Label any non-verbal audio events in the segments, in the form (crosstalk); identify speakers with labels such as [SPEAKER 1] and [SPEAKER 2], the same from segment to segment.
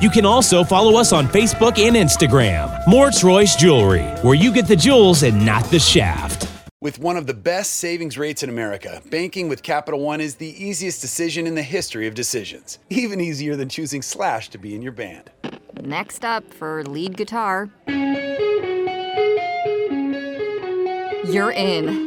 [SPEAKER 1] You can also follow us on Facebook and Instagram. Moritz Royce Jewelry, where you get the jewels and not the shaft.
[SPEAKER 2] With one of the best savings rates in America, banking with Capital One is the easiest decision in the history of decisions. Even easier than choosing Slash to be in your band.
[SPEAKER 3] Next up for lead guitar. You're in.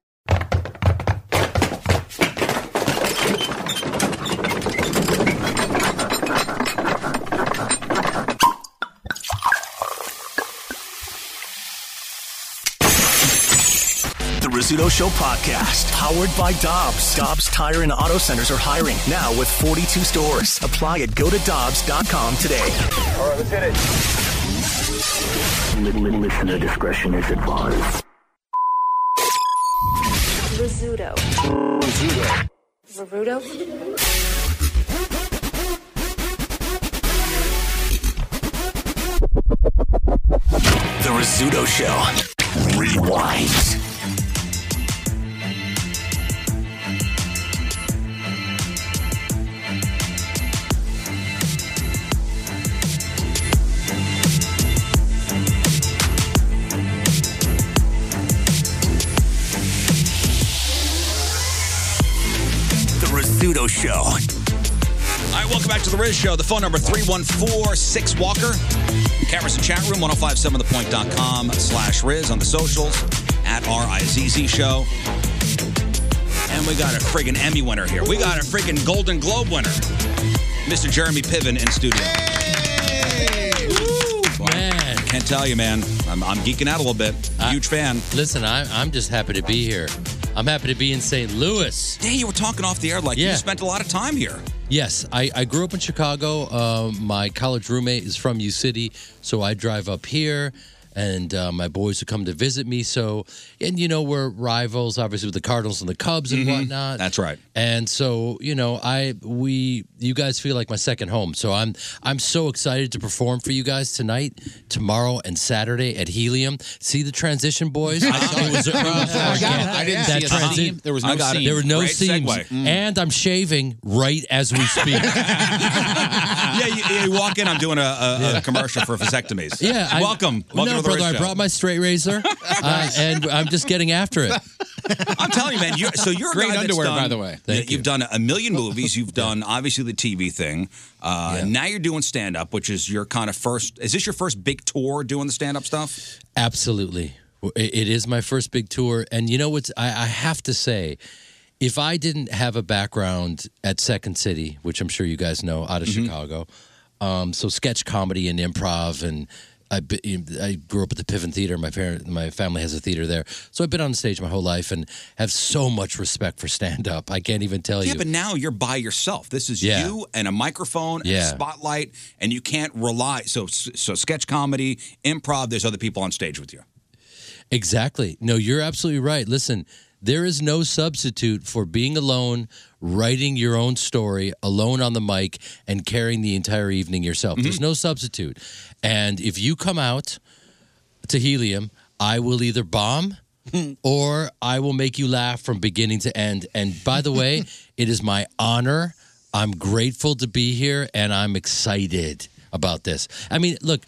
[SPEAKER 4] The Rizzuto Show podcast, powered by Dobbs. Dobbs Tire and Auto Centers are hiring now with 42 stores. Apply at go to Dobbs.com today.
[SPEAKER 5] All right, let's hit it. Listener discretion is advised.
[SPEAKER 6] Rizzuto. Rizzuto.
[SPEAKER 4] The Rizzuto Show. Rewind. The Rizzuto Show.
[SPEAKER 7] All right, welcome back to the Riz Show. The phone number 3146 Walker. Cameras and chat room, 1057thepoint.com slash Riz on the socials at RIZZ Show. And we got a friggin' Emmy winner here. We got a friggin' Golden Globe winner, Mr. Jeremy Piven in studio. Man. Can't tell you, man. I'm, I'm geeking out a little bit.
[SPEAKER 8] Uh,
[SPEAKER 7] Huge fan.
[SPEAKER 9] Listen, I, I'm just happy to be here. I'm happy to be in St. Louis.
[SPEAKER 7] Yeah, you were talking off the air like you spent a lot of time here.
[SPEAKER 9] Yes, I, I grew up in Chicago. Uh, my college roommate is from U City, so I drive up here, and uh, my boys would come to visit me. So, and you know, we're rivals, obviously, with the Cardinals and the Cubs and
[SPEAKER 8] Mm-hmm.
[SPEAKER 7] Mhm.
[SPEAKER 9] whatnot.
[SPEAKER 7] That's right.
[SPEAKER 9] And so, you know, I we you guys feel like my second home. So I'm I'm so excited to perform for you guys tonight, tomorrow, and Saturday at Helium. See the transition, boys. I saw it was, it
[SPEAKER 8] (laughs)
[SPEAKER 9] was
[SPEAKER 8] I got it. I didn't
[SPEAKER 9] that
[SPEAKER 8] see a seam.
[SPEAKER 9] transi-
[SPEAKER 8] There was no
[SPEAKER 9] I got it.
[SPEAKER 8] seam.
[SPEAKER 9] There were no
[SPEAKER 8] Great
[SPEAKER 9] seams,
[SPEAKER 8] segue. Mm.
[SPEAKER 9] and I'm shaving right as we speak.
[SPEAKER 7] yeah, you, you walk in, I'm doing a, a, a commercial for
[SPEAKER 9] (laughs)
[SPEAKER 7] vasectomies.
[SPEAKER 9] Yeah, I-
[SPEAKER 7] welcome. welcome
[SPEAKER 9] no,
[SPEAKER 7] to the
[SPEAKER 9] brother,
[SPEAKER 7] Riz
[SPEAKER 9] I
[SPEAKER 7] Show.
[SPEAKER 9] brought my straight
[SPEAKER 7] (laughs)
[SPEAKER 9] razor, uh, and I'm just getting after it.
[SPEAKER 7] I'm telling you, man. You're, so you're a
[SPEAKER 9] Great
[SPEAKER 7] guy that's
[SPEAKER 9] underwear,
[SPEAKER 7] done-
[SPEAKER 9] by the way.
[SPEAKER 7] yeah, you've done a million movies.
[SPEAKER 9] (laughs)
[SPEAKER 7] You've done obviously the TV thing. Uh, Now you're doing stand up, which is your kind of first. Is this your first big tour doing the stand up stuff?
[SPEAKER 9] Absolutely. It it is my first big tour. And you know what's, I, I have to say, if I didn't have a background at Second City, which I'm sure you guys know out of Chicago, um, so sketch comedy and improv and I, be- I grew up at the Piven Theater. My parent, my family has a theater there, so I've been on stage my whole life and have so much respect for stand up. I can't even tell
[SPEAKER 7] yeah,
[SPEAKER 9] you.
[SPEAKER 7] but now you're by yourself. This is
[SPEAKER 9] Yeah.
[SPEAKER 7] you and a microphone and a
[SPEAKER 9] Yeah.
[SPEAKER 7] spotlight, and you can't rely. So, so sketch comedy, improv. There's other people on stage with you.
[SPEAKER 9] Exactly. No, you're absolutely right. Listen, There is no substitute for being alone, writing your own story alone on the mic, and carrying the entire evening yourself. There's no substitute. And if you come out to Helium, I will either bomb or I will make you laugh from beginning to end. And by the way, it is my honor. I'm grateful to be here and I'm excited about this. I mean, look,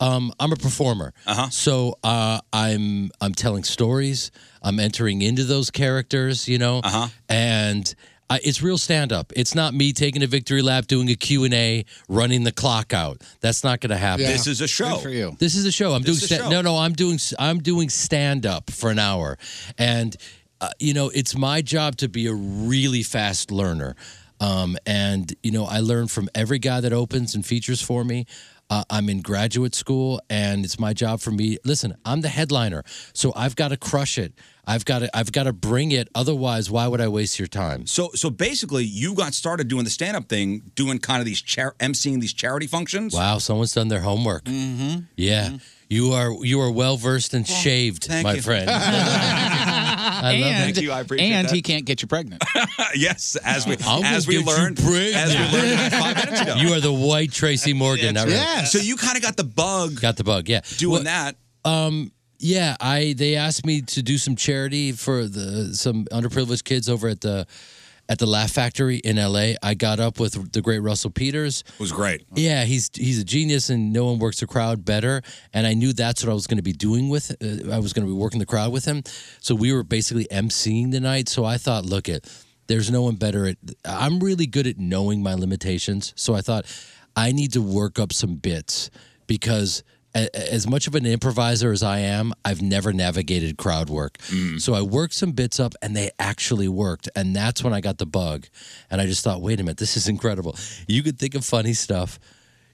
[SPEAKER 9] um, I'm a performer. Uh-huh. So uh, I'm I'm telling stories. I'm entering into those characters, you know, uh-huh. and I, it's real stand up. It's not me taking a victory lap, doing a Q and A, running the clock out. That's not going to happen.
[SPEAKER 7] This is a show.
[SPEAKER 9] This is a show. I'm
[SPEAKER 7] This
[SPEAKER 9] doing
[SPEAKER 7] is a
[SPEAKER 9] sta-
[SPEAKER 7] show.
[SPEAKER 9] no, no. I'm doing I'm doing stand up for an hour, and uh, you know it's my job to be a really fast learner. Um, and you know I learn from every guy that opens and features for me. Uh, I'm in graduate school, and it's my job for me. Listen, I'm the headliner, so I've got to crush it. I've got to I've got to bring it. Otherwise, why would I waste your time?
[SPEAKER 7] So, so basically, you got started doing the stand-up thing, doing kind of these char- emceeing these charity functions.
[SPEAKER 9] Wow, someone's done their homework.
[SPEAKER 7] Mm-hmm.
[SPEAKER 9] Yeah. You are you are well versed and shaved,
[SPEAKER 7] thank
[SPEAKER 9] my
[SPEAKER 7] you.
[SPEAKER 9] friend.
[SPEAKER 7] (laughs)
[SPEAKER 9] I love
[SPEAKER 10] and,
[SPEAKER 9] that. Thank you, I appreciate
[SPEAKER 10] and
[SPEAKER 9] that.
[SPEAKER 10] he can't get you pregnant.
[SPEAKER 7] yes, as we
[SPEAKER 9] I'll
[SPEAKER 7] as we
[SPEAKER 9] get you
[SPEAKER 7] learned, as we learned about five minutes ago.
[SPEAKER 9] You are the white Tracy Morgan.
[SPEAKER 7] That's
[SPEAKER 9] not
[SPEAKER 7] right. Yes. So you kind of got the bug.
[SPEAKER 9] Got the bug. Yeah.
[SPEAKER 7] Doing that.
[SPEAKER 9] Um. Yeah. I they asked me to do some charity for the some underprivileged kids over at the at the Laugh Factory in L.A. I got up with the great Russell Peters.
[SPEAKER 7] It was great.
[SPEAKER 9] Yeah, he's he's a genius, and no one works the crowd better. And I knew that's what I was going to be doing with. Uh, I was going to be working the crowd with him. So we were basically emceeing the night. So I thought, look it, there's no one better at. I'm really good at knowing my limitations. So I thought, I need to work up some bits because. a- a- As much of an improviser as I am, I've never navigated crowd work. So I worked some bits up and they actually worked. And that's when I got the bug. And I just thought, wait a minute, this is incredible. You could think of funny stuff,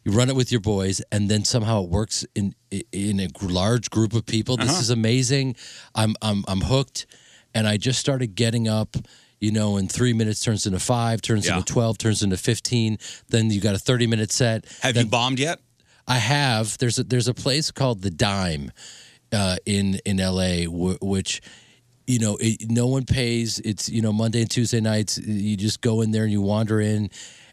[SPEAKER 9] you run it with your boys and then somehow it works in in a gr- large group of people this
[SPEAKER 8] Uh-huh.
[SPEAKER 9] is amazing i'm i'm i'm hooked and i just started getting up you know and 3 minutes turns into 5 turns into 12 turns into 15 then you got a 30 minute set
[SPEAKER 7] have you bombed yet
[SPEAKER 9] i have there's a there's a place called the dime uh, in in LA w- which you know, it, no one pays. It's you know Monday and Tuesday nights. You just go in there and you wander in,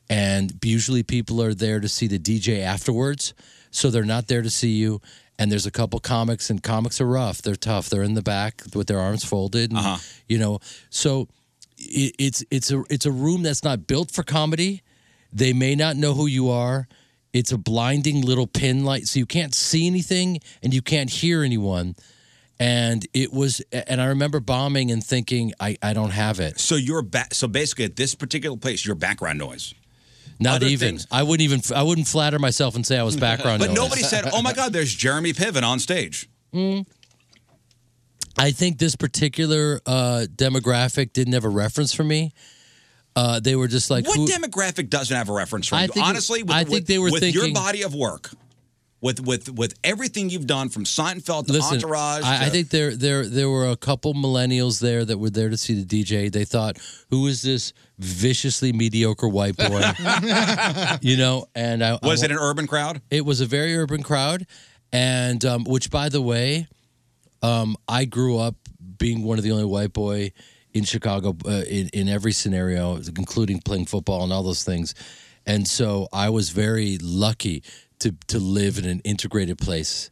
[SPEAKER 9] and usually people are there to see the DJ afterwards, so they're not there to see you. And there's a couple comics, and comics are rough. They're tough. They're in the back with their arms folded, and, you know. So it, it's it's a it's a room that's not built for comedy. They may not know who you are. It's a blinding little pin light, so you can't see anything and you can't hear anyone and it was and i remember bombing and thinking i, I don't have it
[SPEAKER 7] So you're back. So basically, at this particular place, your background noise.
[SPEAKER 9] not
[SPEAKER 7] Other
[SPEAKER 9] even
[SPEAKER 7] things-
[SPEAKER 9] i wouldn't even i wouldn't flatter myself and say
[SPEAKER 7] (laughs)
[SPEAKER 9] i was background
[SPEAKER 7] but
[SPEAKER 9] noise.
[SPEAKER 7] nobody said, "Oh my God, there's Jeremy Piven on stage."
[SPEAKER 9] Mm. i think this particular uh, demographic didn't have a reference for me uh, they were just like
[SPEAKER 7] what
[SPEAKER 9] who-
[SPEAKER 7] demographic doesn't have a reference for
[SPEAKER 9] I
[SPEAKER 7] you?
[SPEAKER 9] think it-
[SPEAKER 7] Honestly, with,
[SPEAKER 9] I think
[SPEAKER 7] with-
[SPEAKER 9] they were
[SPEAKER 7] with your
[SPEAKER 9] thinking-
[SPEAKER 7] body of work, with with with everything you've done from Seinfeld to
[SPEAKER 9] Listen,
[SPEAKER 7] Entourage.
[SPEAKER 9] I, I
[SPEAKER 7] to-
[SPEAKER 9] think there there there were a couple millennials there that were there to see the DJ. They thought, "Who is this viciously mediocre white
[SPEAKER 7] (laughs)
[SPEAKER 9] boy?" you know, and I
[SPEAKER 7] was
[SPEAKER 9] I,
[SPEAKER 7] it an urban crowd?
[SPEAKER 9] It was a very urban crowd, and um, which, by the way, um, I grew up being one of the only white boy in Chicago uh, in in every scenario, including playing football and all those things, and so I was very lucky to to live in an integrated place.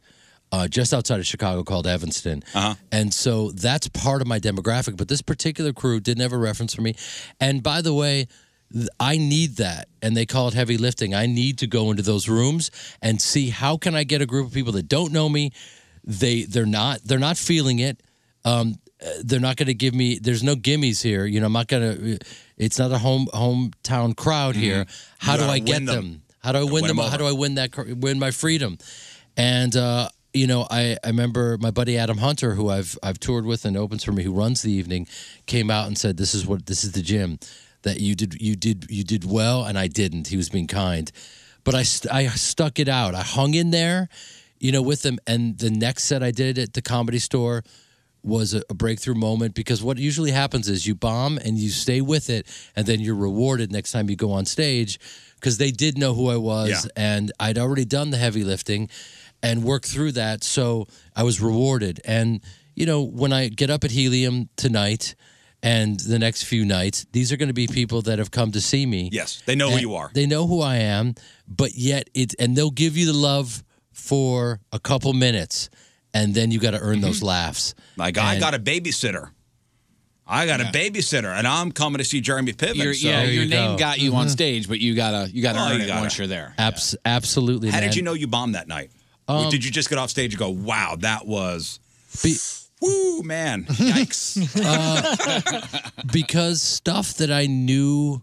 [SPEAKER 9] Uh, just outside of Chicago, called Evanston, and so that's part of my demographic. But this particular crew didn't have a reference for me. And by the way, th- I need that. And they call it heavy lifting. I need to go into those rooms and see how can I get a group of people that don't know me. They they're not they're not feeling it. Um, uh, they're not going to give me. There's no gimmies here. You know, I'm not going to. It's not a home hometown crowd here.
[SPEAKER 8] Mm-hmm.
[SPEAKER 9] How
[SPEAKER 8] You
[SPEAKER 9] do
[SPEAKER 8] gotta
[SPEAKER 9] I get
[SPEAKER 8] win them.
[SPEAKER 9] them? How do I
[SPEAKER 8] Gotta
[SPEAKER 9] win
[SPEAKER 8] win
[SPEAKER 9] them?
[SPEAKER 8] them
[SPEAKER 9] How do I win that? cr- Win my freedom? And uh, you know, I, I remember my buddy Adam Hunter, who I've I've toured with and opens for me, who runs the evening, came out and said, "This is what this is the gym that you did you did you did well, and I didn't." He was being kind, but I st- I stuck it out. I hung in there, you know, with them. And the next set I did at the Comedy Store was a, a breakthrough moment because what usually happens is you bomb and you stay with it and then you're rewarded next time you go on stage because they did know who I was
[SPEAKER 8] Yeah.
[SPEAKER 9] and I'd already done the heavy lifting and worked through that so I was rewarded and you know, when I get up at Helium tonight and the next few nights, these are going to be people that have come to see me.
[SPEAKER 7] Yes, they know who
[SPEAKER 9] And
[SPEAKER 7] you are.
[SPEAKER 9] They know who I am, but yet it and they'll give you the love for a couple minutes, and then you got to earn those laughs.
[SPEAKER 7] Like Mm-hmm. I
[SPEAKER 9] And-
[SPEAKER 7] got a babysitter. I got a babysitter, and I'm coming to see Jeremy Piven.
[SPEAKER 10] Your,
[SPEAKER 7] so-
[SPEAKER 10] yeah, your name got you on stage, but you gotta you gotta
[SPEAKER 7] Well,
[SPEAKER 10] earn
[SPEAKER 7] Oh, you
[SPEAKER 10] it
[SPEAKER 7] gotta.
[SPEAKER 10] once you're there.
[SPEAKER 9] Mm-hmm. Abs- absolutely.
[SPEAKER 7] How
[SPEAKER 9] man.
[SPEAKER 7] did you know you bombed that night? Or
[SPEAKER 9] Um,
[SPEAKER 7] did you just get off stage and go, "Wow, that was, woo,
[SPEAKER 9] (laughs)
[SPEAKER 7] man, yikes"?
[SPEAKER 9] Uh, because stuff that I knew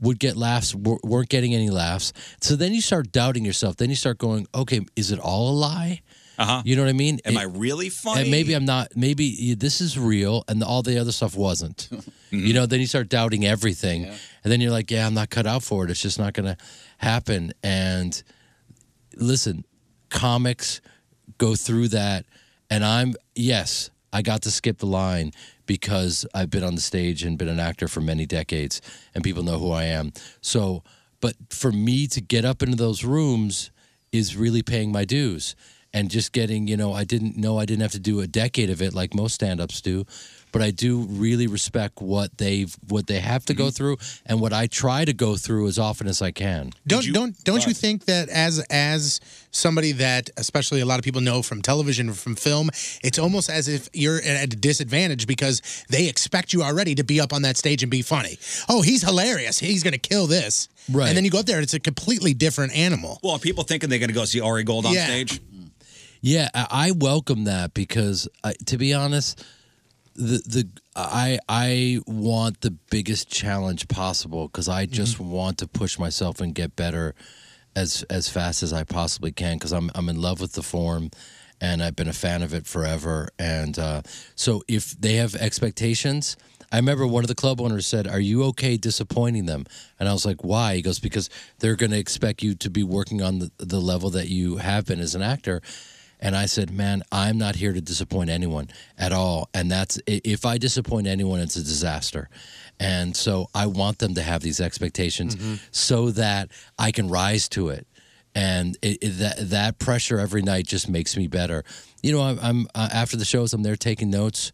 [SPEAKER 9] would get laughs wer- weren't getting any laughs. So then you start doubting yourself. Then you start going, okay, is it all a lie?
[SPEAKER 7] Uh-huh.
[SPEAKER 9] You know what I mean?
[SPEAKER 7] Am
[SPEAKER 9] It-
[SPEAKER 7] I really funny?
[SPEAKER 9] And maybe I'm not. Maybe y- this is real, and all the other stuff
[SPEAKER 7] (laughs)
[SPEAKER 9] wasn't.
[SPEAKER 7] Mm-hmm.
[SPEAKER 9] You know, then you start doubting everything, and then you're like, "Yeah, I'm not cut out for it. It's just not going to happen." And listen, comics go through that, and I'm yes, I got to skip the line because I've been on the stage and been an actor for many decades, and people know who I am. So, but for me to get up into those rooms is really paying my dues and just getting you know i didn't know i didn't have to do a decade of it like most stand-ups do but i do really respect what they've what they have to go through and what i try to go through as often as i can
[SPEAKER 8] Don't don't don't you think that as as somebody that especially a lot of people know from television from film, it's almost as if you're at a disadvantage because they expect you already to be up on that stage and be funny. Oh, he's hilarious. He's going to kill this.
[SPEAKER 9] Right.
[SPEAKER 8] And then you go up there and it's a completely different animal.
[SPEAKER 7] well, are people thinking they're going to go see Ari Gold on
[SPEAKER 8] Yeah.
[SPEAKER 7] stage?
[SPEAKER 9] Yeah, I I welcome that because, I, to be honest, the the I I want the biggest challenge possible because I just want to push myself and get better as as fast as I possibly can because I'm I'm in love with the form and I've been a fan of it forever and uh, so if they have expectations. I remember one of the club owners said, "Are you okay disappointing them?" And I was like, "Why?" He goes, "Because they're going to expect you to be working on the, the level that you have been as an actor." And I said, "Man, I'm not here to disappoint anyone at all. And that's i- if I disappoint anyone, it's a disaster. And so I want them to have these expectations so that I can rise to it. And it, it- that that pressure every night just makes me better. You know, I'm, I'm uh, after the shows, I'm there taking notes."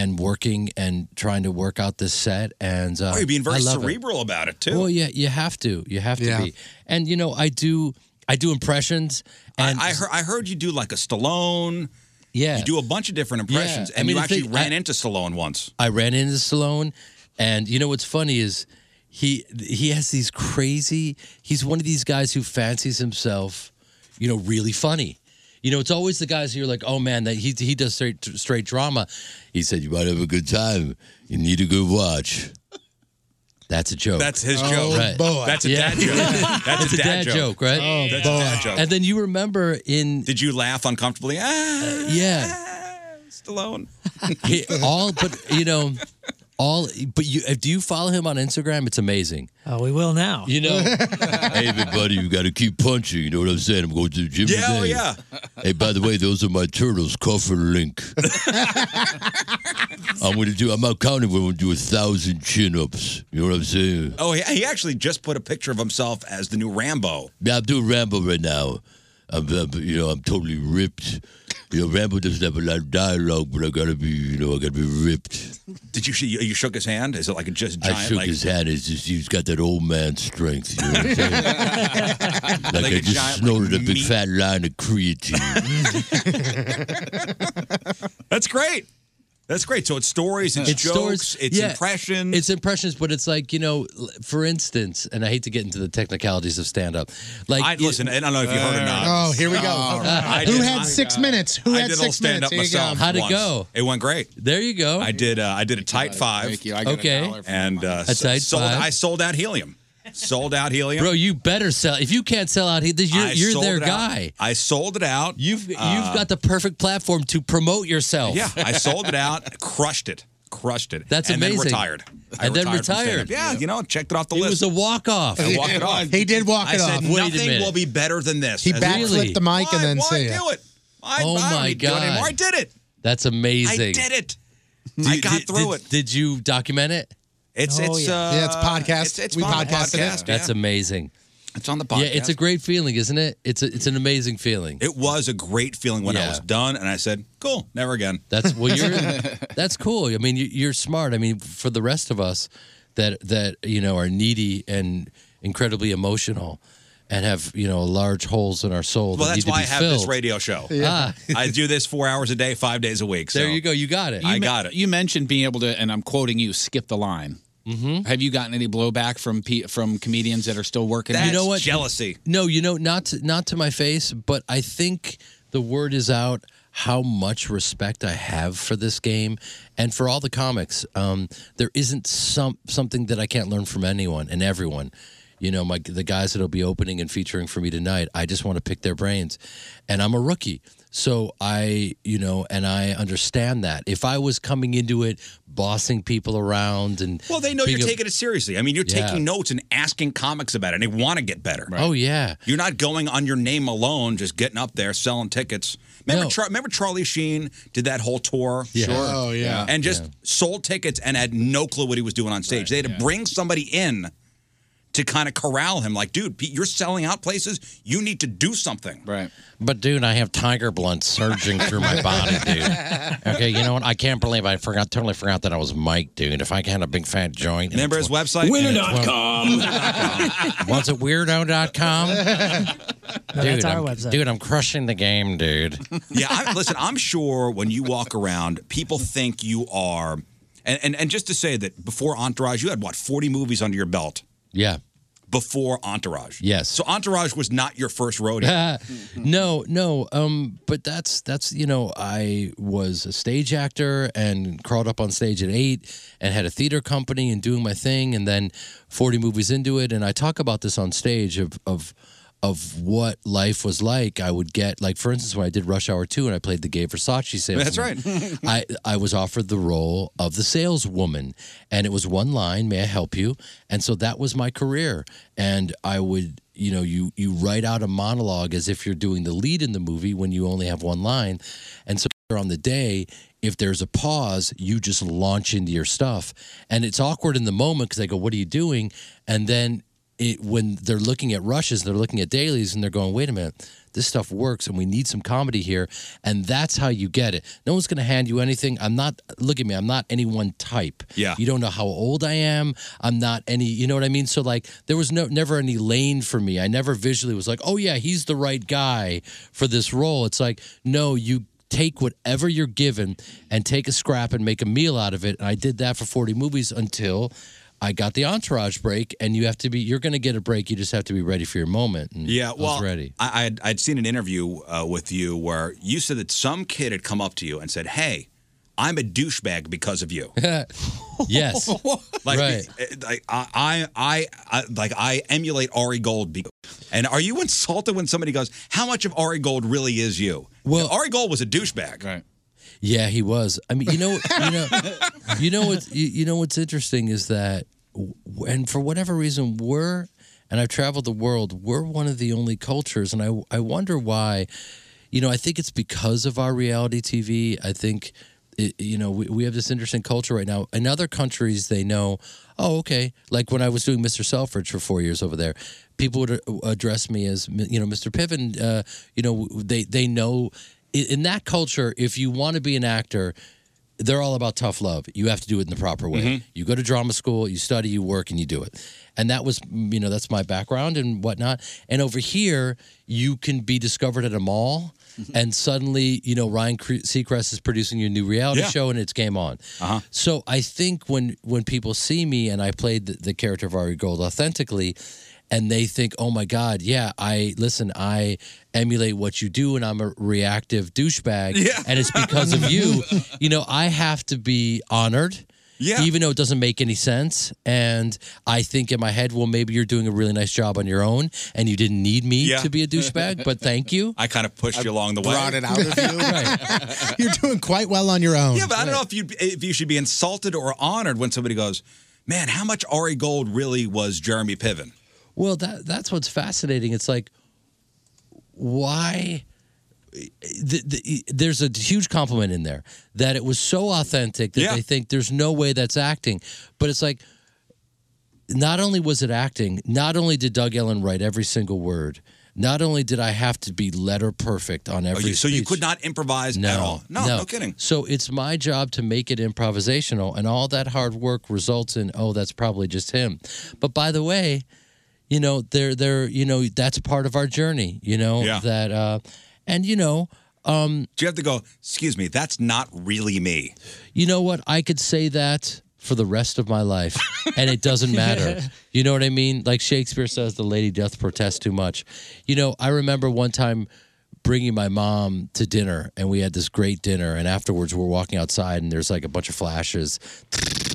[SPEAKER 9] And working and trying to work out this set, and uh,
[SPEAKER 7] Oh, you're being
[SPEAKER 9] I
[SPEAKER 7] very
[SPEAKER 9] love it.
[SPEAKER 7] cerebral about it too.
[SPEAKER 9] Well, yeah, you have to, you have to
[SPEAKER 7] Yeah.
[SPEAKER 9] be. And you know, I do, I do impressions. And
[SPEAKER 7] I, I heard, I heard you do like a Stallone.
[SPEAKER 9] Yeah.
[SPEAKER 7] you do a bunch of different impressions,
[SPEAKER 9] Yeah, I
[SPEAKER 7] and
[SPEAKER 9] mean,
[SPEAKER 7] you
[SPEAKER 9] the
[SPEAKER 7] actually
[SPEAKER 9] thing-
[SPEAKER 7] ran
[SPEAKER 9] I-
[SPEAKER 7] into Stallone once.
[SPEAKER 9] I ran into Stallone, and you know what's funny is he he has these crazy. He's one of these guys who fancies himself, you know, really funny. You know, it's always the guys
[SPEAKER 8] (laughs)
[SPEAKER 9] who you're like, oh man, that he he does straight straight drama. He said, you might have a good time. You need a good watch. That's a joke. Oh,
[SPEAKER 7] That's his joke.
[SPEAKER 9] Right.
[SPEAKER 7] That's a
[SPEAKER 9] Yeah.
[SPEAKER 7] dad
[SPEAKER 9] (laughs)
[SPEAKER 7] joke. That's,
[SPEAKER 9] It's a dad joke, right? Oh,
[SPEAKER 7] That's a
[SPEAKER 9] boy.
[SPEAKER 7] dad joke.
[SPEAKER 9] And then you remember in Uh,
[SPEAKER 7] Did you laugh uncomfortably? Ah, (laughs)
[SPEAKER 9] yeah,
[SPEAKER 7] Stallone.
[SPEAKER 9] He- all but you know, all but you do you follow him on Instagram? It's amazing.
[SPEAKER 6] Oh, we will now.
[SPEAKER 9] You know, (laughs) hey, everybody, you got to keep punching. You know what I'm saying? I'm going to the gym
[SPEAKER 6] Yeah, oh,
[SPEAKER 9] today.
[SPEAKER 6] yeah.
[SPEAKER 9] Hey, by the way, those are my turtles. Coffer Link. I'm going to do. I'm out counting. We're going to do a thousand chin-ups. You know what I'm saying?
[SPEAKER 7] Oh, he, he actually just put a picture of himself as the new Rambo.
[SPEAKER 9] Yeah, I'm doing Rambo right now. I'm, I'm, you know, I'm totally ripped. You know, Rambo doesn't have a lot of dialogue, but I gotta be, you know, I gotta be ripped.
[SPEAKER 7] Did you you you shook his hand? Is it like a just giant?
[SPEAKER 9] I shook
[SPEAKER 7] like,
[SPEAKER 9] his hand. It's just he's got that old man strength. You know what I'm
[SPEAKER 7] (laughs)
[SPEAKER 9] saying? like,
[SPEAKER 7] Like
[SPEAKER 9] I
[SPEAKER 7] a
[SPEAKER 9] just
[SPEAKER 7] giant,
[SPEAKER 9] snorted
[SPEAKER 7] like,
[SPEAKER 9] a big
[SPEAKER 7] meat-
[SPEAKER 9] fat line of creatine.
[SPEAKER 7] (laughs) That's great. That's great. So it's stories, it's, jokes, it's
[SPEAKER 9] yeah,
[SPEAKER 7] impressions.
[SPEAKER 9] It's impressions, but it's like you know, l- for instance, and I hate to get into the technicalities of stand up. Like,
[SPEAKER 7] I listen. I don't know if you heard or
[SPEAKER 9] (laughs)
[SPEAKER 7] not.
[SPEAKER 8] Oh, here we go.
[SPEAKER 7] I
[SPEAKER 8] Who
[SPEAKER 7] did-
[SPEAKER 8] had
[SPEAKER 7] I-
[SPEAKER 8] six minutes? Who
[SPEAKER 7] I
[SPEAKER 8] had
[SPEAKER 7] did all
[SPEAKER 8] six
[SPEAKER 7] stand
[SPEAKER 8] minutes?
[SPEAKER 7] up
[SPEAKER 8] Here you
[SPEAKER 7] myself.
[SPEAKER 8] go.
[SPEAKER 9] How'd it
[SPEAKER 7] once.
[SPEAKER 9] go?
[SPEAKER 7] It went great.
[SPEAKER 9] There you go.
[SPEAKER 7] I did. Uh, I did a tight five.
[SPEAKER 9] Thank you. I got a Okay. dollar for
[SPEAKER 7] and uh,
[SPEAKER 9] A tight
[SPEAKER 7] sold,
[SPEAKER 9] five.
[SPEAKER 7] I sold out helium. Sold out helium.
[SPEAKER 9] bro, you better sell. If you can't sell out, he- this- you're,
[SPEAKER 7] I
[SPEAKER 9] you're
[SPEAKER 7] sold
[SPEAKER 9] their
[SPEAKER 7] it out. Uh,
[SPEAKER 9] guy.
[SPEAKER 7] I sold it out. You've
[SPEAKER 9] You've got the perfect platform to promote yourself.
[SPEAKER 7] Yeah,
[SPEAKER 9] (laughs)
[SPEAKER 7] I sold it out. Crushed it. Crushed it.
[SPEAKER 9] That's
[SPEAKER 7] and
[SPEAKER 9] amazing.
[SPEAKER 7] Then retired. I
[SPEAKER 9] And then
[SPEAKER 7] retired from stand-up.
[SPEAKER 9] retired.
[SPEAKER 7] Yeah, you know, checked it off the
[SPEAKER 9] It
[SPEAKER 7] list.
[SPEAKER 9] was a walk off.
[SPEAKER 7] I walked
[SPEAKER 9] (laughs)
[SPEAKER 7] it off.
[SPEAKER 8] He did walk
[SPEAKER 7] I
[SPEAKER 8] it
[SPEAKER 7] said,
[SPEAKER 8] off.
[SPEAKER 7] Nothing will be better than this.
[SPEAKER 8] He
[SPEAKER 7] As-
[SPEAKER 8] backflipped the mic and then
[SPEAKER 7] why
[SPEAKER 8] see ya.
[SPEAKER 7] do it? I,
[SPEAKER 9] Oh
[SPEAKER 7] I don't
[SPEAKER 9] my
[SPEAKER 7] need to do it
[SPEAKER 9] God.
[SPEAKER 7] anymore. I did it.
[SPEAKER 9] That's amazing.
[SPEAKER 7] I did it.
[SPEAKER 9] Do-
[SPEAKER 7] I got
[SPEAKER 9] did-
[SPEAKER 7] through
[SPEAKER 9] did- Did you document it?
[SPEAKER 7] It's- Oh, it's, yeah. uh, Yeah, it's podcast. it's- it's We on the podcasted it. podcast,
[SPEAKER 9] That's
[SPEAKER 7] yeah.
[SPEAKER 9] amazing.
[SPEAKER 7] It's on the
[SPEAKER 9] Yeah, it's a great feeling, isn't it? It's a, it's an amazing feeling.
[SPEAKER 7] It was a great feeling when I
[SPEAKER 9] Yeah.
[SPEAKER 7] was done, and I said, "Cool, never again."
[SPEAKER 9] That's well,
[SPEAKER 7] (laughs)
[SPEAKER 9] you're (laughs) that's cool. I mean, you, you're smart. I mean, for the rest of us that that you know are needy and incredibly emotional and have you know large holes in our soul.
[SPEAKER 7] Well,
[SPEAKER 9] that need
[SPEAKER 7] that's
[SPEAKER 9] to
[SPEAKER 7] why I
[SPEAKER 9] be
[SPEAKER 7] have this
[SPEAKER 9] filled.
[SPEAKER 7] radio show.
[SPEAKER 9] (laughs) Yeah.
[SPEAKER 7] (laughs) I do this four hours a day, five days a week. So.
[SPEAKER 10] There you
[SPEAKER 9] go. You got it.
[SPEAKER 7] I got it.
[SPEAKER 10] You mentioned being able to, and I'm quoting you, skip the line. Mm-hmm. Have you gotten any blowback from pe- from comedians that are still working?
[SPEAKER 9] you know what? No, you know, not to, not to my face, but I think the word is out how much respect I have for this game and for all the comics. Um, there isn't some something that I can't learn from anyone and everyone. You know, my the guys that'll be opening and featuring for me tonight. I just want to pick their brains, and I'm a rookie. So I, you know, and I understand that. If I was coming into it, bossing people around, and
[SPEAKER 7] Well, they know
[SPEAKER 9] being
[SPEAKER 7] you're
[SPEAKER 9] a-
[SPEAKER 7] taking it seriously. I mean, you're
[SPEAKER 9] Yeah.
[SPEAKER 7] taking notes and asking comics about it, and they want to get better.
[SPEAKER 9] Oh yeah,
[SPEAKER 7] You're not going on your name alone, just getting up there selling tickets. Remember, Char- remember Charlie Sheen did that whole tour?
[SPEAKER 9] Yeah. Sure. Oh, yeah.
[SPEAKER 7] And just sold tickets and had no clue what he was doing on stage. they had to bring somebody in to kind of corral him. Like, dude, Pete, you're selling out places. You need to do something.
[SPEAKER 10] Right.
[SPEAKER 9] But dude, I have tiger blunt surging through my body, dude. Okay, you know what? I can't believe I forgot. Totally forgot that I was Mike, dude. If I had a big fat joint, and
[SPEAKER 7] Remember
[SPEAKER 9] it's
[SPEAKER 7] his
[SPEAKER 9] one-
[SPEAKER 7] website?
[SPEAKER 9] and it's
[SPEAKER 7] Winner.com.
[SPEAKER 9] one- (laughs) What's it? Weirdo.com.
[SPEAKER 7] No,
[SPEAKER 9] dude,
[SPEAKER 7] (laughs) that's our
[SPEAKER 9] I'm,
[SPEAKER 7] website.
[SPEAKER 9] Dude, I'm crushing the game, dude.
[SPEAKER 7] (laughs) yeah, I, listen, I'm sure when you walk around, people think you are. And, and, and just to say that before Entourage, you had what, 40 movies under your belt?
[SPEAKER 9] Yeah.
[SPEAKER 7] Before Entourage.
[SPEAKER 9] Yes.
[SPEAKER 7] So Entourage was not your first rodeo.
[SPEAKER 9] (laughs) no, no. Um, but that's that's you know I was a stage actor and crawled up on stage at eight and had a theater company and doing my thing and then forty movies into it and I talk about this on stage of of of what life was like. I would get like for instance when I did Rush Hour two and I played the gay Versace salesman.
[SPEAKER 7] That's right.
[SPEAKER 9] (laughs) I, I was offered the role of the saleswoman, and it was one line, "May I help you?" And so that was my career. And I would, you know, you you write out a monologue as if you're doing the lead in the movie when you only have one line, and so on the day. If there's a pause, you just launch into your stuff, and it's awkward in the moment because they go, "What are you doing?" And then it, when they're looking at rushes, they're looking at dailies, and they're going, wait a minute, this stuff works, and we need some comedy here, and that's how you get it. No one's going to hand you anything. I'm not. Look at me. I'm not any one type.
[SPEAKER 7] Yeah.
[SPEAKER 9] You don't know how old I am. I'm not any. You know what I mean? So like, there was no never any lane for me. I never visually was like, oh yeah, he's the right guy for this role. It's like, no, you. Take whatever you're given and take a scrap and make a meal out of it. And I did that for 40 movies until I got the entourage break, and you have to be. You're going to get a break. You just have to be ready for your moment. And
[SPEAKER 7] Yeah,
[SPEAKER 9] I
[SPEAKER 7] well,
[SPEAKER 9] was ready.
[SPEAKER 7] I, I'd, I'd seen an interview uh, with you where you said that some kid had come up to you and said, Hey, I'm a douchebag because of you.
[SPEAKER 9] (laughs) yes,
[SPEAKER 7] (laughs) like,
[SPEAKER 9] Right.
[SPEAKER 7] eh, like I, I, I, I- like I emulate Ari Gold. be- And are you insulted when somebody goes, "How much of Ari Gold really is you?" Well, Ari Gold was a douchebag. Right.
[SPEAKER 9] yeah, he was. I mean, you know, you know, you know what's you, you know what's interesting is that, w- and for whatever reason, we're and I've traveled the world. We're one of the only cultures, and I I wonder why. You know, I think it's because of our reality TV. I think. It, you know, we, we have this interesting culture right now. In other countries, they know, oh, okay. Like when I was doing Mr. Selfridge for four years over there, people would uh, address me as, you know, Mr. Piven. Uh, you know, they they know in, in that culture, if you want to be an actor, they're all about tough love. You have to do it in the proper way. You go to drama school, you study, you work, and you do it. And that was, you know, that's my background and whatnot. And over here, you can be discovered at a mall, and suddenly, you know, Ryan Cre- Seacrest is producing your new reality
[SPEAKER 7] Yeah.
[SPEAKER 9] show, and it's game on. Uh-huh. So I think when when people see me and I played the, the character of Ari Gold authentically, and they think, "Oh my God, yeah, I listen, I emulate what you do, and I'm a reactive douchebag,
[SPEAKER 7] Yeah.
[SPEAKER 9] and it's because of you."
[SPEAKER 7] (laughs)
[SPEAKER 9] You know, I have to be honored.
[SPEAKER 7] Yeah.
[SPEAKER 9] Even though it doesn't make any sense. And I think in my head, well, maybe you're doing a really nice job on your own and you didn't need me
[SPEAKER 7] Yeah.
[SPEAKER 9] to be a douchebag, but thank you.
[SPEAKER 7] I kind of pushed you along the way.
[SPEAKER 9] brought it out
[SPEAKER 8] of
[SPEAKER 9] (laughs)
[SPEAKER 8] you. (laughs) You're doing quite well on your own.
[SPEAKER 7] Yeah, but I don't know if you if you should be insulted or honored when somebody goes, "Man, how much Ari Gold really was Jeremy Piven?"
[SPEAKER 9] Well, that that's what's fascinating. It's like why the, the, there's a huge compliment in there that it was so authentic that they think there's no way that's acting, but it's like not only was it acting, not only did Doug Ellen write every single word, not only did I have to be letter perfect on
[SPEAKER 7] Oh,
[SPEAKER 9] every.
[SPEAKER 7] you- so you
[SPEAKER 9] speech.
[SPEAKER 7] could not improvise
[SPEAKER 9] no,
[SPEAKER 7] at all. No, no, kidding.
[SPEAKER 9] So it's my job to make it improvisational, and all that hard work results in oh, that's probably just him. But by the way, you know, they're they're you know that's part of our journey. You know
[SPEAKER 7] Yeah.
[SPEAKER 9] that, uh, and you know. Um,
[SPEAKER 7] Do you have to go? Excuse me, that's not really me.
[SPEAKER 9] you know what? I could say that for the rest of my life, and it
[SPEAKER 7] (laughs)
[SPEAKER 9] doesn't matter. You know what I mean? Like Shakespeare says, the lady doth protest too much. You know, I remember one time bringing my mom to dinner, and we had this great dinner, and afterwards we're walking outside, and there's like a bunch of flashes.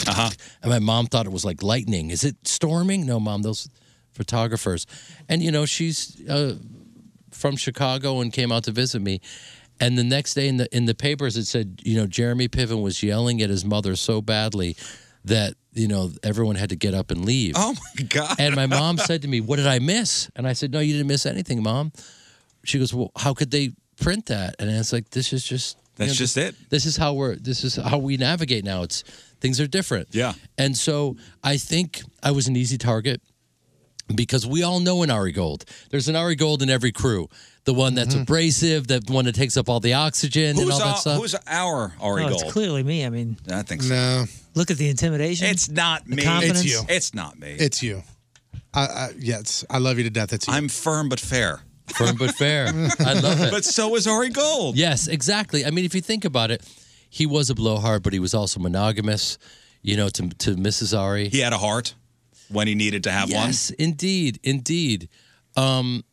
[SPEAKER 9] Uh-huh. And my mom thought it was like lightning. Is it storming? No, mom, those photographers. And, you know, she's. Uh, from Chicago and came out to visit me. And the next day in the in the papers it said, you know, Jeremy Piven was yelling at his mother so badly that, you know, everyone had to get up and leave.
[SPEAKER 7] Oh my god.
[SPEAKER 9] And my mom said to me, "What did I miss?" And I said, "No, you didn't miss anything, mom." She goes, "Well, how could they print that?" And it's like, "This is just you
[SPEAKER 7] That's
[SPEAKER 9] know,
[SPEAKER 7] just
[SPEAKER 9] this-
[SPEAKER 7] it.
[SPEAKER 9] This is how we're this is how we navigate now. It's things are different." Yeah. And so I think I was an easy target because we all know an Ari Gold. There's an Ari Gold in every crew. The one that's abrasive, the one that takes up all the oxygen and
[SPEAKER 7] Who's,
[SPEAKER 9] all that
[SPEAKER 7] our,
[SPEAKER 9] stuff.
[SPEAKER 7] who's our Ari
[SPEAKER 6] No,
[SPEAKER 7] Gold?
[SPEAKER 6] it's clearly me. I mean,
[SPEAKER 7] I think so.
[SPEAKER 8] No.
[SPEAKER 6] look at the intimidation.
[SPEAKER 7] It's not
[SPEAKER 6] the
[SPEAKER 7] me.
[SPEAKER 6] Confidence.
[SPEAKER 7] It's you. It's not me.
[SPEAKER 8] It's you. I, I, yes, I love you to death. It's you. I'm
[SPEAKER 7] firm but fair.
[SPEAKER 9] Firm but fair. I love it.
[SPEAKER 7] But so is Ari Gold.
[SPEAKER 9] Yes, exactly. I mean, if you think about it, he was a blowhard, but he was also monogamous, you know, to, to Mrs. Ari.
[SPEAKER 7] He had a heart when he needed to have one.
[SPEAKER 9] yes, indeed, indeed. Um,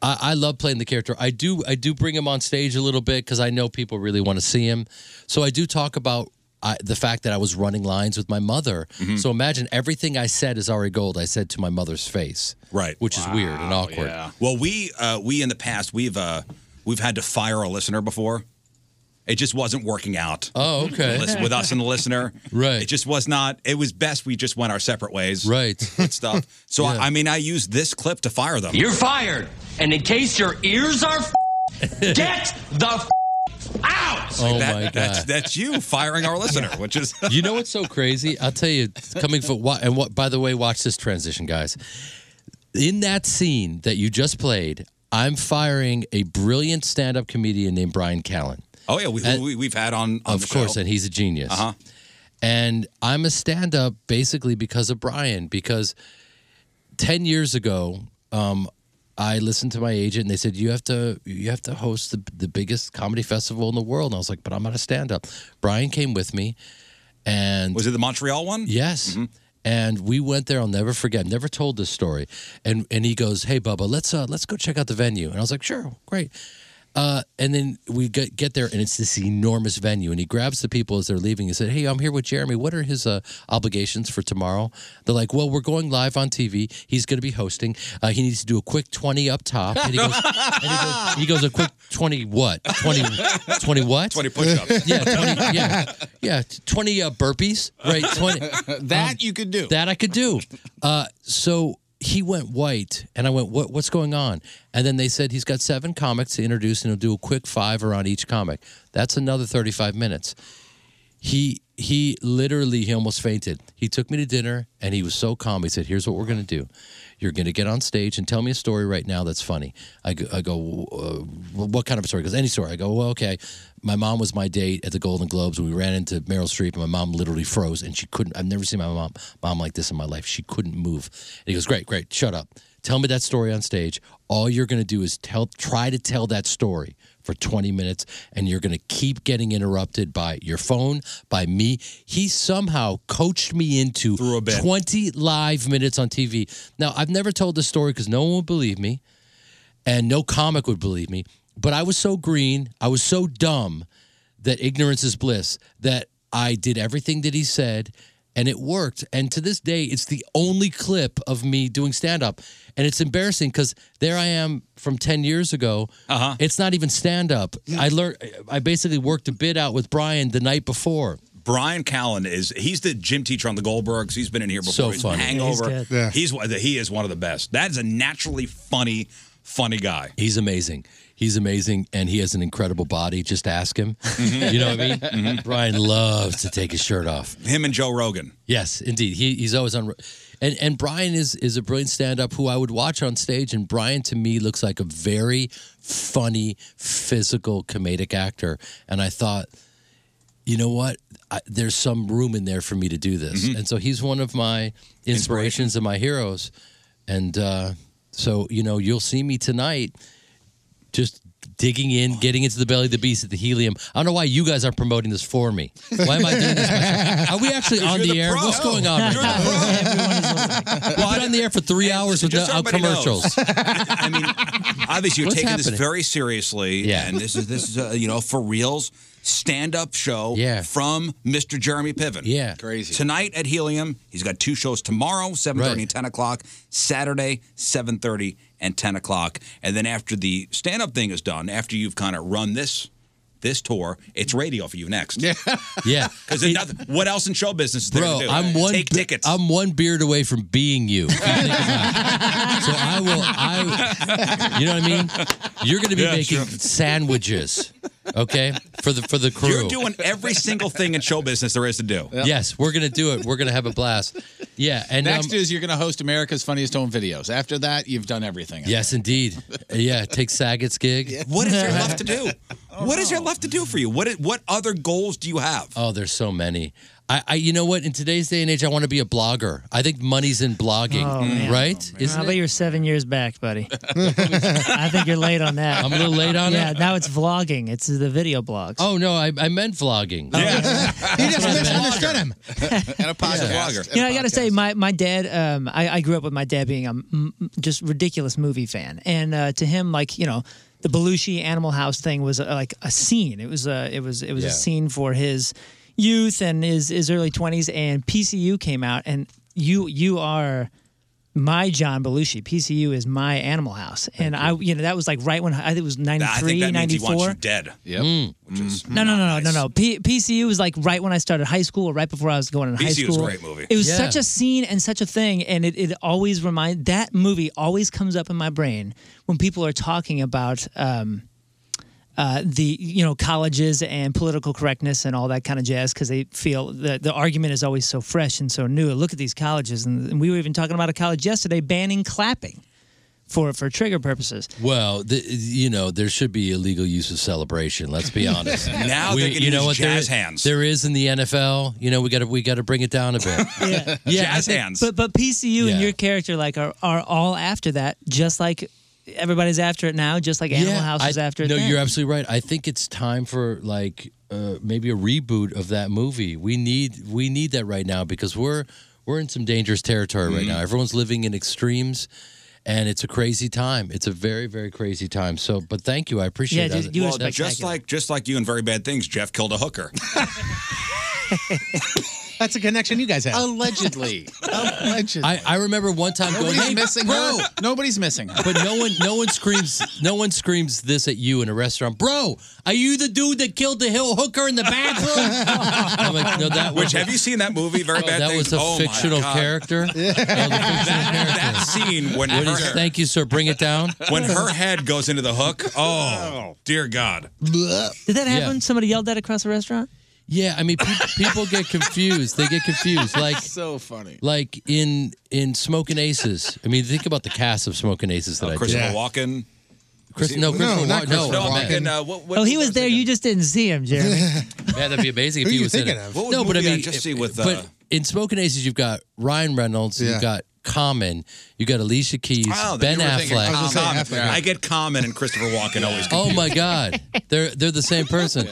[SPEAKER 9] I, I love playing the character. I do. I do bring him on stage a little bit because I know people really want to see him. So I do talk about. I, the fact that I was running lines with my mother.
[SPEAKER 7] Mm-hmm.
[SPEAKER 9] So imagine everything I said is Ari Gold. I said to my mother's face. Right. Which is weird and awkward.
[SPEAKER 7] Well, we uh, we in the past we've uh, we've had to fire a listener before. It just wasn't working out.
[SPEAKER 8] Uh,
[SPEAKER 9] Oh, okay.
[SPEAKER 7] Listen- With us and the listener,
[SPEAKER 9] right?
[SPEAKER 7] It just was not. It was best we just went our separate ways,
[SPEAKER 9] right?
[SPEAKER 7] (laughs) And stuff. So I, I mean, I used this clip to fire them.
[SPEAKER 11] You're fired. And in case your ears are f- get the f- out.
[SPEAKER 9] Oh
[SPEAKER 7] It's like that- That's, that's you firing our listener, which is (laughs)
[SPEAKER 9] you know what's so crazy? I'll tell you, coming from what and what. By the way, watch this transition, guys. In that scene that you just played, I'm firing a brilliant stand-up comedian named Brian Callen.
[SPEAKER 7] oh yeah, we,
[SPEAKER 9] And-
[SPEAKER 7] we we've had on, on
[SPEAKER 9] of
[SPEAKER 7] the
[SPEAKER 9] course,
[SPEAKER 7] show. Uh-huh.
[SPEAKER 9] and he's a genius. Uh huh. And I'm a stand-up basically because of Brian. Because ten years ago, um, I listened to my agent, and they said you have to you have to host the the biggest comedy festival in the world. And I was like, but I'm not a stand-up. Brian came with me, and
[SPEAKER 7] was it the Montreal one? Mm-hmm.
[SPEAKER 9] Yes. And we went there. I'll never forget. I've never told this story. And and he goes, "Hey, Bubba, let's uh, let's go check out the venue." And I was like, "Sure, great." Uh, and then we get get there, and it's this enormous venue. And he grabs the people as they're leaving. He said, "Hey, I'm here with Jeremy. What are his uh, obligations for tomorrow?" They're like, "Well, we're going live on TV. He's going to be hosting. Uh, he needs to do a quick twenty up top." And he goes, and he goes, he goes, "A quick twenty what? 20, 20 what? Twenty
[SPEAKER 7] push-ups.
[SPEAKER 9] Yeah, 20, yeah, yeah, 20 uh, burpees, right? 20.
[SPEAKER 12] That you could do.
[SPEAKER 9] That I could do. Uh, so he went white, and I went, what, what's going on? And then they said he's got seven comics to introduce, and he'll do a quick five around each comic. That's another 35 minutes. He he literally he almost fainted. He took me to dinner and he was so calm. He said, "Here's what we're gonna do. You're gonna get on stage and tell me a story right now that's funny." I go, I go uh, "What kind of a story?" Because any story. I go, "Well, okay." My mom was my date at the Golden Globes. We ran into Meryl Streep and my mom literally froze and she couldn't. I've never seen my mom mom like this in my life. She couldn't move. And he goes, "Great, great. Shut up. Tell me that story on stage. All you're gonna do is tell try to tell that story." for 20 minutes and you're going to keep getting interrupted by your phone, by me. He somehow coached me into 20 live minutes on TV. Now, I've never told this story because no one would believe me and no comic would believe me, but I was so green, I was so dumb that ignorance is bliss that I did everything that he said and it worked. And to this day, it's the only clip of me doing stand up. And it's embarrassing because there I am from 10 years ago. Uh-huh. It's not even stand up. I learned, I basically worked a bit out with Brian the night before.
[SPEAKER 7] Brian Callen is he's the gym teacher on the Goldbergs. He's been in here before.
[SPEAKER 9] So
[SPEAKER 7] he's
[SPEAKER 9] funny.
[SPEAKER 7] Hangover.
[SPEAKER 9] He's
[SPEAKER 7] He's,
[SPEAKER 9] good. Yeah.
[SPEAKER 7] one- he is one of the best. That is a naturally funny, funny guy.
[SPEAKER 9] He's amazing. He's amazing, and he has an incredible body. Just ask him. You know what I mean?
[SPEAKER 7] Mhm.
[SPEAKER 9] Brian loves to take his shirt off.
[SPEAKER 7] Him and Joe Rogan.
[SPEAKER 9] Yes, indeed. He, he's always on. And and Brian is is a brilliant stand up who I would watch on stage. And Brian to me looks like a very funny, physical, comedic actor. And I thought, you know what? I, there's some room in there for me to do this. And so he's one of my inspirations and my heroes. And uh, so you know, you'll see me tonight. Just digging in, getting into the belly of the beast at the helium. I don't know why you guys aren't promoting this for me. Why am I doing this? myself? Are we actually on the, air? What's going on? Right now? We've been on the air for three hours with
[SPEAKER 7] just
[SPEAKER 9] no, uh,
[SPEAKER 7] so everybody knows.
[SPEAKER 9] commercials.
[SPEAKER 7] Obviously, you're
[SPEAKER 9] What's
[SPEAKER 7] taking this
[SPEAKER 9] happening?
[SPEAKER 7] very seriously.
[SPEAKER 9] Yeah.
[SPEAKER 7] And this is this is a, you know for reals stand up show.
[SPEAKER 9] Yeah.
[SPEAKER 7] From Mr. Jeremy Piven.
[SPEAKER 9] Yeah.
[SPEAKER 7] Crazy. Tonight at Helium, he's got two shows tomorrow, 7.30 and 10 o'clock. Saturday, 7.30 and 10 o'clock. And then after the stand-up thing is done, after you've kind of run this this tour, it's radio for you next. Yeah.
[SPEAKER 9] Yeah.
[SPEAKER 7] Because what else in show business is there
[SPEAKER 9] Bro,
[SPEAKER 7] to do?
[SPEAKER 9] I'm one
[SPEAKER 7] Take
[SPEAKER 9] be-
[SPEAKER 7] tickets.
[SPEAKER 9] I'm one beard away from being
[SPEAKER 7] (laughs)
[SPEAKER 9] you. so I will I you know what I mean? You're gonna be
[SPEAKER 7] Yeah,
[SPEAKER 9] making
[SPEAKER 7] sure.
[SPEAKER 9] sandwiches. Okay? For the for the crew.
[SPEAKER 7] You're doing every single thing in show business there is to do.
[SPEAKER 9] Yes, we're gonna do it. We're gonna have a blast. Yeah, and
[SPEAKER 12] Next
[SPEAKER 9] um,
[SPEAKER 12] is you're going to host America's Funniest Home Videos. After that, you've done everything.
[SPEAKER 9] Yes, indeed. Yeah, take Saget's gig.
[SPEAKER 7] What is there left to do? What is there left to do for you? What what other goals do you have?
[SPEAKER 9] Oh, there's so many. I, I, you know what? In today's day and age, I want to be a blogger. I think money's in blogging,
[SPEAKER 6] Oh, man.
[SPEAKER 9] right?
[SPEAKER 6] How
[SPEAKER 9] Isn't
[SPEAKER 6] about
[SPEAKER 9] it?
[SPEAKER 6] you're seven years back,
[SPEAKER 9] (laughs)
[SPEAKER 6] buddy? I think you're late on that.
[SPEAKER 9] I'm a little late on
[SPEAKER 6] yeah,
[SPEAKER 9] it?
[SPEAKER 6] Yeah, now it's vlogging. It's the video blogs. Oh,
[SPEAKER 9] Oh no, I, I meant vlogging.
[SPEAKER 8] You just misunderstood him.
[SPEAKER 9] and a
[SPEAKER 8] podcast.
[SPEAKER 6] You know, I got to say, my my dad. Um, I, I grew up with my dad being a m- m- just ridiculous movie fan, and uh, to him, like you know, the Belushi Animal House thing was uh, like a scene. It was a it was it was
[SPEAKER 13] Yeah.
[SPEAKER 6] a scene for his youth and his his early twenties. And PCU came out, and you you are my John Belushi. PCU is my Animal House, and I you know that was like right when I think it was
[SPEAKER 7] I think
[SPEAKER 6] 93,
[SPEAKER 7] that means he wants you
[SPEAKER 6] 94.
[SPEAKER 7] dead. Mm.
[SPEAKER 12] Yep.
[SPEAKER 7] Which is
[SPEAKER 6] No, no, no, no, no, no. P- PCU was like right when I started high school, or right before I was going in high
[SPEAKER 7] PCU
[SPEAKER 6] school.
[SPEAKER 7] is a great movie.
[SPEAKER 6] It was
[SPEAKER 7] Yeah.
[SPEAKER 6] such a scene and such a thing, and it, it always remind that movie always comes up in my brain when people are talking about um, uh, the you know colleges and political correctness and all that kind of jazz because they feel that the argument is always so fresh and so new. Look at these colleges, and, and we were even talking about a college yesterday banning clapping for for trigger purposes.
[SPEAKER 9] Well, the, you know, there should be illegal use of celebration. Let's be honest.
[SPEAKER 7] Now they can
[SPEAKER 9] you know
[SPEAKER 7] use
[SPEAKER 9] what, there-
[SPEAKER 7] jazz hands.
[SPEAKER 9] There is in the NFL. You know, we got to we got to bring it down a
[SPEAKER 6] (laughs)
[SPEAKER 9] bit.
[SPEAKER 6] yeah.
[SPEAKER 9] yeah,
[SPEAKER 7] (laughs) Jazz hands.
[SPEAKER 6] But but PCU and your character like are are all after that, just like everybody's after it now, just like Animal House is
[SPEAKER 9] I-
[SPEAKER 6] after it.
[SPEAKER 9] No,
[SPEAKER 6] then.
[SPEAKER 9] you're absolutely right. I think it's time for like uh, maybe a reboot of that movie. We need we need that right now because we're we're in some dangerous territory
[SPEAKER 7] Mm-hmm.
[SPEAKER 9] right now. Everyone's living in extremes. And it's a crazy time. It's a very, very crazy time. So, but thank you. I appreciate that.
[SPEAKER 7] well, just like just like you and very bad things, Jeff killed a hooker.
[SPEAKER 8] That's a connection you guys have. Allegedly. Allegedly.
[SPEAKER 9] I, I remember one time
[SPEAKER 12] Nobody's
[SPEAKER 9] going, "Hey,
[SPEAKER 12] missing
[SPEAKER 9] bro.
[SPEAKER 12] her. Nobody's missing her.
[SPEAKER 9] But no one, no one screams, no one screams this at you in a restaurant, bro. Are you the dude that killed the hill hooker in the bathroom? I'm like, no, (laughs) that
[SPEAKER 7] Which
[SPEAKER 9] was-
[SPEAKER 7] have you seen that movie? Very
[SPEAKER 9] Oh,
[SPEAKER 7] bad
[SPEAKER 9] that was
[SPEAKER 7] things.
[SPEAKER 9] a
[SPEAKER 7] Oh, my
[SPEAKER 9] fictional
[SPEAKER 7] God. (laughs)
[SPEAKER 9] character.
[SPEAKER 7] That, that scene
[SPEAKER 9] What
[SPEAKER 7] when her,
[SPEAKER 9] is, thank you, sir. Bring it down.
[SPEAKER 7] (laughs) when her head goes into the hook.
[SPEAKER 9] (laughs)
[SPEAKER 7] Oh, dear God.
[SPEAKER 6] Did that
[SPEAKER 9] Yeah.
[SPEAKER 6] happen? Somebody yelled that across the restaurant?
[SPEAKER 9] Yeah, I mean, peop people get confused. They get confused, like
[SPEAKER 12] so funny.
[SPEAKER 9] like in in Smoking Aces. I mean, think about the cast of Smoking Aces that I
[SPEAKER 7] Oh, Christopher
[SPEAKER 9] did.
[SPEAKER 7] Walken.
[SPEAKER 9] Chris- no, Christopher No, not Walken. Christopher No, I'm Walken. thinking, uh, what- what-
[SPEAKER 6] oh, he was there. You just didn't see him,
[SPEAKER 7] (laughs)
[SPEAKER 6] Jeremy.
[SPEAKER 9] Yeah, that'd be amazing if
[SPEAKER 6] Who
[SPEAKER 9] he
[SPEAKER 6] you
[SPEAKER 9] was in
[SPEAKER 6] thinking
[SPEAKER 9] it.
[SPEAKER 6] of? What
[SPEAKER 9] no,
[SPEAKER 6] would
[SPEAKER 9] but I
[SPEAKER 6] movie I
[SPEAKER 9] mean,
[SPEAKER 6] just see with, uh,
[SPEAKER 9] but in Smoking Aces, you've got Ryan Reynolds,
[SPEAKER 7] Yeah.
[SPEAKER 9] you've got Common, you got Alicia Keys,
[SPEAKER 7] Oh,
[SPEAKER 9] Ben
[SPEAKER 7] you were thinking
[SPEAKER 9] Affleck.
[SPEAKER 7] Common. I get Common and Christopher Walken always.
[SPEAKER 9] Oh
[SPEAKER 7] confused.
[SPEAKER 9] my God, they're they're the same person.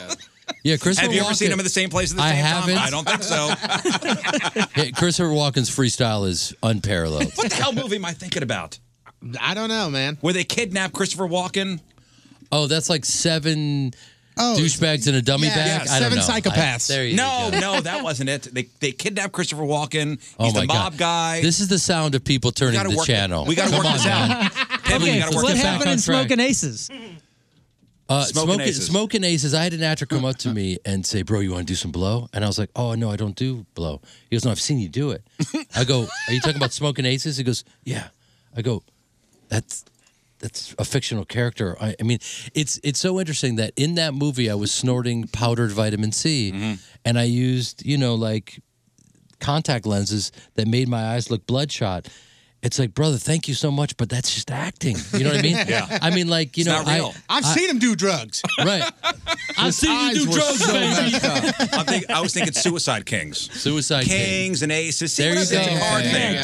[SPEAKER 9] Yeah, Christopher.
[SPEAKER 7] Have you ever seen
[SPEAKER 9] Walken-
[SPEAKER 7] him in the same place at the
[SPEAKER 9] I
[SPEAKER 7] same
[SPEAKER 9] haven't.
[SPEAKER 7] time? I don't think so.
[SPEAKER 9] (laughs) Yeah, Christopher Walken's freestyle is unparalleled.
[SPEAKER 7] What the hell movie am I thinking about?
[SPEAKER 8] I don't know, man.
[SPEAKER 7] Where they kidnap Christopher Walken?
[SPEAKER 9] Oh, that's like seven
[SPEAKER 14] Oh,
[SPEAKER 9] douchebags in a dummy bag. I don't know. I- there you
[SPEAKER 7] no,
[SPEAKER 9] go.
[SPEAKER 7] no, that wasn't it. They they kidnapped Christopher Walken. He's
[SPEAKER 9] Oh my
[SPEAKER 7] the mob
[SPEAKER 9] God.
[SPEAKER 7] guy.
[SPEAKER 9] This is the sound of people turning
[SPEAKER 7] gotta
[SPEAKER 9] the
[SPEAKER 7] work it-
[SPEAKER 9] channel.
[SPEAKER 7] we gotta
[SPEAKER 9] Come
[SPEAKER 7] work
[SPEAKER 9] on,
[SPEAKER 7] this
[SPEAKER 9] man.
[SPEAKER 7] out. Pivot, you gotta work
[SPEAKER 6] what
[SPEAKER 7] this out.
[SPEAKER 6] happened in Smoking Aces?
[SPEAKER 9] Uh,
[SPEAKER 7] Smoking
[SPEAKER 9] smoking,
[SPEAKER 7] Aces.
[SPEAKER 9] smoking aces. I had an actor come up to me and say, "Bro, you want to do some blow?" And I was like, "Oh no, I don't do blow." He goes, "No, I've seen you do it." I go, "Are you talking about smoking aces?" He goes, "Yeah." I go, "That's that's a fictional character. I, I mean, it's it's so interesting that in that movie I was snorting powdered vitamin C,
[SPEAKER 14] Mm-hmm.
[SPEAKER 9] and I used you know like contact lenses that made my eyes look bloodshot. It's like, brother, thank you so much, but that's just acting. You know what I mean?
[SPEAKER 14] (laughs) Yeah.
[SPEAKER 9] I mean, like, you
[SPEAKER 14] It's
[SPEAKER 9] know,
[SPEAKER 14] not real. I've seen him do drugs.
[SPEAKER 9] Right.
[SPEAKER 14] His eyes were so messed up.
[SPEAKER 7] I'm think, I was thinking
[SPEAKER 9] (laughs)
[SPEAKER 7] Suicide Kings.
[SPEAKER 9] Suicide
[SPEAKER 7] Kings. and Aces. See, what I- It's a card thing.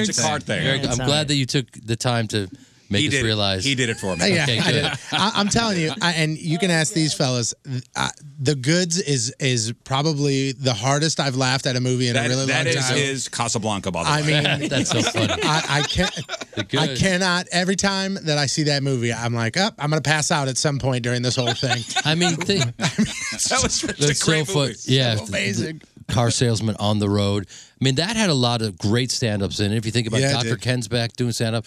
[SPEAKER 7] It's a card thing.
[SPEAKER 9] Very good. I'm glad that you took the time to make
[SPEAKER 7] He
[SPEAKER 9] us
[SPEAKER 7] did it.
[SPEAKER 9] realize
[SPEAKER 7] He did it for
[SPEAKER 14] Yeah, I did. I, I'm telling you, I, and you can ask these fellas. th- I, the goods is is probably the hardest I've laughed at a movie in
[SPEAKER 7] That,
[SPEAKER 14] a really
[SPEAKER 7] that
[SPEAKER 14] long
[SPEAKER 7] is
[SPEAKER 14] time.
[SPEAKER 7] his Casablanca, by the
[SPEAKER 14] I
[SPEAKER 7] way.
[SPEAKER 9] (laughs)
[SPEAKER 14] mean, I, I can't. I
[SPEAKER 7] Goods.
[SPEAKER 14] cannot. Every time that I see that movie, I'm like, up. I'm gonna pass out at some point during this whole thing.
[SPEAKER 9] I mean,
[SPEAKER 7] (laughs) that was
[SPEAKER 9] That's so fu- Yeah, the- the
[SPEAKER 14] amazing.
[SPEAKER 9] car salesman on the road. I mean, that had a lot of great stand-ups in it. If you think about
[SPEAKER 7] Yeah, it
[SPEAKER 9] Dr.
[SPEAKER 7] did.
[SPEAKER 9] Kensback doing stand-up,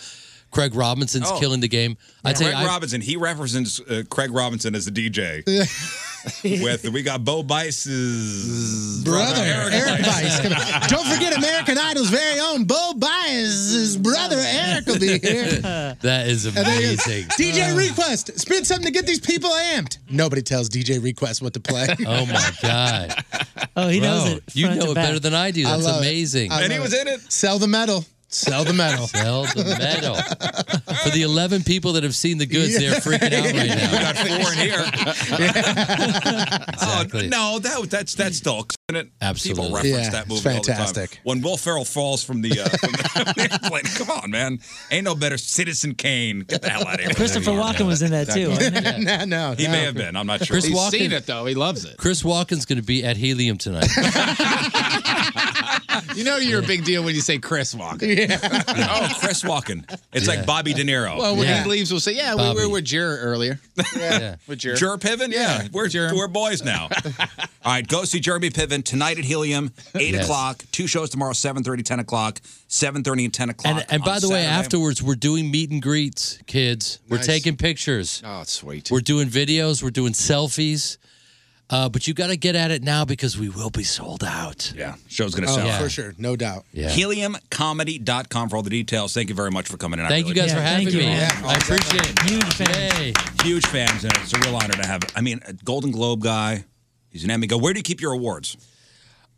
[SPEAKER 9] Craig Robinson's
[SPEAKER 7] Oh.
[SPEAKER 9] killing the game. I tell
[SPEAKER 7] Craig
[SPEAKER 9] you, I-
[SPEAKER 7] Robinson, he represents uh, Craig Robinson as the
[SPEAKER 9] (laughs)
[SPEAKER 7] DJ. With we got Bo Bice's
[SPEAKER 14] Brother, Eric Bice. Come on. Don't forget American Idol's very own Bo Bice's brother Eric will be here.
[SPEAKER 9] that is
[SPEAKER 14] And there you go.
[SPEAKER 9] amazing.
[SPEAKER 14] DJ Request, spin something to get these people amped. Nobody tells DJ Request what to play.
[SPEAKER 9] (laughs) Oh my god!
[SPEAKER 6] (laughs) Oh, he knows
[SPEAKER 9] Bro,
[SPEAKER 6] it.
[SPEAKER 9] You
[SPEAKER 6] front
[SPEAKER 9] know
[SPEAKER 6] to
[SPEAKER 9] it
[SPEAKER 6] back.
[SPEAKER 9] better than I do.
[SPEAKER 14] I
[SPEAKER 9] That's
[SPEAKER 14] love it.
[SPEAKER 9] amazing.
[SPEAKER 14] I love Sell the metal. Sell the
[SPEAKER 6] (laughs)
[SPEAKER 14] metal.
[SPEAKER 9] Sell the metal. For the 11 people that have seen the goods, they're freaking out right now.
[SPEAKER 7] We got four in here. Oh no, that that's that's still it.
[SPEAKER 9] Absolutely.
[SPEAKER 7] People reference
[SPEAKER 9] Yeah,
[SPEAKER 7] that
[SPEAKER 9] it's
[SPEAKER 7] movie all the
[SPEAKER 9] fantastic.
[SPEAKER 7] time. When Will Ferrell falls from the, uh, from the, from the (laughs) airplane, come on, man, ain't no better Citizen Kane. Get the hell out of here.
[SPEAKER 6] Christopher Walken was in that too.
[SPEAKER 7] Exactly.
[SPEAKER 9] (laughs)
[SPEAKER 6] wasn't
[SPEAKER 14] no,
[SPEAKER 6] he?
[SPEAKER 14] no,
[SPEAKER 7] He may have been. I'm not sure.
[SPEAKER 9] Chris Walken,
[SPEAKER 7] though.
[SPEAKER 9] He loves it. Chris Walken's going to be at Helium tonight.
[SPEAKER 15] You know you're a big deal when you say Chris Walken.
[SPEAKER 7] oh, Chris Walken. It's
[SPEAKER 15] Yeah.
[SPEAKER 7] like Bobby De Niro.
[SPEAKER 15] Well, when he leaves, we'll say, yeah, we
[SPEAKER 7] Bobby.
[SPEAKER 15] were with Jer earlier.
[SPEAKER 7] Yeah.
[SPEAKER 15] With Jer.
[SPEAKER 7] Jer Piven? Yeah. We're, we're
[SPEAKER 9] (laughs)
[SPEAKER 7] boys now. All right, go see Jeremy Piven tonight at Helium, 8
[SPEAKER 9] Yes.
[SPEAKER 7] o'clock. Two shows tomorrow, 7.30, 10 o'clock. 7.30 and 10 o'clock
[SPEAKER 9] And, and by
[SPEAKER 7] on
[SPEAKER 9] the way,
[SPEAKER 7] Saturday.
[SPEAKER 9] afterwards, we're doing meet and greets, kids. We're
[SPEAKER 7] Nice.
[SPEAKER 9] taking pictures.
[SPEAKER 15] Oh, it's sweet.
[SPEAKER 9] We're doing videos. We're doing selfies. Uh, but you got to get at it now because we will be sold out.
[SPEAKER 7] Yeah. Show's going to
[SPEAKER 14] Oh,
[SPEAKER 7] sell.
[SPEAKER 14] for sure, no doubt.
[SPEAKER 9] Yeah.
[SPEAKER 7] HeliumComedy.com for all the details. Thank you very much for coming in. I
[SPEAKER 9] Thank you
[SPEAKER 7] really
[SPEAKER 9] guys for
[SPEAKER 7] appreciate
[SPEAKER 9] having me.
[SPEAKER 7] it.
[SPEAKER 9] I appreciate it. Huge
[SPEAKER 7] Huge fans, and it's a real honor to have. I mean, a Golden Globe guy. He's an Emmy guy. Where do you keep your awards?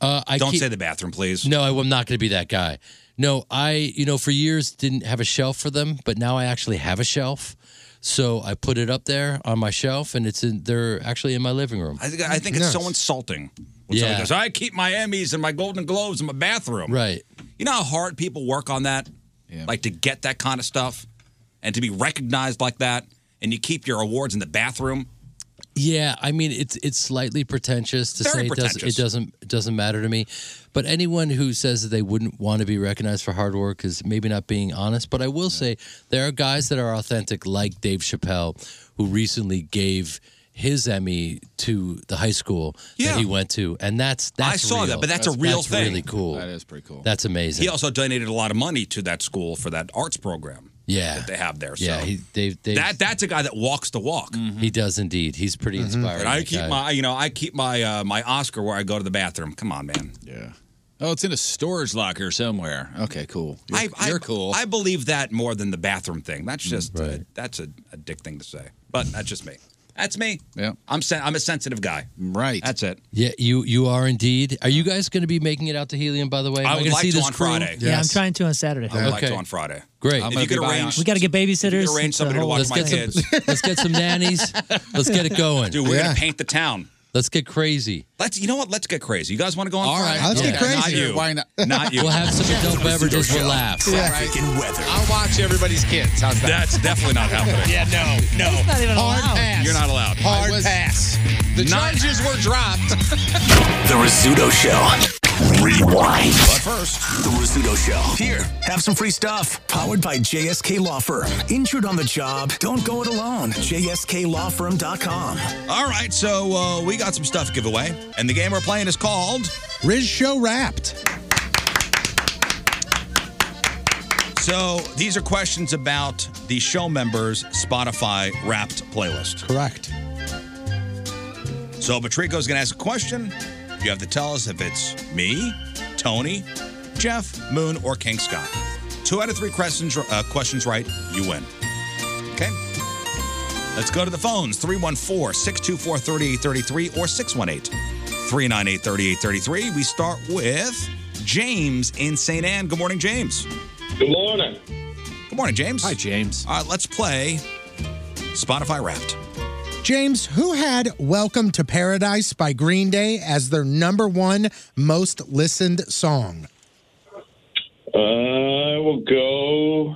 [SPEAKER 9] Uh, I
[SPEAKER 7] Don't
[SPEAKER 9] keep-
[SPEAKER 7] say the bathroom, please.
[SPEAKER 9] No, I, am not going to be that guy. No, I, you know, for years didn't have a shelf for them, but now I actually have a shelf. So I put it up there on my shelf, and it's in. They're actually in my living room.
[SPEAKER 7] I think, I think it's so insulting. When someone
[SPEAKER 9] Yeah.
[SPEAKER 7] goes, I keep my Emmys and my Golden Globes in my bathroom.
[SPEAKER 9] Right.
[SPEAKER 7] You know how hard people work on that? Like to get that kind of stuff and to be recognized like that, and you keep your awards in the bathroom.
[SPEAKER 9] Yeah, I mean it's it's slightly pretentious to
[SPEAKER 7] Very
[SPEAKER 9] say it doesn't
[SPEAKER 7] pretentious.
[SPEAKER 9] it doesn't it doesn't matter to me. But anyone who says that they wouldn't want to be recognized for hard work is maybe not being honest. But I will say there are guys that are authentic, like Dave Chappelle, who recently gave his Emmy to the high school
[SPEAKER 7] Yeah.
[SPEAKER 9] that he went to, and that's that's
[SPEAKER 7] I saw
[SPEAKER 9] real.
[SPEAKER 7] that, but that's a real thing.
[SPEAKER 9] Really cool. That is pretty cool. That's amazing.
[SPEAKER 7] He also donated a lot of money to that school for that arts program
[SPEAKER 9] yeah,
[SPEAKER 7] that they have there. So
[SPEAKER 9] yeah. He, Dave, Dave,
[SPEAKER 7] that that's a guy that walks the walk.
[SPEAKER 15] Mm-hmm.
[SPEAKER 9] he does indeed. He's pretty inspiring.
[SPEAKER 7] And I
[SPEAKER 9] that
[SPEAKER 7] keep
[SPEAKER 9] guy.
[SPEAKER 7] my, you know, I keep my uh, my Oscar where I go to the bathroom. Come on, man. Yeah.
[SPEAKER 15] Oh, it's in a storage locker somewhere. Okay, cool. You're,
[SPEAKER 7] I,
[SPEAKER 15] you're
[SPEAKER 7] I,
[SPEAKER 15] cool.
[SPEAKER 7] I believe that more than the bathroom thing. That's
[SPEAKER 9] Mm,
[SPEAKER 7] just uh, that's a, a dick thing to say, but that's just me. That's me. Yeah. I'm sen- I'm a sensitive guy. Right. That's it.
[SPEAKER 9] Yeah, you you are indeed. Are you guys going to be making it out to Helium? By the way, Am
[SPEAKER 7] I would
[SPEAKER 9] gonna
[SPEAKER 7] like
[SPEAKER 9] see
[SPEAKER 7] to
[SPEAKER 9] this
[SPEAKER 7] on
[SPEAKER 9] crew?
[SPEAKER 7] Friday.
[SPEAKER 6] Yeah, I'm trying to on Saturday.
[SPEAKER 7] I would like to on Friday.
[SPEAKER 9] Great.
[SPEAKER 7] If you could arrange,
[SPEAKER 6] we got to get
[SPEAKER 7] if you
[SPEAKER 6] babysitters.
[SPEAKER 7] could arrange
[SPEAKER 6] It's a
[SPEAKER 7] somebody to
[SPEAKER 6] whole-
[SPEAKER 7] watch my
[SPEAKER 9] get
[SPEAKER 7] kids.
[SPEAKER 9] Let's
[SPEAKER 6] (laughs)
[SPEAKER 9] get some nannies. Let's get it going.
[SPEAKER 7] Dude, we're gonna paint the town.
[SPEAKER 9] Let's get crazy.
[SPEAKER 7] Let's. You know what? Let's get crazy. You guys want to go on?
[SPEAKER 9] All
[SPEAKER 7] Friday?
[SPEAKER 9] right, let's get
[SPEAKER 7] Not
[SPEAKER 9] crazy.
[SPEAKER 7] you.
[SPEAKER 9] Why not?
[SPEAKER 7] (laughs) Not you.
[SPEAKER 9] We'll have some adult
[SPEAKER 7] Jeff
[SPEAKER 9] beverages,
[SPEAKER 7] Studio
[SPEAKER 9] we'll
[SPEAKER 7] Show.
[SPEAKER 9] laugh.
[SPEAKER 15] Traffic
[SPEAKER 7] and weather.
[SPEAKER 15] I'll watch everybody's kids. How's that?
[SPEAKER 7] That's definitely
[SPEAKER 9] (laughs)
[SPEAKER 7] not happening.
[SPEAKER 15] yeah, no, no.
[SPEAKER 7] not even
[SPEAKER 15] Hard
[SPEAKER 7] allowed.
[SPEAKER 15] pass.
[SPEAKER 7] You're not allowed.
[SPEAKER 15] Hard
[SPEAKER 14] pass.
[SPEAKER 15] The
[SPEAKER 7] Not-
[SPEAKER 15] charges were dropped.
[SPEAKER 4] The Rizzuto Show. Rewind.
[SPEAKER 7] But first,
[SPEAKER 4] The Rizzuto Show. Here, have some free stuff. Powered by JSK Law Firm. Injured on the job? Don't go it alone. JSKLawFirm.com.
[SPEAKER 7] All right, so uh, we got some stuff to give away, and the game we're playing is called
[SPEAKER 14] Riz Show Wrapped.
[SPEAKER 7] So these are questions about the show members' Spotify Wrapped playlist.
[SPEAKER 14] Correct.
[SPEAKER 7] So Patrico's going to ask a question. You have to tell us if it's me, Tony, Jeff, Moon, or King Scott. Two out of three questions uh, questions right, you win. Okay. Let's go to the phones 314 624 3833 or 618 398 3833. We start with James in St. Anne. Good morning, James. Good morning. Good morning, James. Hi,
[SPEAKER 9] James.
[SPEAKER 7] All right, let's play Spotify Wrapped.
[SPEAKER 14] James, who had Welcome to Paradise by Green Day as their number one most listened song?
[SPEAKER 4] I will go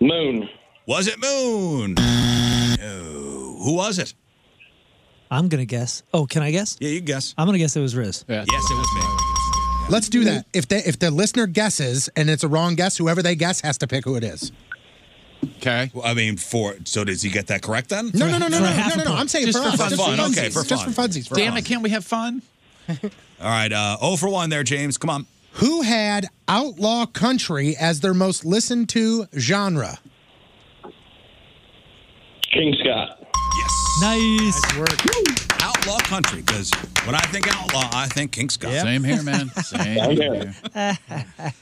[SPEAKER 4] Moon.
[SPEAKER 7] Was it Moon? No. Who was it?
[SPEAKER 6] I'm gonna guess. Oh, can I guess?
[SPEAKER 7] Yeah, you guess.
[SPEAKER 9] Uh,
[SPEAKER 6] I'm gonna guess it was Riz.
[SPEAKER 7] Yes, it was me.
[SPEAKER 14] Let's do that. If the if the listener guesses and it's a wrong guess, whoever they guess has to pick who it is.
[SPEAKER 7] Okay. Well, I mean, for so does he get that correct then?
[SPEAKER 14] No, no, no, no, no, no, no, no. I'm saying for, us. Just
[SPEAKER 7] fun.
[SPEAKER 14] for funsies.
[SPEAKER 7] Okay, for
[SPEAKER 14] Just for
[SPEAKER 7] fun.
[SPEAKER 14] funsies. For
[SPEAKER 7] Damn
[SPEAKER 14] us.
[SPEAKER 7] it, can't we have fun? All right, uh, 0 for 1 there, James. Come on.
[SPEAKER 14] Who had Outlaw Country as their most listened to genre?
[SPEAKER 4] King Scott.
[SPEAKER 7] Yes.
[SPEAKER 6] Nice.
[SPEAKER 14] work.
[SPEAKER 7] Outlaw country, because when I think outlaw, I think King Scott.
[SPEAKER 16] Same here, man. Same Same here. And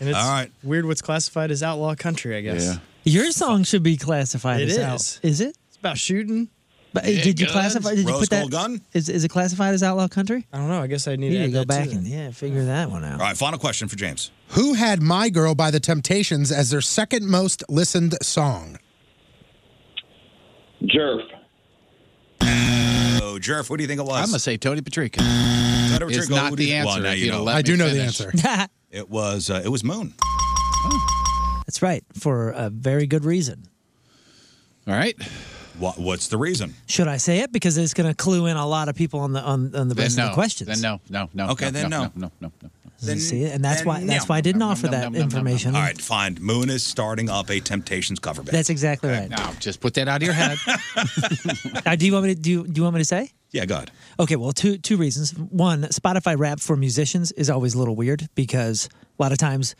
[SPEAKER 16] it's
[SPEAKER 7] All right.
[SPEAKER 16] weird what's classified as outlaw country, I guess.
[SPEAKER 7] Yeah.
[SPEAKER 6] Your song should be classified
[SPEAKER 16] It
[SPEAKER 6] as
[SPEAKER 16] is.
[SPEAKER 6] out. Is it?
[SPEAKER 16] It's about shooting.
[SPEAKER 6] But uh, did you classify? Did you put that? Is is it classified as outlaw country?
[SPEAKER 16] I don't know. I guess I need
[SPEAKER 6] You
[SPEAKER 16] to,
[SPEAKER 6] need to
[SPEAKER 16] add
[SPEAKER 6] go
[SPEAKER 16] that
[SPEAKER 6] back
[SPEAKER 16] too.
[SPEAKER 6] and yeah, figure that one out.
[SPEAKER 7] All right, final question for James.
[SPEAKER 14] Who had My Girl by The Temptations as their second most listened song?
[SPEAKER 4] Jerf.
[SPEAKER 7] Oh, Jerf, what do you think it was?
[SPEAKER 15] I'm gonna say Tony Patrick.
[SPEAKER 7] Tony
[SPEAKER 15] It's
[SPEAKER 7] Pacheco,
[SPEAKER 15] not
[SPEAKER 7] who
[SPEAKER 15] the
[SPEAKER 7] do you-
[SPEAKER 15] answer
[SPEAKER 7] now
[SPEAKER 15] if
[SPEAKER 7] you
[SPEAKER 15] you'd have
[SPEAKER 7] know.
[SPEAKER 15] let I me do know the finish.
[SPEAKER 6] answer.
[SPEAKER 7] it was uh, it was Moon.
[SPEAKER 6] (laughs) That's right, for a very good reason.
[SPEAKER 7] All right. What, what's the reason?
[SPEAKER 6] Should I say it because it's going to clue in a lot of people on the on, on the rest of the questions?
[SPEAKER 15] Then no, no, no.
[SPEAKER 7] Okay,
[SPEAKER 15] no,
[SPEAKER 7] then
[SPEAKER 15] no,
[SPEAKER 7] no.
[SPEAKER 15] no, no, no.
[SPEAKER 7] Then-
[SPEAKER 6] See, and that's
[SPEAKER 7] then
[SPEAKER 6] why that's
[SPEAKER 7] no.
[SPEAKER 6] why I didn't offer that information.
[SPEAKER 7] All right, fine. Moon is starting up a Temptations cover band.
[SPEAKER 6] That's exactly right.
[SPEAKER 7] Now, just put that out of
[SPEAKER 14] (laughs)
[SPEAKER 7] your head.
[SPEAKER 6] Now, Uh, do you want me to do? you- Do you want me to say?
[SPEAKER 7] yeah, God.
[SPEAKER 6] Okay, well, two two reasons. One, Spotify rap for musicians is always a little weird because a lot of times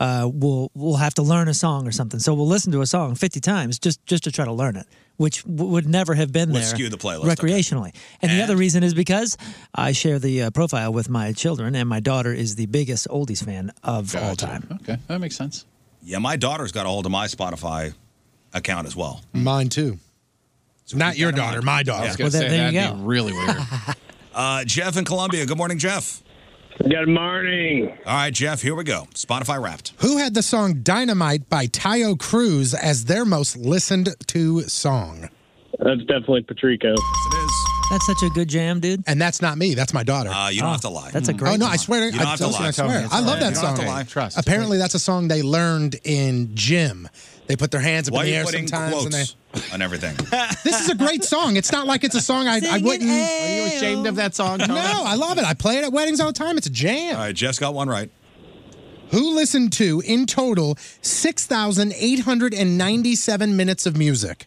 [SPEAKER 6] uh, we'll we'll have to learn a song or something. So we'll listen to a song fifty times just just to try to learn it, which w- would never have been
[SPEAKER 7] Would
[SPEAKER 6] there.
[SPEAKER 7] skew the playlist,
[SPEAKER 6] recreationally. And, the other reason is because I share the uh, profile with my children, and my daughter is the biggest oldies fan of all time.
[SPEAKER 7] Okay, that makes sense. Yeah, my daughter's got a hold of my Spotify account as well.
[SPEAKER 14] Mine too. Not your daughter, my daughter.
[SPEAKER 7] really weird. uh, Jeff in Columbia. Good morning, Jeff. Good morning. All right, Jeff. Here we go. Spotify Wrapped.
[SPEAKER 14] Who had the song Dynamite by Tayo Cruz as their most listened to song?
[SPEAKER 4] That's definitely Patrico.
[SPEAKER 6] That's such a good jam, dude.
[SPEAKER 14] And that's not me. That's my daughter.
[SPEAKER 7] Uh, you don't have to lie.
[SPEAKER 6] That's a great.
[SPEAKER 14] oh no! I
[SPEAKER 6] one.
[SPEAKER 14] swear. I, listen, I swear. I love that
[SPEAKER 7] You don't
[SPEAKER 14] song.
[SPEAKER 7] have to lie. Trust.
[SPEAKER 14] Apparently, that's a song they learned in gym. They put their hands up
[SPEAKER 7] Why are
[SPEAKER 14] in the
[SPEAKER 7] you
[SPEAKER 14] air
[SPEAKER 7] putting
[SPEAKER 14] sometimes, and they.
[SPEAKER 7] quotes
[SPEAKER 14] (laughs)
[SPEAKER 7] on everything?
[SPEAKER 14] This is a great song. It's not like it's a song I, I wouldn't. Are you ashamed of that song? No, I love it. I play it at weddings all the time. It's a jam.
[SPEAKER 7] All right, Jeff's got one right.
[SPEAKER 14] Who listened to in total six thousand eight hundred and ninety-seven minutes of music?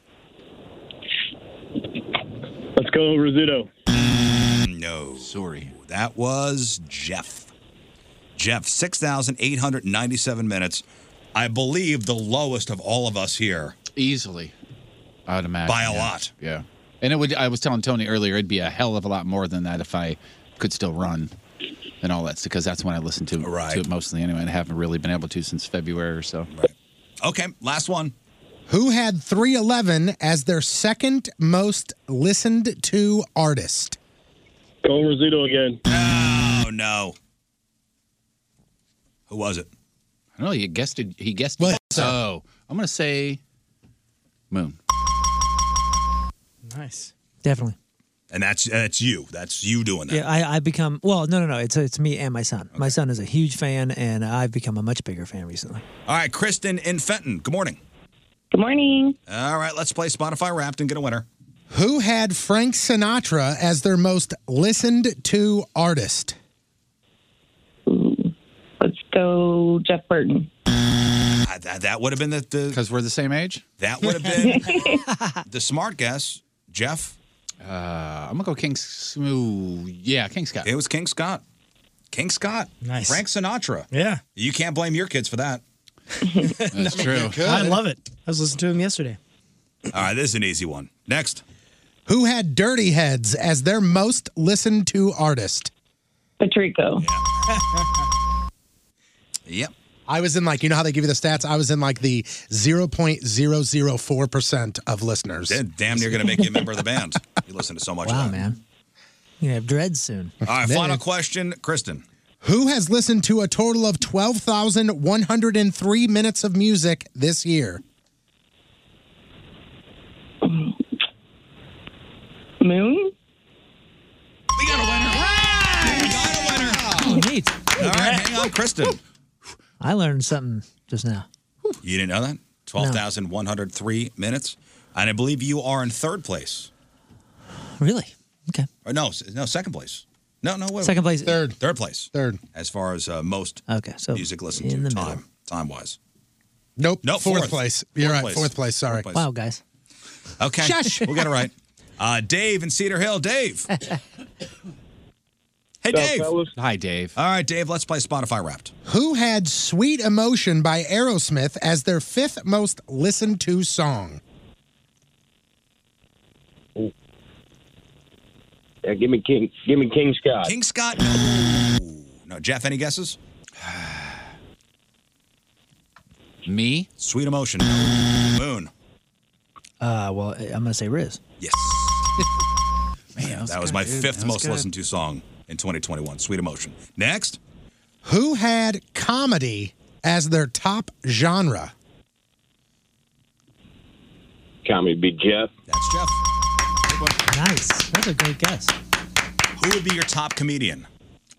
[SPEAKER 4] Let's go, Rizzuto.
[SPEAKER 7] No. Sorry. That was Jeff. Jeff, 6,897 minutes. I believe the lowest of all of us here.
[SPEAKER 15] Easily. I would imagine.
[SPEAKER 7] By a
[SPEAKER 15] yeah.
[SPEAKER 7] lot.
[SPEAKER 15] Yeah. And it would I was telling Tony earlier it'd be a hell of a lot more than that if I could still run and all that because that's when I listen to, to it mostly anyway and I haven't really been able to since February or so. Right.
[SPEAKER 7] Okay, last one.
[SPEAKER 14] Who had 311 as their second most listened to artist?
[SPEAKER 4] Go, Rizzuto again.
[SPEAKER 7] Oh, no. Who was it?
[SPEAKER 15] I don't know. He guessed it. He guessed
[SPEAKER 14] it.
[SPEAKER 15] So I'm going to say Moon.
[SPEAKER 16] Nice.
[SPEAKER 6] Definitely.
[SPEAKER 7] And that's that's you. That's you doing that.
[SPEAKER 6] Yeah, I, I become well. No, no, no. It's it's me and my son. My son is a huge fan, and I've become a much bigger fan recently.
[SPEAKER 7] All right, Kristen in Fenton. Good morning.
[SPEAKER 17] Good morning.
[SPEAKER 7] All right, let's play Spotify Wrapped and get a winner.
[SPEAKER 14] Who had Frank Sinatra as their most listened to artist?
[SPEAKER 17] Let's go, Jeff Burton.
[SPEAKER 7] Ah, that, that would have been the
[SPEAKER 14] (laughs)
[SPEAKER 7] because
[SPEAKER 15] we're the same age.
[SPEAKER 7] That would have
[SPEAKER 17] (laughs)
[SPEAKER 7] been the smart guess, Jeff.
[SPEAKER 15] Uh, I'm gonna go King. S- ooh, yeah, King Scott.
[SPEAKER 7] It was King Scott. King Scott.
[SPEAKER 16] Nice.
[SPEAKER 7] Frank Sinatra.
[SPEAKER 16] Yeah.
[SPEAKER 7] You can't blame your kids for that.
[SPEAKER 16] That's
[SPEAKER 7] true.
[SPEAKER 16] I love it. I was listening to him yesterday.
[SPEAKER 7] All right, this is an easy one. Next.
[SPEAKER 14] Who had Dirty Heads as their most listened to artist?
[SPEAKER 17] Patrico.
[SPEAKER 7] Yep.
[SPEAKER 14] I was in like you know how they give you the stats. I was in like the zero point zero zero four percent of listeners.
[SPEAKER 7] Damn- Damn near going to make you a member of the band. You listen to so much.
[SPEAKER 6] Wow,
[SPEAKER 7] of it.
[SPEAKER 6] man. You're going to have dreads
[SPEAKER 14] (laughs)
[SPEAKER 6] soon.
[SPEAKER 7] All right, final question, Kristen.
[SPEAKER 14] Who has listened to a total of twelve thousand one hundred and three minutes of music this year?
[SPEAKER 18] Moon.
[SPEAKER 6] Oh, neat.
[SPEAKER 7] All right, hang on, Kristen.
[SPEAKER 6] I learned something just now.
[SPEAKER 7] You didn't know that? 12,103 minutes. And I believe you are in third place.
[SPEAKER 6] Really?
[SPEAKER 7] Or no, s- no, second place. No, no, wait.
[SPEAKER 6] Second place.
[SPEAKER 7] Third. Third place.
[SPEAKER 14] Third.
[SPEAKER 7] As far as uh, most
[SPEAKER 6] okay, so
[SPEAKER 7] music listened
[SPEAKER 6] in
[SPEAKER 7] to
[SPEAKER 6] the middle.
[SPEAKER 7] time, time wise.
[SPEAKER 14] Nope.
[SPEAKER 7] No,
[SPEAKER 14] fourth,
[SPEAKER 7] fourth.
[SPEAKER 14] place. You're
[SPEAKER 7] Fourth
[SPEAKER 14] right.
[SPEAKER 7] place.
[SPEAKER 14] Fourth place. Sorry.
[SPEAKER 7] Fourth place.
[SPEAKER 6] Wow, guys.
[SPEAKER 7] Okay.
[SPEAKER 14] Shush.
[SPEAKER 7] We'll get it right. Uh, Dave in Cedar Hill. Dave. Hey, Dave.
[SPEAKER 15] Hi, Dave.
[SPEAKER 7] All right, Dave, let's play Spotify Wrapped.
[SPEAKER 14] Who had "Sweet Emotion" by Aerosmith as their fifth most listened to song?
[SPEAKER 4] Yeah, give me King. Give me King Scott.
[SPEAKER 7] King Scott. No, Jeff, any guesses?
[SPEAKER 15] (sighs) Me?
[SPEAKER 7] Sweet Emotion. Moon.
[SPEAKER 6] Uh, well, I'm going to say Riz.
[SPEAKER 7] Yes. (laughs) Man, that was, my fifth most listened to song in 2021. Sweet Emotion. Next.
[SPEAKER 14] Who had comedy as their top genre?
[SPEAKER 4] Comedy be Jeff.
[SPEAKER 7] That's Jeff.
[SPEAKER 6] Nice. That's a great guess.
[SPEAKER 7] Who would be your top comedian?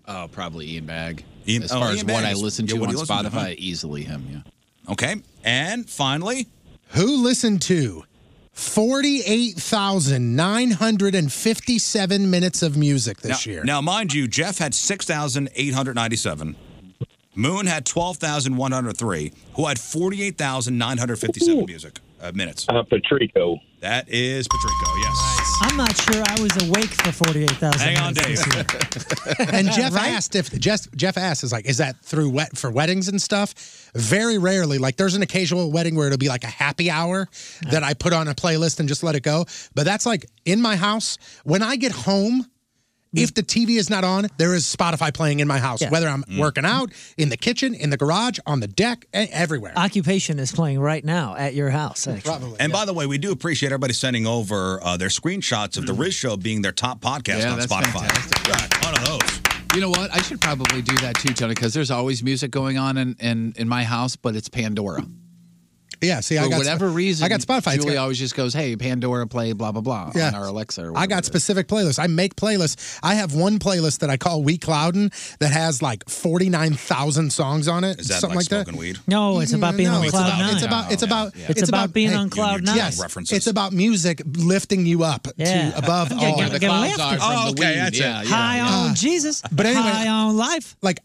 [SPEAKER 15] Oh, probably Ian Bag.
[SPEAKER 7] Ian-
[SPEAKER 15] as
[SPEAKER 7] oh,
[SPEAKER 15] far
[SPEAKER 7] Ian
[SPEAKER 15] as
[SPEAKER 7] Bagg
[SPEAKER 15] what I
[SPEAKER 7] is-
[SPEAKER 15] listen
[SPEAKER 7] yeah,
[SPEAKER 15] to
[SPEAKER 7] what
[SPEAKER 15] on
[SPEAKER 7] do you listen to,
[SPEAKER 15] Spotify,
[SPEAKER 7] huh?
[SPEAKER 15] easily him. Yeah.
[SPEAKER 7] Okay. And finally,
[SPEAKER 14] Who listened to 48,957 minutes of music this
[SPEAKER 7] now,
[SPEAKER 14] year?
[SPEAKER 7] Now, mind you, Jeff had 6,897. Moon had 12,103. Who had 48,957 music uh, minutes?
[SPEAKER 4] Uh, Patrico.
[SPEAKER 7] That is Patrico, yes.
[SPEAKER 6] I'm not sure I was awake for 48,000.
[SPEAKER 7] Hang on, Dave.
[SPEAKER 14] (laughs) And Jeff asked if Jeff, Jeff asked is like, is that through wet for weddings and stuff? Very rarely. Like there's an occasional wedding where it'll be like a happy hour that I put on a playlist and just let it go. But that's like in my house. When I get home, if the TV is not on, there is Spotify playing in my house,
[SPEAKER 6] Yeah.
[SPEAKER 14] whether I'm working out, in the kitchen, in the garage, on the deck, e- everywhere.
[SPEAKER 6] Occupation is playing right now at your house, actually.
[SPEAKER 7] And by the way, we do appreciate everybody sending over uh, their screenshots of the Riz Show being their top podcast
[SPEAKER 15] Yeah,
[SPEAKER 7] on
[SPEAKER 15] that's
[SPEAKER 7] Spotify. Right, one of those.
[SPEAKER 15] You know what? I should probably do that too, Tony, because there's always music going on in, in, in my house, but it's Pandora.
[SPEAKER 14] yeah, see,
[SPEAKER 15] For
[SPEAKER 14] I got
[SPEAKER 15] whatever reason,
[SPEAKER 14] I got Spotify. It's
[SPEAKER 15] Julie
[SPEAKER 14] got-
[SPEAKER 15] always just goes, "Hey, Pandora, play blah blah blah"
[SPEAKER 14] Yeah.
[SPEAKER 15] on our Alexa. Or
[SPEAKER 14] I got specific playlists. I make playlists. I have one playlist that I call We Cloudin' that has like forty nine thousand songs on it.
[SPEAKER 7] Is that
[SPEAKER 14] something
[SPEAKER 7] like
[SPEAKER 14] like, that.
[SPEAKER 7] smoking weed?
[SPEAKER 6] No, it's about being
[SPEAKER 14] No,
[SPEAKER 6] on
[SPEAKER 14] it's
[SPEAKER 6] cloud
[SPEAKER 14] about,
[SPEAKER 6] nine.
[SPEAKER 14] It's about
[SPEAKER 15] Oh,
[SPEAKER 14] it's about
[SPEAKER 6] yeah. It's about being on cloud nine.
[SPEAKER 14] Yes,
[SPEAKER 7] references.
[SPEAKER 14] it's about music lifting you up
[SPEAKER 6] Yeah.
[SPEAKER 14] to above
[SPEAKER 6] Yeah,
[SPEAKER 14] all.
[SPEAKER 6] get- get lifted.
[SPEAKER 7] Oh, okay, that's it.
[SPEAKER 6] High on Jesus.
[SPEAKER 14] But anyway,
[SPEAKER 6] high on life.
[SPEAKER 14] Like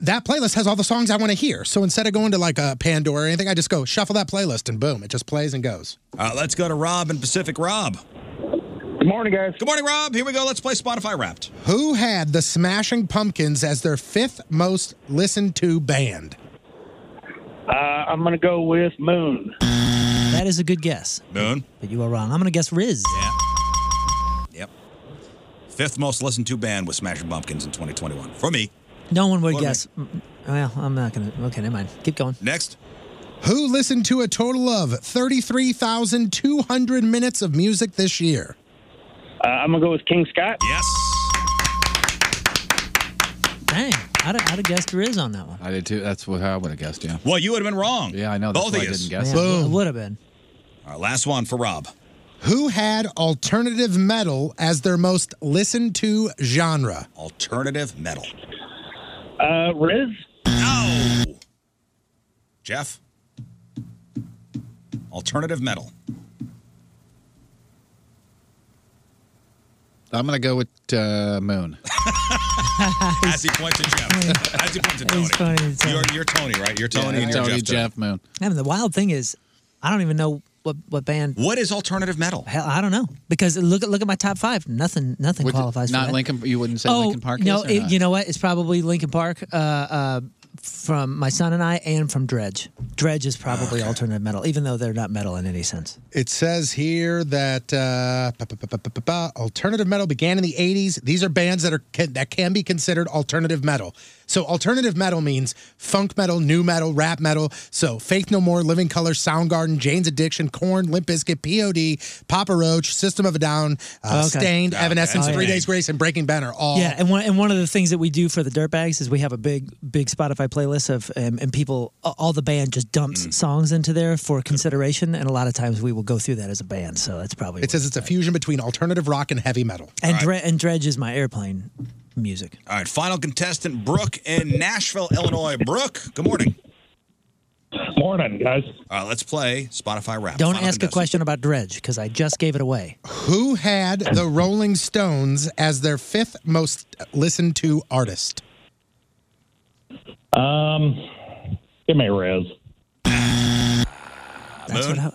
[SPEAKER 14] that playlist has all the songs I want to hear. So instead of going to like a Pandora or anything, I just go shuffle that playlist and boom, it just plays and goes.
[SPEAKER 7] All right, Uh, let's go to Rob in Pacific. Rob. Good
[SPEAKER 4] morning, guys.
[SPEAKER 7] Good morning, Rob. Here we go. Let's play Spotify Wrapped.
[SPEAKER 14] Who had the Smashing Pumpkins as their fifth most listened to band?
[SPEAKER 19] Uh, I'm going to go with Moon.
[SPEAKER 6] That is a good guess.
[SPEAKER 7] Moon.
[SPEAKER 6] But you are wrong. I'm going to guess Riz.
[SPEAKER 7] Yeah. Yep. Fifth most listened to band was Smashing Pumpkins in 2021. For me.
[SPEAKER 6] No one would
[SPEAKER 7] What do you
[SPEAKER 6] guess. Mm, Well, I'm not going to. Okay, never mind. Keep going.
[SPEAKER 7] Next.
[SPEAKER 14] Who listened to a total of 33,200 minutes of music this year?
[SPEAKER 19] Uh, I'm going to go with King Scott.
[SPEAKER 7] Yes.
[SPEAKER 6] Dang. I'd, I'd have guessed Riz on that one.
[SPEAKER 15] I did too. That's what I would have guessed. Yeah.
[SPEAKER 7] Well, you would have been wrong.
[SPEAKER 15] Yeah, I know. That's
[SPEAKER 7] Both
[SPEAKER 15] why
[SPEAKER 7] of
[SPEAKER 15] I
[SPEAKER 7] you.
[SPEAKER 15] didn't guess.
[SPEAKER 6] Man, it would have been.
[SPEAKER 7] All right, last one for Rob.
[SPEAKER 14] Who had alternative metal as their most listened to genre?
[SPEAKER 7] Alternative metal.
[SPEAKER 19] Uh, Riz.
[SPEAKER 7] No. Jeff. Alternative metal.
[SPEAKER 15] I'm gonna go with uh, Moon.
[SPEAKER 7] As he points at
[SPEAKER 14] (laughs)
[SPEAKER 7] Jeff. As he points at
[SPEAKER 6] He's
[SPEAKER 7] Tony.
[SPEAKER 6] pointing at Tony.
[SPEAKER 7] You're, you're Tony, right? You're Tony
[SPEAKER 15] Yeah,
[SPEAKER 7] and you're
[SPEAKER 15] Tony,
[SPEAKER 7] Jeff.
[SPEAKER 15] Jeff
[SPEAKER 7] Tony.
[SPEAKER 15] Moon.
[SPEAKER 6] I mean, the wild thing is, I don't even know what, what band.
[SPEAKER 7] What is alternative metal?
[SPEAKER 6] Hell, I don't know because look at look at my top five. Nothing nothing
[SPEAKER 15] Would-
[SPEAKER 6] qualifies.
[SPEAKER 15] Not
[SPEAKER 6] for that.
[SPEAKER 15] Lincoln. You wouldn't say
[SPEAKER 6] oh,
[SPEAKER 15] Lincoln Park.
[SPEAKER 6] No,
[SPEAKER 15] is, or
[SPEAKER 6] it-
[SPEAKER 15] not?
[SPEAKER 6] you know what? It's probably Lincoln Park uh, uh, from my son and I, and from Dredge. Dredge is probably alternative metal, even though they're not metal in any sense.
[SPEAKER 14] It says here that uh, pa- pa- pa- pa- pa- pa- pa, alternative metal began in the 80s. These are bands that are can, that can be considered alternative metal. So alternative metal means funk metal, new metal, rap metal. So Faith No More, Living Color, Soundgarden, Jane's Addiction, Corn, Limp Bizkit, POD, Papa Roach, System of a Down, uh,
[SPEAKER 6] Okay.
[SPEAKER 14] Stained,
[SPEAKER 6] Okay.
[SPEAKER 14] Evanescence,
[SPEAKER 6] Oh, yeah.
[SPEAKER 14] Three Days Grace, and Breaking Ben are all.
[SPEAKER 6] Yeah, and one and one of the things that we do for the dirtbags is we have a big big Spotify playlist of um, and people a- all the band just dumps
[SPEAKER 14] Mm.
[SPEAKER 6] songs into there for consideration, and a lot of times we will go through that as a band. So that's probably
[SPEAKER 14] It says it's a fusion between alternative rock and heavy metal.
[SPEAKER 6] and dre- and dredge is my airplane music.
[SPEAKER 7] All right, final contestant, Brooke in Nashville, Illinois. Brooke, good morning. Morning, guys. All right, Uh, let's play Spotify Rap.
[SPEAKER 6] Don't
[SPEAKER 7] Final
[SPEAKER 6] ask a
[SPEAKER 7] contestant.
[SPEAKER 6] question about dredge because I just gave it away.
[SPEAKER 14] Who had the Rolling Stones as their fifth most listened to artist?
[SPEAKER 20] Um, give me a res.
[SPEAKER 6] That's what I,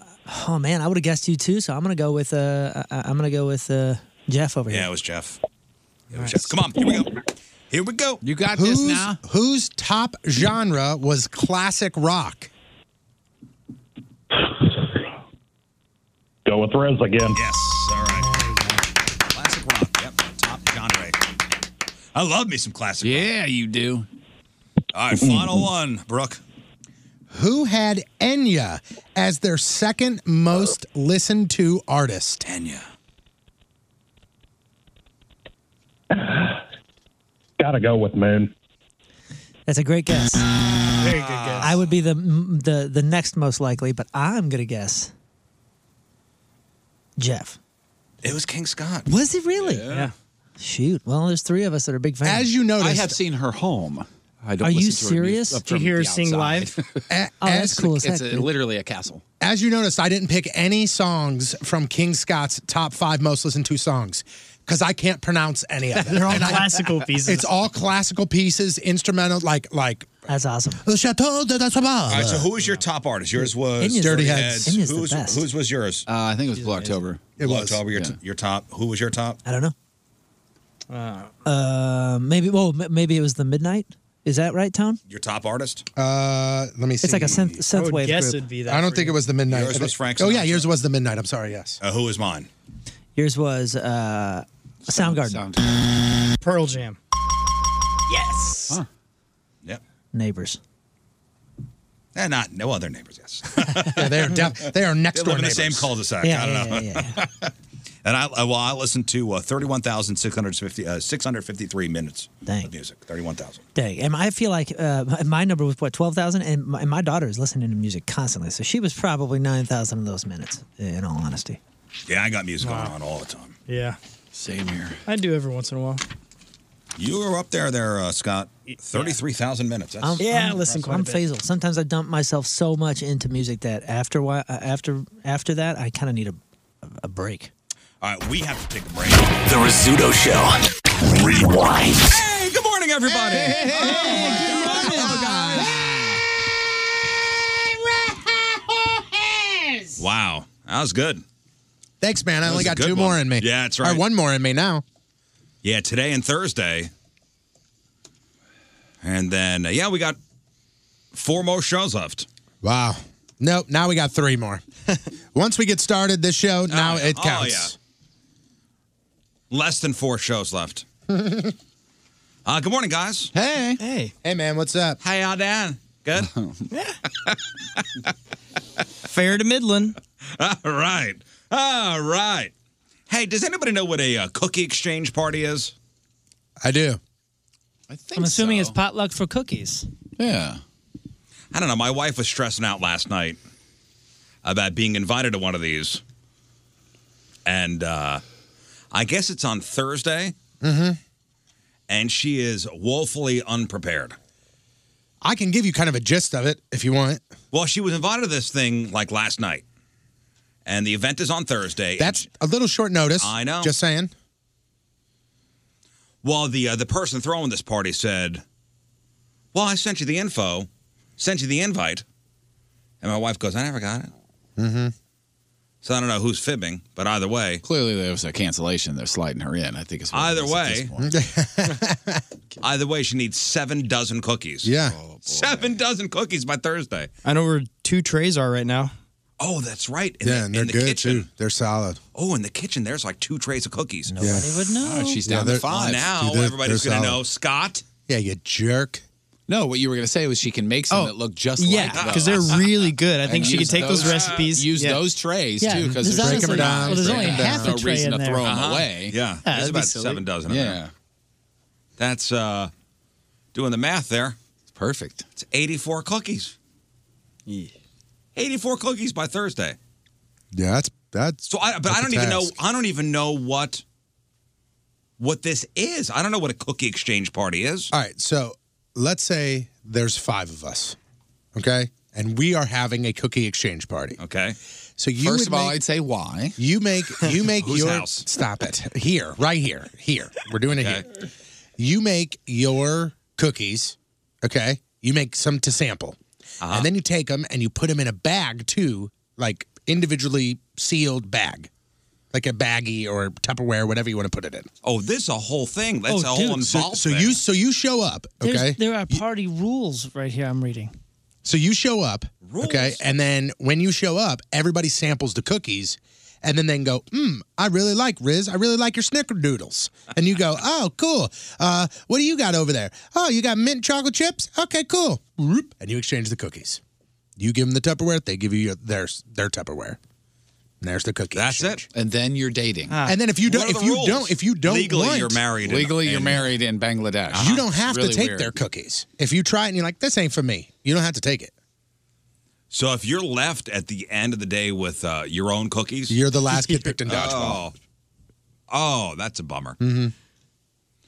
[SPEAKER 6] oh man, I would have guessed you too. So I'm gonna go with uh I, I'm gonna go with uh Jeff over
[SPEAKER 7] Yeah,
[SPEAKER 6] here.
[SPEAKER 7] it was Jeff. It was Jeff. Come on, here we go. Here we go.
[SPEAKER 15] You got
[SPEAKER 14] whose, Whose top genre was classic rock?
[SPEAKER 20] Go with res again.
[SPEAKER 7] Yes. All right. Classic rock. Yep. Top genre. I love me some classic rock.
[SPEAKER 15] Yeah, you do.
[SPEAKER 7] All right, final one, Brooke.
[SPEAKER 14] Who had Enya Uh, as their second most listened to artist?
[SPEAKER 7] Enya.
[SPEAKER 20] Gotta go with Moon.
[SPEAKER 6] That's a great guess.
[SPEAKER 20] Very good guess.
[SPEAKER 6] I would be the the the next most likely, but I'm gonna guess Jeff.
[SPEAKER 7] It was King Scott.
[SPEAKER 6] Was it really? Yeah. Shoot. Well, there's three of us that are big fans.
[SPEAKER 14] As you noticed-
[SPEAKER 15] I have seen her home. I don't
[SPEAKER 6] Are you
[SPEAKER 15] listen to her mu-
[SPEAKER 6] serious?
[SPEAKER 15] uh,
[SPEAKER 6] Did you
[SPEAKER 15] from
[SPEAKER 6] hear her
[SPEAKER 15] the
[SPEAKER 14] (laughs)
[SPEAKER 6] sing
[SPEAKER 15] outside.
[SPEAKER 14] A-
[SPEAKER 6] Oh, that's
[SPEAKER 14] as-
[SPEAKER 6] cool as
[SPEAKER 15] it's
[SPEAKER 6] heck,
[SPEAKER 15] a-
[SPEAKER 6] dude.
[SPEAKER 15] literally a castle.
[SPEAKER 14] As you noticed, I didn't pick any songs from King Scott's top five most listened to songs because I can't pronounce any
[SPEAKER 6] (laughs)
[SPEAKER 14] of them.
[SPEAKER 6] They're all
[SPEAKER 14] And I-
[SPEAKER 6] classical pieces.
[SPEAKER 14] It's all classical pieces, instrumental, like like.
[SPEAKER 6] (laughs) That's awesome.
[SPEAKER 14] Le Chateau de la
[SPEAKER 7] All
[SPEAKER 14] Sabah.
[SPEAKER 7] right, so who was your top artist? Yours was
[SPEAKER 14] Enya's the best. Enya's the
[SPEAKER 7] Whose,
[SPEAKER 14] best.
[SPEAKER 7] whose was yours?
[SPEAKER 15] Uh, I think it was Blue October.
[SPEAKER 7] It was October. Your, t- your top. Who was your top?
[SPEAKER 6] I don't know. Uh, maybe. Well, m- maybe it was the midnight. Is that right, Tom?
[SPEAKER 7] Your top artist?
[SPEAKER 14] Uh, let me see.
[SPEAKER 6] It's like a synth
[SPEAKER 14] I
[SPEAKER 6] synth
[SPEAKER 14] would
[SPEAKER 6] wave.
[SPEAKER 14] guess
[SPEAKER 6] group.
[SPEAKER 14] it'd be that I don't for think you. it was the Midnight.
[SPEAKER 7] Yours was Frank.
[SPEAKER 14] Oh yeah,
[SPEAKER 7] Sinatra.
[SPEAKER 14] yours was the midnight. I'm sorry. (laughs) Yes.
[SPEAKER 7] Uh, who was mine?
[SPEAKER 6] Yours was uh, Soundgarden.
[SPEAKER 20] Pearl Jam.
[SPEAKER 6] Yes.
[SPEAKER 7] Yep.
[SPEAKER 6] Neighbors.
[SPEAKER 7] Eh, not no other neighbors.
[SPEAKER 14] (laughs)
[SPEAKER 7] Yes.
[SPEAKER 14] yeah, they are down, they are next
[SPEAKER 7] they
[SPEAKER 14] door
[SPEAKER 7] live in the
[SPEAKER 14] neighbors.
[SPEAKER 7] same cul-de-sac.
[SPEAKER 14] Yeah,
[SPEAKER 7] I don't
[SPEAKER 14] yeah,
[SPEAKER 7] know. and I, I well, I listened to uh, thirty-one thousand six hundred fifty uh, six hundred fifty-three minutes
[SPEAKER 6] Dang.
[SPEAKER 7] of music. Thirty-one thousand.
[SPEAKER 6] Dang. And I feel like uh, my- my number was what twelve thousand, and my, and my daughter is listening to music constantly, so she was probably nine thousand of those minutes. In all honesty.
[SPEAKER 7] Yeah, I got music on all the time.
[SPEAKER 20] Yeah.
[SPEAKER 15] Same here.
[SPEAKER 20] I do every once in a while.
[SPEAKER 7] You were up there, there, uh, Scott. Thirty-three thousand minutes. That's,
[SPEAKER 9] Um,
[SPEAKER 6] I'm, I'm, I'm phasal. Sometimes I dump myself so much into music that after whi- uh, after after that, I kind of need a a break.
[SPEAKER 7] All right, we have to take a break.
[SPEAKER 4] The Rizzuto Show. Rewind.
[SPEAKER 7] Hey, good morning, everybody. Oh, Wow, that was good.
[SPEAKER 14] Thanks, man. I
[SPEAKER 7] That
[SPEAKER 14] only
[SPEAKER 7] was a
[SPEAKER 14] got
[SPEAKER 7] good
[SPEAKER 14] two
[SPEAKER 7] one.
[SPEAKER 14] more in me.
[SPEAKER 7] Yeah, that's
[SPEAKER 14] Or
[SPEAKER 7] right.
[SPEAKER 14] one more in me now.
[SPEAKER 7] Yeah, today and Thursday. And then, uh, yeah, we got four more shows left.
[SPEAKER 14] Wow. Nope. Now we got three more. Once we get started this show, now it
[SPEAKER 7] Oh,
[SPEAKER 14] counts.
[SPEAKER 7] Less than four shows
[SPEAKER 14] (laughs)
[SPEAKER 7] left. Uh, good morning, guys.
[SPEAKER 14] Hey. Hey. Hey, man. What's up?
[SPEAKER 7] How y'all doing? (laughs) Good?
[SPEAKER 16] Fair to Midland.
[SPEAKER 7] All right. All right. Hey, does anybody know what a uh, cookie exchange party is?
[SPEAKER 14] I do.
[SPEAKER 6] I'm assuming it's potluck for cookies.
[SPEAKER 7] Yeah. I don't know. My wife was stressing out last night about being invited to one of these. And uh, I guess it's on Thursday,
[SPEAKER 14] Mm-hmm.
[SPEAKER 7] and she is woefully unprepared.
[SPEAKER 14] I can give you kind of a gist of it if you want.
[SPEAKER 7] Well, she was invited to this thing like last night, and the event is on Thursday.
[SPEAKER 14] That's a little short notice.
[SPEAKER 7] I know.
[SPEAKER 14] Just saying.
[SPEAKER 7] Well, the uh, the person throwing this party said, "Well, I sent you the info, sent you the invite," and my wife goes, "I never got it."
[SPEAKER 15] Mm-hmm.
[SPEAKER 7] So I don't know who's fibbing, but either way,
[SPEAKER 15] Clearly there was a cancellation. They're sliding her in. I think it's
[SPEAKER 7] either way, either way, she needs seven dozen cookies.
[SPEAKER 14] Yeah.
[SPEAKER 7] seven dozen cookies by Thursday.
[SPEAKER 16] I know where two trays are right now.
[SPEAKER 7] Oh, that's right.
[SPEAKER 14] yeah, and they're
[SPEAKER 7] the
[SPEAKER 14] good
[SPEAKER 7] kitchen.
[SPEAKER 14] too. They're solid.
[SPEAKER 7] Oh, in the kitchen, there's like two trays of cookies.
[SPEAKER 14] Nobody Yeah. would know.
[SPEAKER 7] Oh,
[SPEAKER 14] she's down to
[SPEAKER 7] they're-
[SPEAKER 14] five.
[SPEAKER 7] Now
[SPEAKER 14] Dude, they're-
[SPEAKER 7] everybody's
[SPEAKER 14] they're
[SPEAKER 7] going to
[SPEAKER 14] solid.
[SPEAKER 7] know. Scott,
[SPEAKER 14] Yeah, you jerk.
[SPEAKER 15] No, what you were going to say was she can make some that look just
[SPEAKER 16] yeah,
[SPEAKER 15] like those.
[SPEAKER 16] because they're really good. I
[SPEAKER 15] And
[SPEAKER 16] think she could
[SPEAKER 15] use
[SPEAKER 16] take those,
[SPEAKER 15] those-
[SPEAKER 16] recipes.
[SPEAKER 15] use those trays, Yeah, too, 'cause there's there's honestly-
[SPEAKER 7] well, there's only half a
[SPEAKER 15] no
[SPEAKER 7] tray
[SPEAKER 15] reason
[SPEAKER 7] in
[SPEAKER 15] to
[SPEAKER 7] there.
[SPEAKER 15] throw them
[SPEAKER 7] Uh-huh.
[SPEAKER 15] away.
[SPEAKER 7] Yeah, there's about seven dozen. Of
[SPEAKER 15] yeah.
[SPEAKER 7] Them. That's uh, doing the math there. It's
[SPEAKER 15] perfect.
[SPEAKER 7] It's 84 cookies. 84 cookies by Thursday.
[SPEAKER 21] Yeah, that's that's.
[SPEAKER 7] So I, but
[SPEAKER 21] that's
[SPEAKER 7] I
[SPEAKER 21] a
[SPEAKER 7] don't even know.
[SPEAKER 21] task.
[SPEAKER 7] I don't even know what what this is. I don't know what a cookie exchange party is.
[SPEAKER 21] All right, so
[SPEAKER 14] let's say there's five of us, okay, and we are having a cookie exchange party.
[SPEAKER 7] Okay.
[SPEAKER 14] So you
[SPEAKER 22] First
[SPEAKER 14] would
[SPEAKER 22] of all,
[SPEAKER 14] make-
[SPEAKER 22] I'd say why.
[SPEAKER 14] You make you make
[SPEAKER 22] Whose
[SPEAKER 14] your
[SPEAKER 22] house?
[SPEAKER 14] stop it here, right here, here. We're doing it here. You make your cookies, okay? You make some to sample, and then you take them and you put them in a bag too, like individually sealed bag, like a baggie or Tupperware, whatever you want to put it in.
[SPEAKER 7] Oh, this a whole thing. That's a whole involved.
[SPEAKER 14] Oh, So, so you so you show up,
[SPEAKER 6] There's-
[SPEAKER 14] okay?
[SPEAKER 6] There are party rules right here. I'm reading.
[SPEAKER 14] So you show up, okay, and then when you show up, everybody samples the cookies, and then they go, "Hmm, I really like Riz. I really like your snickerdoodles." And you go, "Oh, cool. Uh, what do you got over there? Oh, you got mint chocolate chips. Okay, cool." Whoop, And you exchange the cookies. You give them the Tupperware. They give you your, their their Tupperware. And there's the cookie. That's
[SPEAKER 15] it. And then you're dating.
[SPEAKER 9] Ah.
[SPEAKER 6] Ah,
[SPEAKER 14] and then if you don't, if you don't, if you don't want-
[SPEAKER 15] Legally, you're married in Bangladesh.
[SPEAKER 14] You don't have
[SPEAKER 15] It's really
[SPEAKER 14] to take
[SPEAKER 15] weird.
[SPEAKER 14] their cookies. If you try it and you're like, "This ain't for me," you don't have to take it.
[SPEAKER 7] So if you're left at the end of the day with uh, your own cookies,
[SPEAKER 14] You're the last kid picked in dodgeball.
[SPEAKER 7] Oh, oh that's a bummer.
[SPEAKER 14] Mm-hmm.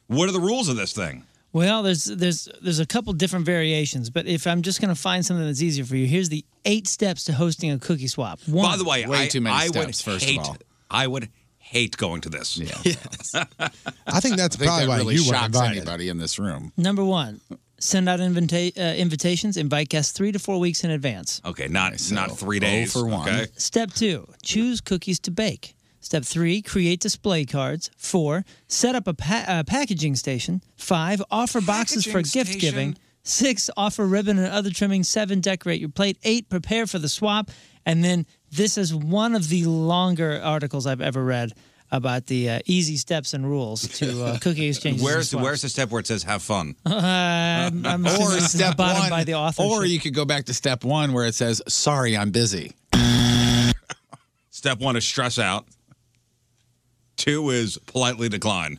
[SPEAKER 7] What are the rules of this thing?
[SPEAKER 6] Well, there's there's there's a couple different variations, but if I'm just going to find something that's easier for you, here's the eight steps to hosting a cookie swap. One,
[SPEAKER 7] By the way, I, I would hate, I would hate going to this.
[SPEAKER 14] I think that's
[SPEAKER 7] I think
[SPEAKER 14] probably
[SPEAKER 7] that
[SPEAKER 14] why
[SPEAKER 7] really
[SPEAKER 14] you weren't
[SPEAKER 7] shocks
[SPEAKER 14] invited.
[SPEAKER 15] anybody in this room.
[SPEAKER 6] Number one, send out invita- uh, invitations. Invite guests three to four weeks in advance.
[SPEAKER 7] (laughs) Okay, not not three days.
[SPEAKER 15] for one.
[SPEAKER 7] Okay.
[SPEAKER 6] Step two, choose cookies to bake. Step three, create display cards. Four, set up a pa- uh, packaging station. Five, offer boxes for
[SPEAKER 23] Packaging
[SPEAKER 6] gift giving. Six, offer ribbon and other trimmings. Seven, decorate your plate. Eight, prepare for the swap. And then this is one of the longer articles I've ever read about the uh, easy steps and rules to uh,
[SPEAKER 7] (laughs)
[SPEAKER 6] cookie exchanges. and
[SPEAKER 7] Where's the,
[SPEAKER 6] swaps.
[SPEAKER 7] where's the step where it says have fun?
[SPEAKER 6] Uh, I'm, I'm assuming this is the bottom by the authorship.
[SPEAKER 15] or you could go back to step one where it says, "Sorry, I'm busy."
[SPEAKER 7] Step one is stress out. Two is politely decline.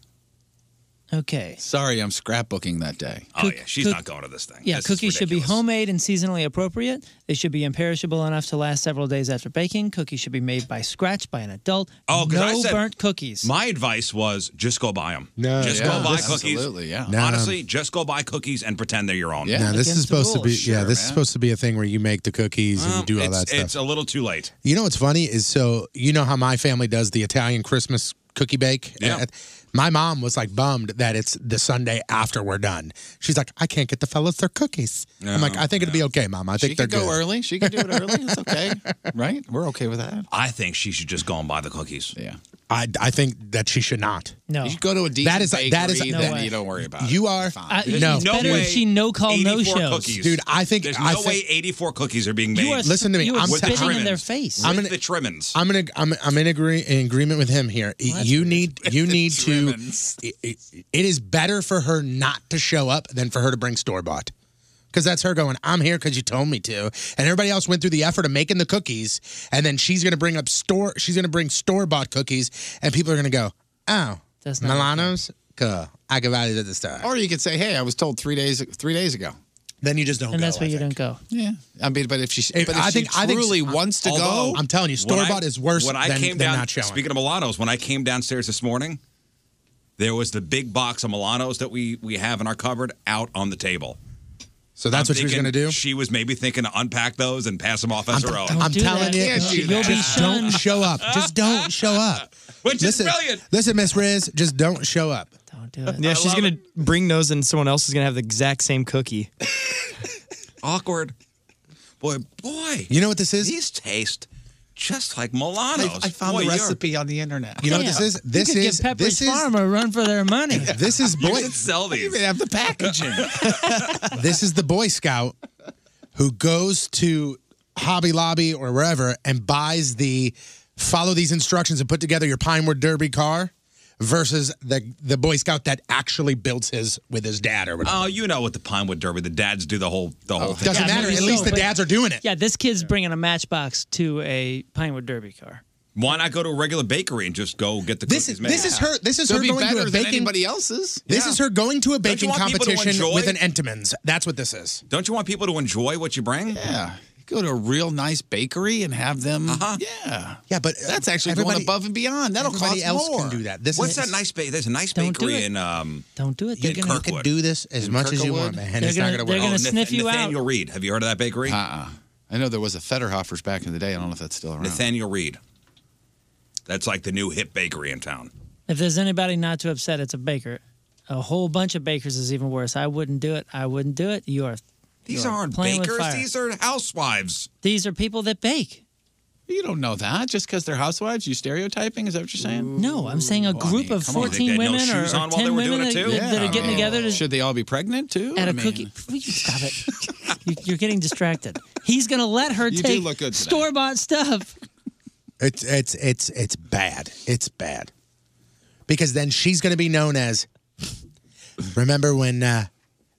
[SPEAKER 6] okay.
[SPEAKER 15] Sorry, I'm scrapbooking that day.
[SPEAKER 7] Oh yeah, she's
[SPEAKER 6] cook-
[SPEAKER 7] not going to this thing.
[SPEAKER 6] Yeah,
[SPEAKER 7] This is
[SPEAKER 6] cookies should be homemade and seasonally appropriate. They should be imperishable enough to last several days after baking. Cookies should be made by scratch by an adult.
[SPEAKER 7] Oh, 'cause
[SPEAKER 6] no
[SPEAKER 7] I said-
[SPEAKER 6] burnt cookies.
[SPEAKER 7] My advice was just go buy them.
[SPEAKER 6] No,
[SPEAKER 7] just
[SPEAKER 6] yeah,
[SPEAKER 7] go buy
[SPEAKER 6] this-
[SPEAKER 7] cookies.
[SPEAKER 6] absolutely, yeah.
[SPEAKER 14] No.
[SPEAKER 7] Honestly, just go buy cookies and pretend they're your own.
[SPEAKER 14] Yeah, this is supposed to be. yeah, this is supposed to be a thing where you make the cookies and you do all
[SPEAKER 7] it's,
[SPEAKER 14] that stuff.
[SPEAKER 7] It's a little too late.
[SPEAKER 14] You know what's funny is so you know how my family does the Italian Christmas cookie bake.
[SPEAKER 7] Yeah.
[SPEAKER 14] Uh, My mom was like bummed that it's the Sunday after we're done. She's like, I can't get the fellas their cookies. I'm like,
[SPEAKER 15] No,
[SPEAKER 14] I think it'll be okay, mom. I think
[SPEAKER 15] She
[SPEAKER 14] they're
[SPEAKER 15] could go
[SPEAKER 14] good.
[SPEAKER 15] early. She could do it early. It's okay, (laughs) right? We're okay with that.
[SPEAKER 7] I think she should just go and buy the cookies.
[SPEAKER 15] Yeah.
[SPEAKER 14] I, I think that she should not.
[SPEAKER 6] No.
[SPEAKER 15] You should go to a decent
[SPEAKER 14] That is that is
[SPEAKER 15] bakery,
[SPEAKER 14] that-
[SPEAKER 15] then you don't worry about it.
[SPEAKER 14] You are
[SPEAKER 6] Uh,
[SPEAKER 14] no.
[SPEAKER 6] it's better if she no call no
[SPEAKER 7] 84
[SPEAKER 6] shows.
[SPEAKER 7] cookies.
[SPEAKER 14] Dude, I think-
[SPEAKER 7] there's
[SPEAKER 14] I
[SPEAKER 7] no way
[SPEAKER 14] think-
[SPEAKER 7] 84 cookies are being made.
[SPEAKER 14] You are- Listen to me, you are I'm-
[SPEAKER 7] with the
[SPEAKER 14] spitting in their
[SPEAKER 7] trimmings.
[SPEAKER 14] face.
[SPEAKER 7] With
[SPEAKER 14] I'm gonna-
[SPEAKER 7] the trimmings.
[SPEAKER 14] I'm gonna. I'm. I'm in agree in agreement with him here. you need. You need to. It, it- it is better for her not to show up than for her to bring store bought, because that's her going. I'm here because you told me to, and everybody else went through the effort of making the cookies, and then she's gonna bring up store. She's gonna bring store bought cookies, and people are gonna go, oh,
[SPEAKER 6] That's
[SPEAKER 15] not
[SPEAKER 14] Milano's. Cool. I can value it at the star.
[SPEAKER 15] Or you could say, "Hey, I was told three days three days ago."
[SPEAKER 14] Then you just don't.
[SPEAKER 6] and that's why you don't go.
[SPEAKER 15] Yeah. I mean, but if she,
[SPEAKER 14] If-
[SPEAKER 15] but if
[SPEAKER 14] I
[SPEAKER 15] she
[SPEAKER 14] think- I think-
[SPEAKER 15] truly wants to
[SPEAKER 7] Although,
[SPEAKER 15] go,
[SPEAKER 14] I'm telling you,
[SPEAKER 7] when I-
[SPEAKER 14] store-bought is worse
[SPEAKER 7] When I
[SPEAKER 14] than-
[SPEAKER 7] came
[SPEAKER 14] than
[SPEAKER 7] down,
[SPEAKER 14] not showing.
[SPEAKER 7] speaking of Milanos, when I came downstairs this morning, there was the big box of Milanos that we we have in our cupboard out on the table.
[SPEAKER 14] So that's what she was
[SPEAKER 7] thinking
[SPEAKER 14] gonna do?
[SPEAKER 7] She was maybe thinking to unpack those and pass them off as her own.
[SPEAKER 14] I'm telling you, you'll be don't show up. Just (laughs) don't show up.
[SPEAKER 7] Which
[SPEAKER 14] listen, is brilliant. Listen, Miss Riz, just don't show up.
[SPEAKER 16] Yeah, she's gonna bring those, and someone else is gonna have the exact same cookie.
[SPEAKER 7] Awkward. Boy, boy.
[SPEAKER 14] You know what this is?
[SPEAKER 7] These taste just like Milanos.
[SPEAKER 15] I found
[SPEAKER 7] Boy,
[SPEAKER 15] the
[SPEAKER 7] you're-
[SPEAKER 15] recipe on the internet.
[SPEAKER 14] You know what this is? This
[SPEAKER 6] you could
[SPEAKER 14] is-
[SPEAKER 6] give Pepperidge
[SPEAKER 14] this is-
[SPEAKER 6] Farm a run for their money.
[SPEAKER 14] This is boy.
[SPEAKER 7] sell these.
[SPEAKER 15] even have the packaging.
[SPEAKER 14] this is the Boy Scout who goes to Hobby Lobby or wherever and buys the follow these instructions and put together your Pinewood Derby car. versus the the Boy Scout that actually builds his with his dad or whatever.
[SPEAKER 7] Oh, you know what the Pinewood Derby? The dads do the whole the whole thing.
[SPEAKER 14] Oh, Doesn't matter. At least the dads are doing it.
[SPEAKER 6] Yeah, this kid's bringing a Matchbox to a Pinewood Derby car.
[SPEAKER 7] Why not go to a regular bakery and just go get the
[SPEAKER 14] This
[SPEAKER 7] cookies
[SPEAKER 14] is
[SPEAKER 7] made?
[SPEAKER 14] this is her. This is her going to a baking.
[SPEAKER 7] else's.
[SPEAKER 14] This is her going to a
[SPEAKER 7] Don't
[SPEAKER 14] baking
[SPEAKER 7] you want people to
[SPEAKER 14] competition
[SPEAKER 7] enjoy?
[SPEAKER 14] with an Entenmann's. That's what this is.
[SPEAKER 7] Don't you want people to enjoy what you bring? Yeah.
[SPEAKER 15] Go to a real nice bakery and have them. Yeah.
[SPEAKER 14] Yeah, Uh-huh. but uh,
[SPEAKER 15] that's actually going
[SPEAKER 7] everybody-
[SPEAKER 15] above and beyond. That'll
[SPEAKER 14] everybody
[SPEAKER 15] cost
[SPEAKER 14] else
[SPEAKER 15] more.
[SPEAKER 14] can do that. This
[SPEAKER 7] What's
[SPEAKER 14] is-
[SPEAKER 7] that nice ba- There's a nice
[SPEAKER 14] Don't do
[SPEAKER 7] bakery
[SPEAKER 14] it.
[SPEAKER 7] in um.
[SPEAKER 6] Don't do it.
[SPEAKER 7] They're gonna
[SPEAKER 14] You can do this as much as you want, man. and it's not gonna work.
[SPEAKER 7] Oh, Nath- Nathaniel Reed. Have you heard of that bakery?
[SPEAKER 15] Uh-uh. I know there was a Federhoffers back in the day. I don't know if that's still around.
[SPEAKER 7] Nathaniel Reed. That's like the new hip bakery in town.
[SPEAKER 6] If there's anybody not to upset, it's a baker. A whole bunch of bakers is even worse. I wouldn't do it. I wouldn't do it. You are.
[SPEAKER 7] These
[SPEAKER 6] you are
[SPEAKER 7] aren't
[SPEAKER 6] playing with
[SPEAKER 7] bakers.
[SPEAKER 6] fire.
[SPEAKER 7] These are housewives.
[SPEAKER 6] These are people that bake.
[SPEAKER 15] You don't know that just because they're housewives. You stereotyping? Is that what you're saying?
[SPEAKER 6] No, I'm saying a group of
[SPEAKER 15] come on.
[SPEAKER 6] 14
[SPEAKER 15] They had no
[SPEAKER 6] women or, or
[SPEAKER 15] shoes on
[SPEAKER 6] 10
[SPEAKER 15] while they were
[SPEAKER 6] women
[SPEAKER 15] doing it,
[SPEAKER 6] that,
[SPEAKER 15] too?
[SPEAKER 6] that- that
[SPEAKER 15] Yeah,
[SPEAKER 6] are
[SPEAKER 15] I
[SPEAKER 6] getting
[SPEAKER 15] mean,
[SPEAKER 6] together to,
[SPEAKER 15] Should they all be pregnant too?
[SPEAKER 6] at
[SPEAKER 15] a
[SPEAKER 6] a cookie. Will (laughs) you stop it? you, you're getting distracted. He's going to let her
[SPEAKER 14] You do
[SPEAKER 6] take
[SPEAKER 14] look good today.
[SPEAKER 6] store bought stuff.
[SPEAKER 14] It's it's it's it's bad. It's bad. Because then she's going to be known as. Remember when uh,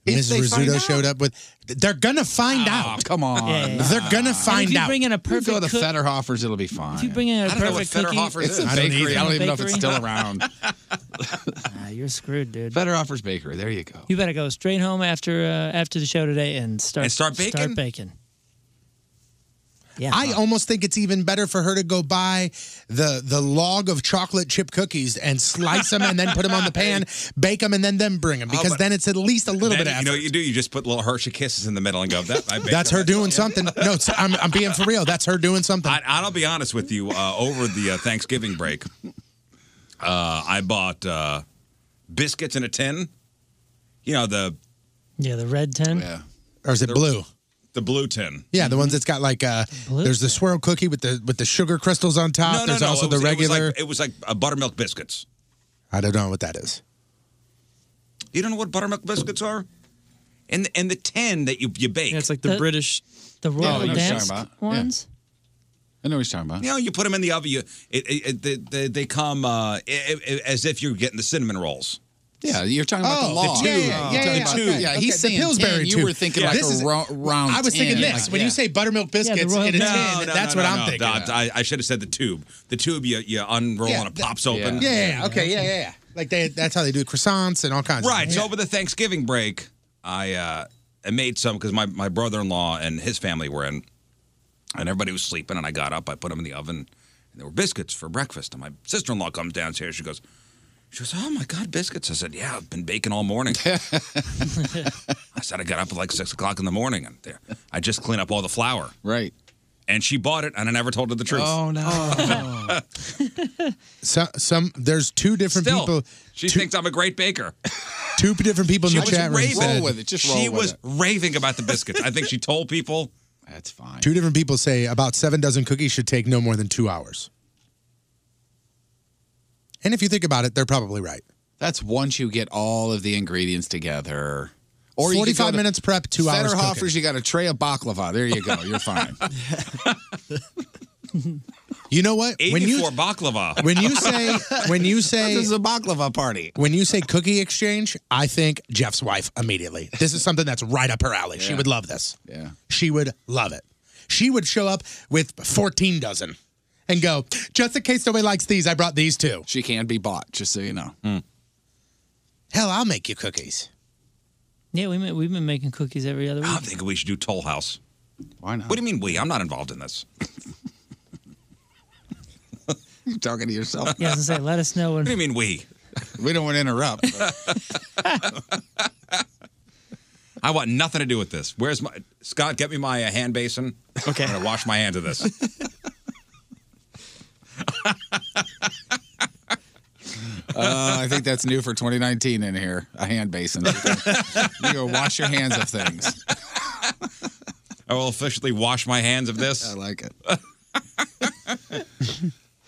[SPEAKER 6] If
[SPEAKER 14] Ms.
[SPEAKER 6] they find
[SPEAKER 14] Rizzuto
[SPEAKER 6] out.
[SPEAKER 14] showed up with? They're gonna find out.
[SPEAKER 15] Come on,
[SPEAKER 14] Yeah, yeah, yeah. They're gonna
[SPEAKER 15] Nah.
[SPEAKER 14] find out.
[SPEAKER 15] You go to Federhoffers, it'll be fine.
[SPEAKER 6] If you bring in a
[SPEAKER 15] I don't know what
[SPEAKER 6] perfect cookie,
[SPEAKER 15] Federhoffers is.
[SPEAKER 6] I
[SPEAKER 15] I
[SPEAKER 6] don't
[SPEAKER 15] don't,
[SPEAKER 6] either.
[SPEAKER 15] I don't even know if it's
[SPEAKER 6] Bakery.
[SPEAKER 15] still around. (laughs)
[SPEAKER 6] Ah, you're screwed, dude.
[SPEAKER 15] Federhoffers Bakery. There you go.
[SPEAKER 6] You better go straight home after uh, after the show today and start
[SPEAKER 15] And start
[SPEAKER 6] Start
[SPEAKER 15] baking?
[SPEAKER 6] baking. Yeah.
[SPEAKER 14] I almost think it's even better for her to go buy the the log of chocolate chip cookies and slice them and then put them on the
[SPEAKER 7] (laughs)
[SPEAKER 14] pan, bake them, and then then bring them because
[SPEAKER 7] but-
[SPEAKER 14] then it's at least a little
[SPEAKER 7] Then
[SPEAKER 14] bit of
[SPEAKER 7] you
[SPEAKER 14] effort.
[SPEAKER 7] know what you do? You just put little Hershey kisses in the middle and go. That,
[SPEAKER 14] (laughs)
[SPEAKER 7] I baked
[SPEAKER 14] That's
[SPEAKER 7] that
[SPEAKER 14] her doing something. No, it's, I'm, I'm being for real. That's her doing something.
[SPEAKER 7] I, I'll be honest with you. Uh, over the uh, Thanksgiving break, uh, I bought uh, biscuits in a tin. You know the
[SPEAKER 6] Yeah, the red tin. Mm-hmm.
[SPEAKER 7] Yeah.
[SPEAKER 14] Or is it
[SPEAKER 7] the-
[SPEAKER 14] blue?
[SPEAKER 7] The blue tin.
[SPEAKER 14] Yeah, the ones that's got like uh, there's the swirl cookie with the with the sugar crystals on top.
[SPEAKER 7] No, no,
[SPEAKER 14] there's
[SPEAKER 7] no.
[SPEAKER 14] also
[SPEAKER 7] it was,
[SPEAKER 14] the regular.
[SPEAKER 7] It was like, it was like uh, buttermilk biscuits.
[SPEAKER 14] I don't know what that is.
[SPEAKER 7] You don't know what buttermilk biscuits are? And the, and the tin that you you bake. it's
[SPEAKER 24] like the The- British-
[SPEAKER 6] the
[SPEAKER 7] Royal
[SPEAKER 15] Oh,
[SPEAKER 7] Dansk
[SPEAKER 6] ones?
[SPEAKER 15] I know what you're talking about.
[SPEAKER 7] You know, you put them in the oven. You, it, it, it, they, they, they come uh, i i as if you're getting the cinnamon rolls.
[SPEAKER 15] Yeah, you're talking about the
[SPEAKER 7] Oh,
[SPEAKER 15] log.
[SPEAKER 7] the two.
[SPEAKER 15] You're talking
[SPEAKER 7] Yeah, yeah,
[SPEAKER 15] about
[SPEAKER 7] yeah,
[SPEAKER 15] the
[SPEAKER 7] okay.
[SPEAKER 15] two. Yeah,
[SPEAKER 7] Okay,
[SPEAKER 15] he's
[SPEAKER 7] the
[SPEAKER 15] saying
[SPEAKER 7] Pillsbury
[SPEAKER 15] tin. You
[SPEAKER 7] two.
[SPEAKER 15] were thinking
[SPEAKER 7] Yeah.
[SPEAKER 15] like
[SPEAKER 7] This
[SPEAKER 15] a
[SPEAKER 7] is-
[SPEAKER 15] ro- round.
[SPEAKER 14] I was thinking
[SPEAKER 15] tin,
[SPEAKER 14] this.
[SPEAKER 15] like-
[SPEAKER 14] when you
[SPEAKER 15] yeah.
[SPEAKER 14] say buttermilk biscuits in a tin, that's what I'm thinking.
[SPEAKER 7] No, I, I should have said the tube. The tube you, you unroll and it
[SPEAKER 14] the-
[SPEAKER 7] pops open.
[SPEAKER 14] Yeah, yeah, yeah. Okay, yeah, yeah, yeah. Like they, that's how they do croissants and all kinds. of
[SPEAKER 7] Right.
[SPEAKER 14] things.
[SPEAKER 7] So over the Thanksgiving break, I uh, I made some because my, my brother in law and his family were in, and everybody was sleeping. And I got up, I put them in the oven, and there were biscuits for breakfast. And my sister in law comes downstairs. She goes, she goes, oh my god, biscuits! I said, yeah, I've been baking all
[SPEAKER 15] (laughs)
[SPEAKER 7] morning. (laughs) I said I got up at like six o'clock in the morning, and there, I just cleaned up all the flour.
[SPEAKER 15] Right.
[SPEAKER 7] And she bought it, and I never told her the truth.
[SPEAKER 15] Oh, no.
[SPEAKER 14] (laughs) So, some there's two different
[SPEAKER 7] Still,
[SPEAKER 14] people,
[SPEAKER 7] she thinks I'm a great baker.
[SPEAKER 14] two different people in
[SPEAKER 7] She
[SPEAKER 14] the
[SPEAKER 7] was
[SPEAKER 14] chat room
[SPEAKER 7] raving.
[SPEAKER 14] said
[SPEAKER 7] she was raving about the biscuits. I think she
[SPEAKER 14] (laughs)
[SPEAKER 7] told people.
[SPEAKER 15] That's fine.
[SPEAKER 14] two different people say about seven dozen cookies should take no more than two hours. And if you think about it, they're probably right.
[SPEAKER 15] That's once you get all of the ingredients together. Or you could go
[SPEAKER 14] 45
[SPEAKER 15] to
[SPEAKER 14] minutes prep, two hours
[SPEAKER 15] Federhoffers,
[SPEAKER 14] cooking.
[SPEAKER 15] you got a tray of baklava. There you go. You're fine.
[SPEAKER 14] You know what?
[SPEAKER 7] Eighty-four
[SPEAKER 14] (laughs)
[SPEAKER 7] baklava.
[SPEAKER 14] when you say when you say
[SPEAKER 15] This is a baklava party.
[SPEAKER 14] When you say cookie exchange, I think Jeff's wife immediately. This is something that's right up her alley. She
[SPEAKER 15] Yeah.
[SPEAKER 14] would love this.
[SPEAKER 15] Yeah.
[SPEAKER 14] She would love it. She would show up with 14 dozen and go, just in case nobody likes these, I brought these too.
[SPEAKER 15] She can be bought, just so you know.
[SPEAKER 14] Hell, I'll make you cookies.
[SPEAKER 6] Yeah, we ma- we've been making cookies every other week.
[SPEAKER 7] I'm thinking we should do Toll House.
[SPEAKER 15] Why not?
[SPEAKER 7] What do you mean we? I'm not involved in this.
[SPEAKER 15] You're talking to yourself.
[SPEAKER 6] Yeah, I was gonna say, let us know when.
[SPEAKER 7] What do you mean we?
[SPEAKER 15] We don't want
[SPEAKER 14] (laughs)
[SPEAKER 15] to interrupt.
[SPEAKER 7] I want nothing to do with this. Where's my Scott? Get me my uh, hand basin. Okay, I'm gonna wash my hands of this.
[SPEAKER 15] Uh, I think that's new for 2019 in here. A
[SPEAKER 14] (laughs)
[SPEAKER 15] hand basin. you go wash your hands of things.
[SPEAKER 7] I will officially wash my hands of this. I
[SPEAKER 15] like
[SPEAKER 7] (laughs)
[SPEAKER 15] it.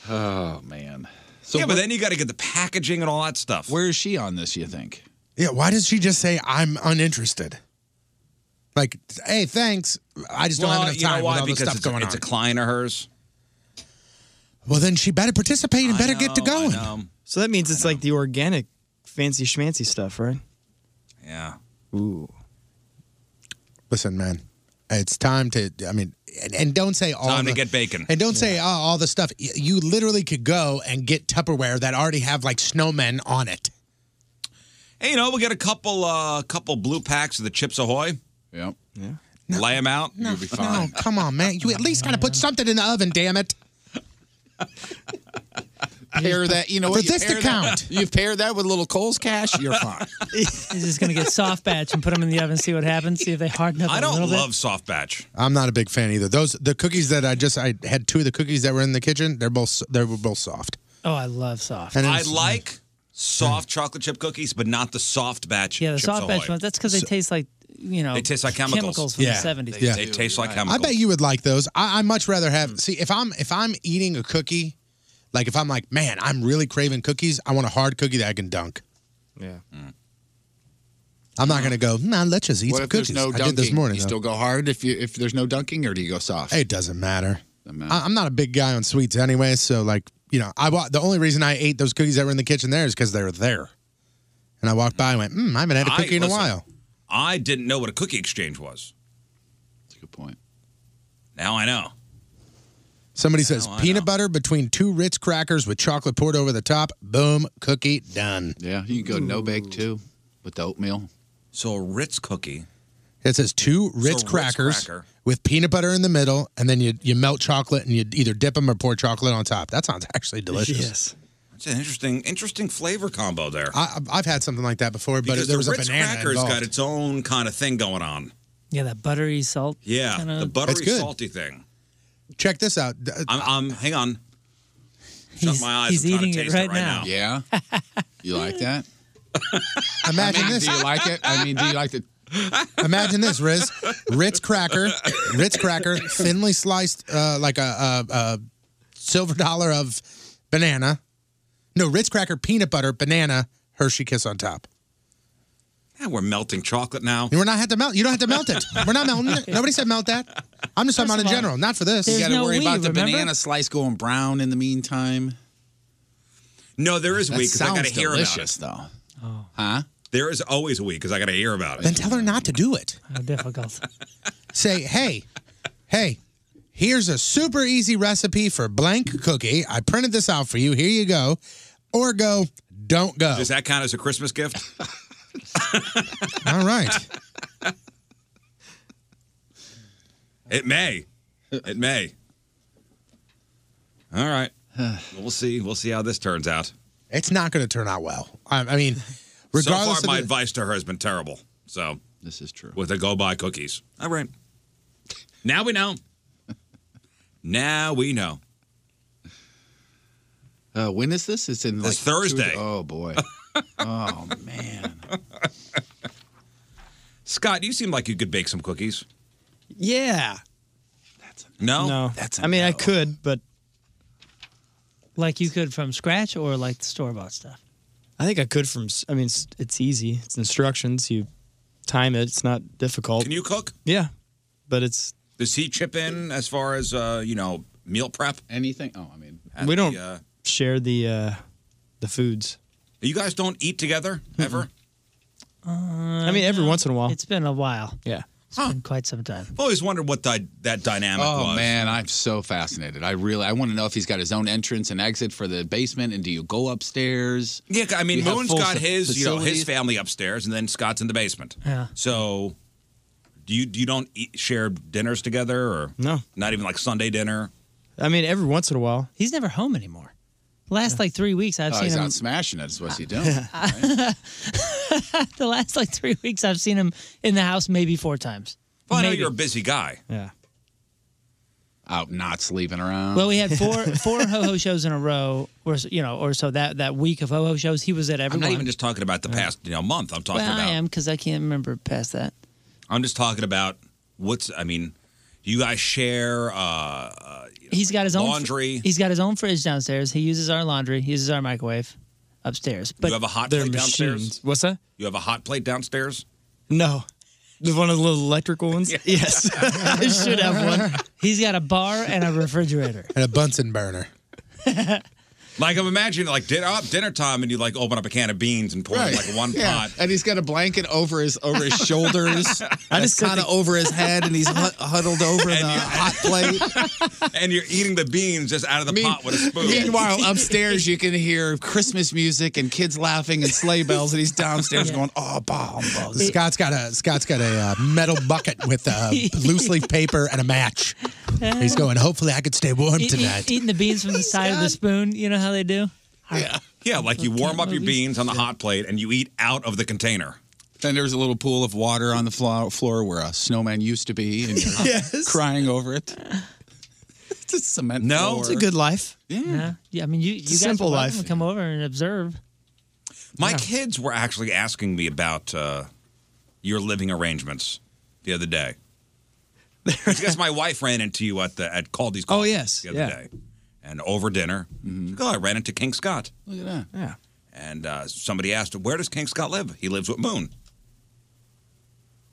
[SPEAKER 15] Oh man. So
[SPEAKER 7] yeah, but then you got to get the packaging and all that
[SPEAKER 15] (laughs)
[SPEAKER 7] stuff.
[SPEAKER 15] Where is she on this? You think?
[SPEAKER 14] Yeah, why does she just say, I'm uninterested? Like, hey, thanks. I just don't
[SPEAKER 7] Well,
[SPEAKER 14] have enough
[SPEAKER 7] you know
[SPEAKER 14] time
[SPEAKER 7] why?
[SPEAKER 14] with all this
[SPEAKER 7] Because
[SPEAKER 14] stuff
[SPEAKER 7] it's a-
[SPEAKER 14] going
[SPEAKER 7] It's
[SPEAKER 14] on.
[SPEAKER 7] a client of hers.
[SPEAKER 14] well, then she better participate and better get to
[SPEAKER 7] know, I
[SPEAKER 14] going.
[SPEAKER 7] know.
[SPEAKER 16] So that means it's like the organic fancy schmancy stuff, right?
[SPEAKER 7] Yeah.
[SPEAKER 14] Ooh. Listen, man, it's time to. I mean, and, and don't say all.
[SPEAKER 7] Time to
[SPEAKER 14] the-
[SPEAKER 7] get bacon.
[SPEAKER 14] And don't say oh, all the stuff. Y- You literally could go and get Tupperware that already have like snowmen on it.
[SPEAKER 7] Hey, you know, we got a couple uh couple blue packs of the Chips Ahoy. Yep. Yeah. Lay them out. You'll be
[SPEAKER 14] No,
[SPEAKER 7] fine.
[SPEAKER 14] come on, man. You at least got to put something in the oven, damn
[SPEAKER 15] (laughs)
[SPEAKER 14] it.
[SPEAKER 15] Pair that, you know,
[SPEAKER 14] For
[SPEAKER 15] what, you
[SPEAKER 14] this to
[SPEAKER 15] pair that- (laughs) you pair that with a little Cole's cash,
[SPEAKER 14] (laughs)
[SPEAKER 15] you're fine.
[SPEAKER 6] (laughs) He's just gonna get soft batch and put them in the oven, see what happens, see if they harden up
[SPEAKER 7] I
[SPEAKER 6] a little
[SPEAKER 7] don't
[SPEAKER 6] bit.
[SPEAKER 7] love soft batch.
[SPEAKER 14] I'm not a big fan either. Those the cookies that I just I had two of the cookies that were in the kitchen. They're both they were both soft.
[SPEAKER 6] Oh, I love soft.
[SPEAKER 14] And
[SPEAKER 7] I
[SPEAKER 14] it's-
[SPEAKER 7] like soft chocolate chip cookies, but not the soft batch.
[SPEAKER 6] yeah, the
[SPEAKER 7] Chips
[SPEAKER 6] soft batch
[SPEAKER 7] Ahoy.
[SPEAKER 6] ones. That's because they taste like you know
[SPEAKER 7] They taste like chemicals.
[SPEAKER 6] from the seventies.
[SPEAKER 7] They, they taste like Hmm.
[SPEAKER 14] I
[SPEAKER 7] chemicals.
[SPEAKER 14] bet you would like those. I, I much rather have. See, if I'm if I'm eating a cookie, like if I'm like, man, I'm really craving cookies. I want a hard cookie that I can dunk.
[SPEAKER 16] Yeah.
[SPEAKER 14] I'm not gonna go. Nah, let's just eat
[SPEAKER 15] what
[SPEAKER 14] some
[SPEAKER 15] if there's
[SPEAKER 14] cookies.
[SPEAKER 15] no dunking?
[SPEAKER 14] I did this morning.
[SPEAKER 15] you
[SPEAKER 14] though.
[SPEAKER 15] still go hard if you if there's no dunking, or do you go soft?
[SPEAKER 14] It doesn't matter. I, I'm not a big guy on sweets anyway, so like you know, I wa- the only reason I ate those cookies that were in the kitchen there is because they were there, and I walked by and went, mm, I haven't had a
[SPEAKER 7] I-
[SPEAKER 14] cookie in
[SPEAKER 7] listen,
[SPEAKER 14] a while.
[SPEAKER 7] I didn't know what a cookie exchange was. That's a good point. Now I know.
[SPEAKER 14] Somebody says
[SPEAKER 7] I
[SPEAKER 14] peanut butter between two Ritz crackers with chocolate poured over the top. Boom, cookie done.
[SPEAKER 7] Yeah, you can go no bake too with the oatmeal. So a Ritz cookie.
[SPEAKER 14] It says two
[SPEAKER 7] So
[SPEAKER 14] Ritz
[SPEAKER 7] Ritz
[SPEAKER 14] crackers
[SPEAKER 7] cracker.
[SPEAKER 14] with peanut butter in the middle, and then you you melt chocolate and you either dip them or pour chocolate on top. That sounds actually delicious.
[SPEAKER 7] Yes. It's an interesting, interesting flavor combo there.
[SPEAKER 14] I, I've- I've had something like that before, but
[SPEAKER 7] because
[SPEAKER 14] there was
[SPEAKER 7] the
[SPEAKER 14] a
[SPEAKER 7] Ritz
[SPEAKER 14] banana
[SPEAKER 7] crackers
[SPEAKER 14] involved.
[SPEAKER 7] got its own kind of thing going on.
[SPEAKER 6] Yeah, that buttery salt.
[SPEAKER 7] Yeah,
[SPEAKER 6] kinda-
[SPEAKER 7] the buttery,
[SPEAKER 14] good.
[SPEAKER 7] salty thing.
[SPEAKER 14] Check this out. D-
[SPEAKER 7] I'm, I'm hang on. Shut
[SPEAKER 14] He's-
[SPEAKER 7] my eyes.
[SPEAKER 14] he's
[SPEAKER 7] I'm trying
[SPEAKER 14] eating
[SPEAKER 7] to
[SPEAKER 14] it
[SPEAKER 7] taste
[SPEAKER 14] right now.
[SPEAKER 7] Yeah. You like that?
[SPEAKER 14] (laughs) Imagine
[SPEAKER 15] I mean,
[SPEAKER 14] this.
[SPEAKER 15] Do you like it? I mean, do you like the?
[SPEAKER 14] Imagine this, Riz. Ritz cracker, Ritz cracker,
[SPEAKER 6] (laughs)
[SPEAKER 14] thinly sliced, uh, like a, a, a silver dollar of banana. No, Ritz cracker, peanut butter, banana, Hershey Kiss on top.
[SPEAKER 7] Yeah, we're melting chocolate now.
[SPEAKER 14] And We're not had to melt. You don't have to melt it. We're not melting it. Nobody said melt that. I'm just talking about in general, not for this.
[SPEAKER 15] You got to worry about the
[SPEAKER 7] remember?
[SPEAKER 15] banana slice going brown in the meantime.
[SPEAKER 7] No, there is a
[SPEAKER 15] That
[SPEAKER 7] week because I got to
[SPEAKER 15] sounds
[SPEAKER 7] hear about
[SPEAKER 15] delicious,
[SPEAKER 7] it. Though, huh? There is always a week because I got to hear about it.
[SPEAKER 14] Then tell her not to do it.
[SPEAKER 6] (laughs) How difficult.
[SPEAKER 14] Say, hey, hey, here's a super easy recipe for blank cookie. I printed this out for you. Here you go. Or go, don't go.
[SPEAKER 7] Does that count as a Christmas gift?
[SPEAKER 14] (laughs) All right.
[SPEAKER 7] It may. It may. All right. Well, we'll see. We'll see how this turns out.
[SPEAKER 14] It's not going to turn out well. I, I mean,
[SPEAKER 7] so far,
[SPEAKER 14] regardless
[SPEAKER 7] my
[SPEAKER 14] of the,
[SPEAKER 7] advice to her has been terrible. So this is true. With the go buy cookies. All right. Now we know. now we know.
[SPEAKER 15] Uh, when is this? It's in like
[SPEAKER 7] It's
[SPEAKER 15] two-
[SPEAKER 7] Thursday.
[SPEAKER 15] oh boy. oh man.
[SPEAKER 7] Scott, you seem like you could bake some cookies.
[SPEAKER 16] Yeah.
[SPEAKER 7] No,
[SPEAKER 16] No. Oh, I mean, I could, but
[SPEAKER 6] like you could from scratch or like the store bought stuff.
[SPEAKER 16] I think I could from. s- I mean, it's, it's easy. It's instructions. You time it. It's not difficult.
[SPEAKER 7] Can you cook?
[SPEAKER 16] Yeah, but it's
[SPEAKER 7] Does he chip in as far as uh, you know meal prep? Anything? Oh, I mean,
[SPEAKER 16] we don't
[SPEAKER 7] uh,
[SPEAKER 16] share the uh, the foods.
[SPEAKER 7] you guys don't eat together ever.
[SPEAKER 6] I
[SPEAKER 16] mean, every once in a while.
[SPEAKER 6] It's been a while.
[SPEAKER 16] Yeah.
[SPEAKER 6] It's been quite some time.
[SPEAKER 7] I've always wondered what di- that dynamic
[SPEAKER 15] oh,
[SPEAKER 7] was.
[SPEAKER 15] man, I'm so fascinated. I really, I want to know if he's got his own entrance and exit for the basement, and do you go upstairs?
[SPEAKER 7] Yeah, I mean,
[SPEAKER 15] Do you have
[SPEAKER 7] Moon's
[SPEAKER 15] full
[SPEAKER 7] got
[SPEAKER 15] fa-
[SPEAKER 7] his, you know, his
[SPEAKER 15] facilities?
[SPEAKER 7] family upstairs, and then Scott's in the basement.
[SPEAKER 15] Yeah.
[SPEAKER 7] So, do you you don't eat, share dinners together, or
[SPEAKER 16] no?
[SPEAKER 7] Not even like Sunday dinner.
[SPEAKER 16] I mean, every once in a while.
[SPEAKER 6] He's never home anymore. Last like three weeks, I've
[SPEAKER 16] Oh,
[SPEAKER 6] seen
[SPEAKER 16] he's
[SPEAKER 6] him.
[SPEAKER 16] out
[SPEAKER 15] smashing it. Is what's he
[SPEAKER 6] (laughs)
[SPEAKER 15] doing?
[SPEAKER 6] the last like three weeks, I've seen him in the house maybe four times.
[SPEAKER 7] Well, I know
[SPEAKER 6] Maybe.
[SPEAKER 7] you're a busy guy.
[SPEAKER 16] Yeah.
[SPEAKER 15] Out not sleeping around.
[SPEAKER 6] Well, we had four four ho ho shows in a row, or s- you know, or so that that week of ho ho shows, he was at
[SPEAKER 7] I'm
[SPEAKER 6] every
[SPEAKER 7] not
[SPEAKER 6] one.
[SPEAKER 7] even just talking about the past you know month. I'm talking
[SPEAKER 6] well, I
[SPEAKER 7] about.
[SPEAKER 6] am because I can't remember past that.
[SPEAKER 7] I'm just talking about what's. I mean, do you guys share? Uh, uh,
[SPEAKER 6] He's got his own fr-
[SPEAKER 7] Laundry.
[SPEAKER 6] he's got his own fridge downstairs. He uses our laundry. He uses our microwave upstairs. But
[SPEAKER 7] you have a hot
[SPEAKER 6] they're
[SPEAKER 7] plate downstairs.
[SPEAKER 6] machines.
[SPEAKER 16] What's that?
[SPEAKER 7] You have a hot plate downstairs.
[SPEAKER 16] No. The one of the little electrical
[SPEAKER 25] (laughs)
[SPEAKER 16] ones?
[SPEAKER 7] (laughs)
[SPEAKER 16] Yes.
[SPEAKER 6] I should have one. He's got a bar and a refrigerator.
[SPEAKER 14] and a Bunsen burner.
[SPEAKER 7] Like I'm imagining, like dinner, up dinner time, and you like open up a can of beans and pour it in like one
[SPEAKER 25] (laughs) Yeah.
[SPEAKER 7] pot.
[SPEAKER 25] And he's got a blanket over his over his
[SPEAKER 7] (laughs)
[SPEAKER 25] shoulders.
[SPEAKER 7] I
[SPEAKER 25] I
[SPEAKER 7] just
[SPEAKER 25] just
[SPEAKER 7] don't
[SPEAKER 25] kind of
[SPEAKER 7] think-
[SPEAKER 25] over his head, and he's hu- huddled over the hot plate.
[SPEAKER 7] (laughs) and you're eating the beans just out of the pot with a spoon.
[SPEAKER 25] Meanwhile, upstairs you can hear Christmas music and kids laughing and sleigh bells, and he's downstairs going, "Oh, bomb!" bomb."
[SPEAKER 14] Scott's got a Scott's got a uh, metal bucket with uh, loose leaf paper and a match. He's going. Hopefully, I could stay warm
[SPEAKER 6] E- e-
[SPEAKER 14] tonight.
[SPEAKER 6] eating the beans from the side of the spoon. You know how they do?
[SPEAKER 7] yeah, yeah, like you warm up your beans on the hot plate and you eat out of the container.
[SPEAKER 15] Then there was a little pool of water on the flo- floor where a snowman used to be,
[SPEAKER 6] (laughs)
[SPEAKER 15] and you're crying over it. it's a cement
[SPEAKER 7] No.
[SPEAKER 15] floor.
[SPEAKER 7] It's a good
[SPEAKER 16] life.
[SPEAKER 15] Yeah.
[SPEAKER 6] Yeah. I mean, you, you
[SPEAKER 7] a
[SPEAKER 6] guys
[SPEAKER 7] simple
[SPEAKER 6] are welcome
[SPEAKER 7] life.
[SPEAKER 6] to come over and observe.
[SPEAKER 7] My
[SPEAKER 6] Yeah.
[SPEAKER 7] kids were actually asking me about uh, your living arrangements the
[SPEAKER 16] (laughs)
[SPEAKER 7] other day. because my wife ran into you at the at Caldy's.
[SPEAKER 16] Oh, yes,
[SPEAKER 7] the other
[SPEAKER 16] yeah. Mm-hmm.
[SPEAKER 7] day, and over dinner, she's like, oh, I ran into King Scott,
[SPEAKER 16] Look at that. Yeah.
[SPEAKER 7] and uh, somebody asked, "Where does King Scott live?" He lives with Moon.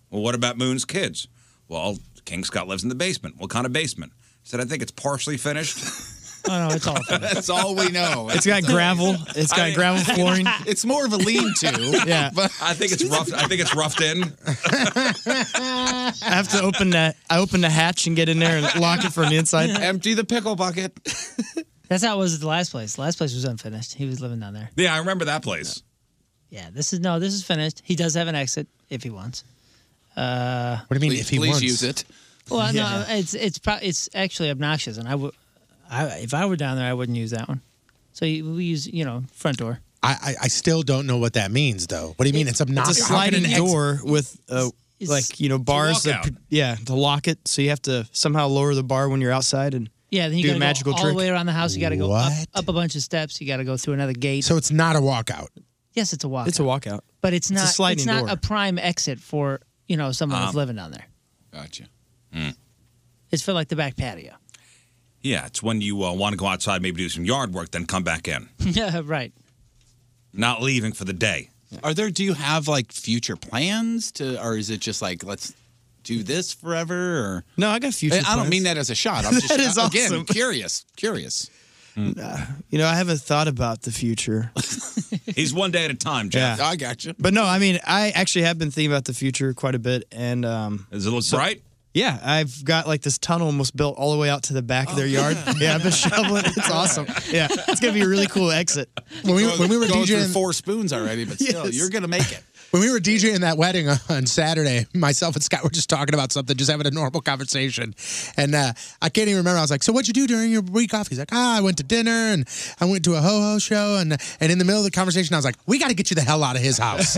[SPEAKER 7] Well, what about Moon's kids? Well, King Scott lives in the basement. What kind of basement? I said, I think it's
[SPEAKER 16] (laughs)
[SPEAKER 7] partially finished.
[SPEAKER 6] Oh no, it's all.
[SPEAKER 25] (laughs) That's all we know.
[SPEAKER 7] It's got gravel. It's
[SPEAKER 25] (laughs)
[SPEAKER 7] got gravel flooring.
[SPEAKER 25] It's more of a lean-to.
[SPEAKER 7] (laughs) yeah, I think it's rough. I think it's
[SPEAKER 16] (laughs)
[SPEAKER 7] roughed in.
[SPEAKER 16] I have to open the I open the hatch and get in there and lock it from the inside.
[SPEAKER 25] Empty the pickle bucket.
[SPEAKER 6] (laughs) That's how it was at the last place. Last place was unfinished. He was living down there.
[SPEAKER 7] Yeah, I remember that place.
[SPEAKER 6] Yeah, this is no, this is finished. He does have an exit if he wants. Uh,
[SPEAKER 14] what do you mean
[SPEAKER 15] Please- if he please wants? use it.
[SPEAKER 6] Well,
[SPEAKER 15] Yeah.
[SPEAKER 6] no, it's it's pro- it's actually obnoxious, and I would, I, if I were down there, I wouldn't use that one. So you- we use you know front door.
[SPEAKER 14] I, I I still don't know what that means though. What do you mean? It's
[SPEAKER 16] It's a
[SPEAKER 14] obnoxious. How can
[SPEAKER 16] sliding
[SPEAKER 14] an ex-
[SPEAKER 16] door with uh,
[SPEAKER 6] It's-
[SPEAKER 16] like you know bars that
[SPEAKER 14] walkout.
[SPEAKER 16] pr- yeah to lock it, so you have to somehow lower the bar when you're outside and
[SPEAKER 6] Yeah, then you
[SPEAKER 16] do
[SPEAKER 6] got
[SPEAKER 16] a
[SPEAKER 6] to
[SPEAKER 16] magical
[SPEAKER 6] go all
[SPEAKER 16] trick.
[SPEAKER 6] the way around the house. You got to go up,
[SPEAKER 16] What?
[SPEAKER 6] up a bunch of steps. You got to go through another gate.
[SPEAKER 14] So it's not a walkout.
[SPEAKER 6] yes, it's a walk.
[SPEAKER 16] It's a walkout.
[SPEAKER 6] but it's
[SPEAKER 16] it's a
[SPEAKER 6] not. It's,
[SPEAKER 16] sliding
[SPEAKER 6] not
[SPEAKER 16] door.
[SPEAKER 6] a prime exit for you know someone that's
[SPEAKER 7] Um,
[SPEAKER 6] living down there. Hmm.
[SPEAKER 15] Gotcha.
[SPEAKER 6] It's for like the back patio. (laughs)
[SPEAKER 7] Yeah, it's when you uh, want to go outside, maybe do some yard work, then come back in.
[SPEAKER 6] Yeah, right.
[SPEAKER 7] Not leaving for the day.
[SPEAKER 15] Are there? Do you have like future plans to, or is it just like let's do this forever? Or
[SPEAKER 16] No, I got future
[SPEAKER 15] I, I don't
[SPEAKER 16] plans.
[SPEAKER 15] mean that as a shot.
[SPEAKER 16] (laughs)
[SPEAKER 15] I'm just
[SPEAKER 16] That is
[SPEAKER 15] again
[SPEAKER 16] awesome.
[SPEAKER 15] curious. Curious.
[SPEAKER 16] You know, I haven't thought about the future.
[SPEAKER 7] He's one day at a time, Jeff.
[SPEAKER 16] Yeah. I
[SPEAKER 15] got you.
[SPEAKER 16] But no, I mean, I actually have been thinking about the future quite a bit, and um,
[SPEAKER 7] is it look bright?
[SPEAKER 16] Yeah, I've got like this tunnel almost built all the way out to the back of their
[SPEAKER 15] Oh. (laughs)
[SPEAKER 16] yard. Yeah, I've been shoveling. it. It's awesome. Yeah, it's gonna be a really cool exit.
[SPEAKER 14] When we- when we were
[SPEAKER 15] Going through
[SPEAKER 14] DJing
[SPEAKER 15] four spoons already,
[SPEAKER 14] (laughs)
[SPEAKER 15] but still,
[SPEAKER 14] Yes.
[SPEAKER 15] you're gonna make it.
[SPEAKER 14] When we were DJing that wedding (laughs) on Saturday, myself and Scott were just talking about something, just having a normal conversation. And uh, I can't even remember. I was like, So what'd you do during your week off? He's like, Ah, I went to dinner and I went to a ho ho show. And and in the middle of the conversation, I was like, We got to get you the hell out of his house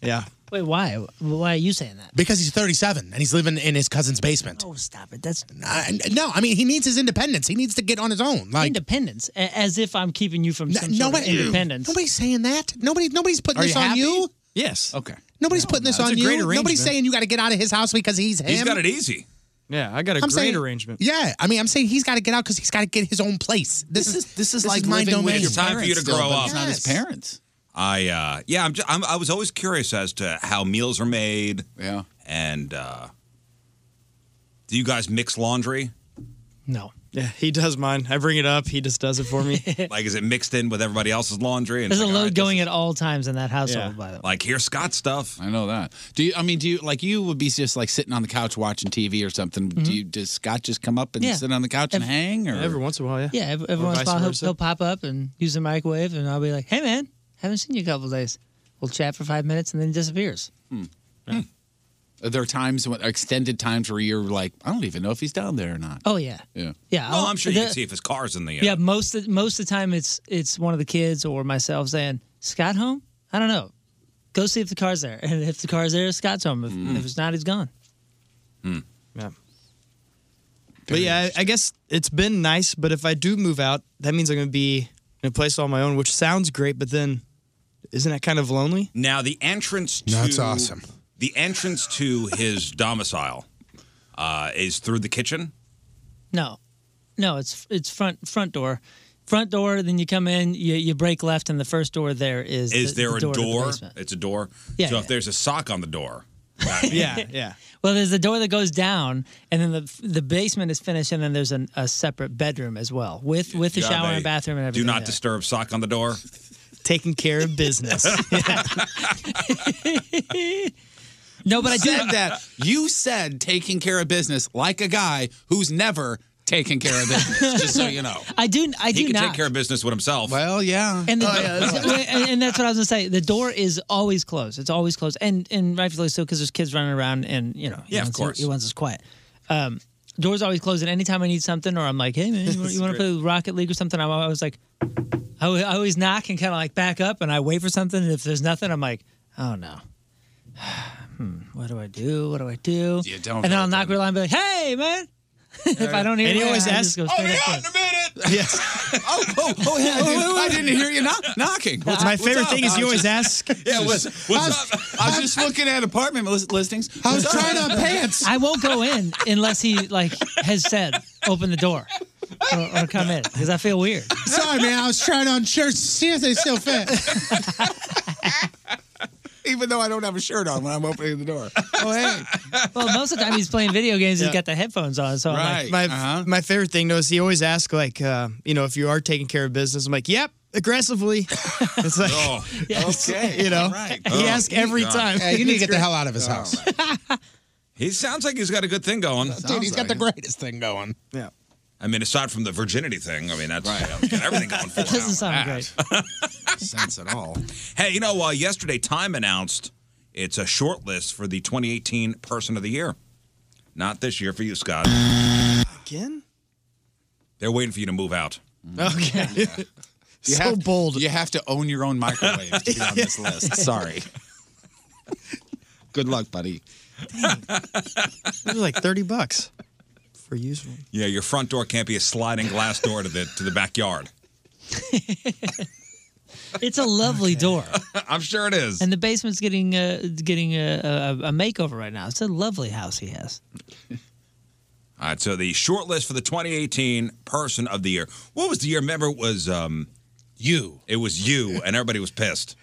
[SPEAKER 16] Yeah.
[SPEAKER 6] Wait, why? Why are you saying that?
[SPEAKER 14] because he's 37 and he's living in his cousin's basement.
[SPEAKER 6] Oh, stop it. That's
[SPEAKER 14] I, no, I mean, he needs his independence. He needs to get on his own. Like,
[SPEAKER 6] independence, a- as if I'm keeping you from some sort of
[SPEAKER 14] nobody-
[SPEAKER 6] independence.
[SPEAKER 14] Nobody's saying that. Nobody, nobody's putting
[SPEAKER 6] Are
[SPEAKER 14] this
[SPEAKER 6] you
[SPEAKER 14] on
[SPEAKER 6] happy?
[SPEAKER 14] you.
[SPEAKER 16] Yes.
[SPEAKER 15] Okay.
[SPEAKER 14] Nobody's putting this
[SPEAKER 16] no, it's
[SPEAKER 14] on
[SPEAKER 16] a great
[SPEAKER 14] you.
[SPEAKER 16] arrangement.
[SPEAKER 14] Nobody's saying you got to get out of his house because he's him.
[SPEAKER 16] He's got it easy. Yeah, I got a
[SPEAKER 14] I'm
[SPEAKER 16] great
[SPEAKER 14] saying-
[SPEAKER 16] arrangement.
[SPEAKER 14] Yeah, I mean, I'm saying he's got to get out because he's got to get his own place. This, is,
[SPEAKER 15] this
[SPEAKER 7] is like
[SPEAKER 14] my
[SPEAKER 7] living with
[SPEAKER 14] domain.
[SPEAKER 7] your It's time for you to parents grow still, but up. it's not his
[SPEAKER 15] parents.
[SPEAKER 7] I uh, yeah, I'm, just, I'm I was always curious as to how meals are made. Yeah, and uh, do you guys mix laundry?
[SPEAKER 16] No. Yeah, he does mine. I bring it up. He just does it for me.
[SPEAKER 7] Like, is it mixed in with everybody else's laundry? And
[SPEAKER 6] There's a
[SPEAKER 14] Oh
[SPEAKER 7] like,
[SPEAKER 6] load going at all times in that household,
[SPEAKER 15] Yeah.
[SPEAKER 6] by the way.
[SPEAKER 7] like here's Scott's stuff.
[SPEAKER 15] I know that. Do you? I mean, do you like you would be just like sitting on the couch watching TV or something? Do you? Does Scott just come up and
[SPEAKER 6] Mm-hmm. Yeah.
[SPEAKER 15] sit on the couch and
[SPEAKER 6] Ev-
[SPEAKER 15] hang? Or
[SPEAKER 16] Every once in a while, yeah.
[SPEAKER 6] Yeah, ev- every once in a while he'll, he'll pop up and use the microwave, and I'll be like, "Hey, man, haven't seen you a couple of days." We'll chat for five minutes, and then he disappears.
[SPEAKER 15] Are there times when extended times where you're like, I don't even know if he's down there or not.
[SPEAKER 6] Oh yeah,
[SPEAKER 15] Yeah.
[SPEAKER 6] yeah.
[SPEAKER 7] Well,
[SPEAKER 6] I'll-
[SPEAKER 7] I'm sure you
[SPEAKER 6] the-
[SPEAKER 7] can see if his car's in the. Uh,
[SPEAKER 6] Yeah, most of, most of the time it's it's one of the kids or myself saying, "Scott home? I don't know. Go see if the car's there, and if the car's there, Scott's home. If,
[SPEAKER 16] Mm.
[SPEAKER 6] if it's not, he's gone."
[SPEAKER 16] Yeah. Hmm. But yeah, I, I guess it's been nice. But if I do move out, that means I'm going to be in a place all my own, which sounds great. But then, isn't that kind of lonely?
[SPEAKER 7] Now the entrance to
[SPEAKER 16] That's awesome.
[SPEAKER 7] The entrance to his domicile uh, is through the kitchen.
[SPEAKER 6] No, no, it's it's front front door, front door. Then you come in, you, you break left, and the first door there is
[SPEAKER 7] Is
[SPEAKER 6] the-
[SPEAKER 7] there
[SPEAKER 6] the
[SPEAKER 7] a
[SPEAKER 6] door? to the
[SPEAKER 7] door?
[SPEAKER 6] basement.
[SPEAKER 7] it's a door.
[SPEAKER 6] Yeah,
[SPEAKER 7] so if there's a sock on the door,
[SPEAKER 6] (laughs)
[SPEAKER 16] yeah, yeah.
[SPEAKER 6] Well, there's the door that goes down, and then the the basement is finished, and then there's an, a separate bedroom as well with with the
[SPEAKER 7] Yeah,
[SPEAKER 6] shower
[SPEAKER 7] they
[SPEAKER 6] and bathroom and
[SPEAKER 7] Do
[SPEAKER 6] everything.
[SPEAKER 7] not
[SPEAKER 6] yeah.
[SPEAKER 7] disturb. Sock on the door.
[SPEAKER 6] taking care of business. no,
[SPEAKER 15] but I
[SPEAKER 7] (laughs)
[SPEAKER 15] said that. uh, You said taking care of business like a guy who's never taken care
[SPEAKER 8] (laughs)
[SPEAKER 15] of business. just so you know.
[SPEAKER 6] I do. I do
[SPEAKER 7] he can
[SPEAKER 6] not.
[SPEAKER 7] take care of business with himself.
[SPEAKER 15] Well, yeah.
[SPEAKER 6] And, the,
[SPEAKER 7] Oh, yeah, that's right.
[SPEAKER 6] and, and that's what I was gonna say. The door is always closed. It's always closed, and and rightfully so because there's kids running around, and you know, he
[SPEAKER 7] Yeah, of
[SPEAKER 6] wants-
[SPEAKER 7] course.
[SPEAKER 6] he wants us quiet. Um, door's always closed, and anytime I need something, or I'm like, hey man, you want,
[SPEAKER 16] That's
[SPEAKER 6] you want to
[SPEAKER 16] great.
[SPEAKER 6] play Rocket League or something? I'm always like, I, always- I always knock and kind of like back up, and I wait for something, and if there's nothing, I'm like, oh no. (sighs) hmm, what do I do? What do I do?
[SPEAKER 15] You don't
[SPEAKER 6] And then I'll knock real line and be like, hey man. (laughs) if I don't hear
[SPEAKER 16] And he
[SPEAKER 6] it,
[SPEAKER 16] always
[SPEAKER 6] I
[SPEAKER 16] asks,
[SPEAKER 6] just go
[SPEAKER 7] Oh,
[SPEAKER 15] "I'll
[SPEAKER 6] straight
[SPEAKER 15] be
[SPEAKER 6] up to
[SPEAKER 15] out
[SPEAKER 6] him.
[SPEAKER 16] Yes.
[SPEAKER 7] (laughs)
[SPEAKER 15] oh, oh, oh, yeah. I didn't, I didn't hear you knock, knocking.
[SPEAKER 16] Well, it's my favorite thing is you always ask-
[SPEAKER 15] Yeah, what's,
[SPEAKER 16] Just-
[SPEAKER 15] what's up? I was just looking at apartment list- listings. I was trying on pants.
[SPEAKER 6] I won't go in unless he like has said open the door or, or come in because I feel weird.
[SPEAKER 8] Sorry, Oh, man. I was trying on shirts to see if they still fit.
[SPEAKER 15] Even though I don't have a shirt on when I'm opening the door.
[SPEAKER 6] Oh hey. Well, most of the time he's playing video games.
[SPEAKER 16] Yeah.
[SPEAKER 6] He's got the headphones on, so I'm
[SPEAKER 16] My
[SPEAKER 6] like,
[SPEAKER 7] Uh-huh.
[SPEAKER 16] my favorite thing though is he always asks like uh, you know if you are taking care of business. I'm like, yep, aggressively.
[SPEAKER 6] (laughs)
[SPEAKER 16] It's like
[SPEAKER 7] (laughs) Oh,
[SPEAKER 16] yes,
[SPEAKER 7] okay,
[SPEAKER 16] you know,
[SPEAKER 7] all right.
[SPEAKER 16] he
[SPEAKER 7] Oh,
[SPEAKER 16] asks every
[SPEAKER 7] God.
[SPEAKER 16] time.
[SPEAKER 7] Yeah, you need to get the hell
[SPEAKER 8] out of his house.
[SPEAKER 7] He sounds like he's got a good thing going.
[SPEAKER 8] Dude, he's got the greatest thing going.
[SPEAKER 16] Yeah.
[SPEAKER 7] I mean, aside from the virginity thing, I mean, that's right. got everything going
[SPEAKER 15] (laughs)
[SPEAKER 7] for
[SPEAKER 8] It doesn't sound
[SPEAKER 7] great.
[SPEAKER 15] sense at all.
[SPEAKER 7] Hey, you know, uh, yesterday Time announced it's a short list for the 2018 Person of the Year. Not this year for you, Scott.
[SPEAKER 16] Again?
[SPEAKER 7] They're waiting for you to move out.
[SPEAKER 16] Okay.
[SPEAKER 15] You so have, bold. You have to own your own microwave to be on
[SPEAKER 8] (laughs)
[SPEAKER 15] this list. Sorry. Good luck, buddy.
[SPEAKER 16] It was like thirty bucks for use one.
[SPEAKER 7] Yeah, your front door can't be a sliding glass door to the to the backyard.
[SPEAKER 6] (laughs)
[SPEAKER 7] (laughs)
[SPEAKER 6] it's a lovely door,
[SPEAKER 7] I'm sure it is.
[SPEAKER 6] and the basement's getting uh, getting a, a, a makeover right now. It's a lovely house he has.
[SPEAKER 7] All right, so the short list for the 2018 Person of the Year. What was the year? Remember, it was um, you. It was you, and everybody was pissed.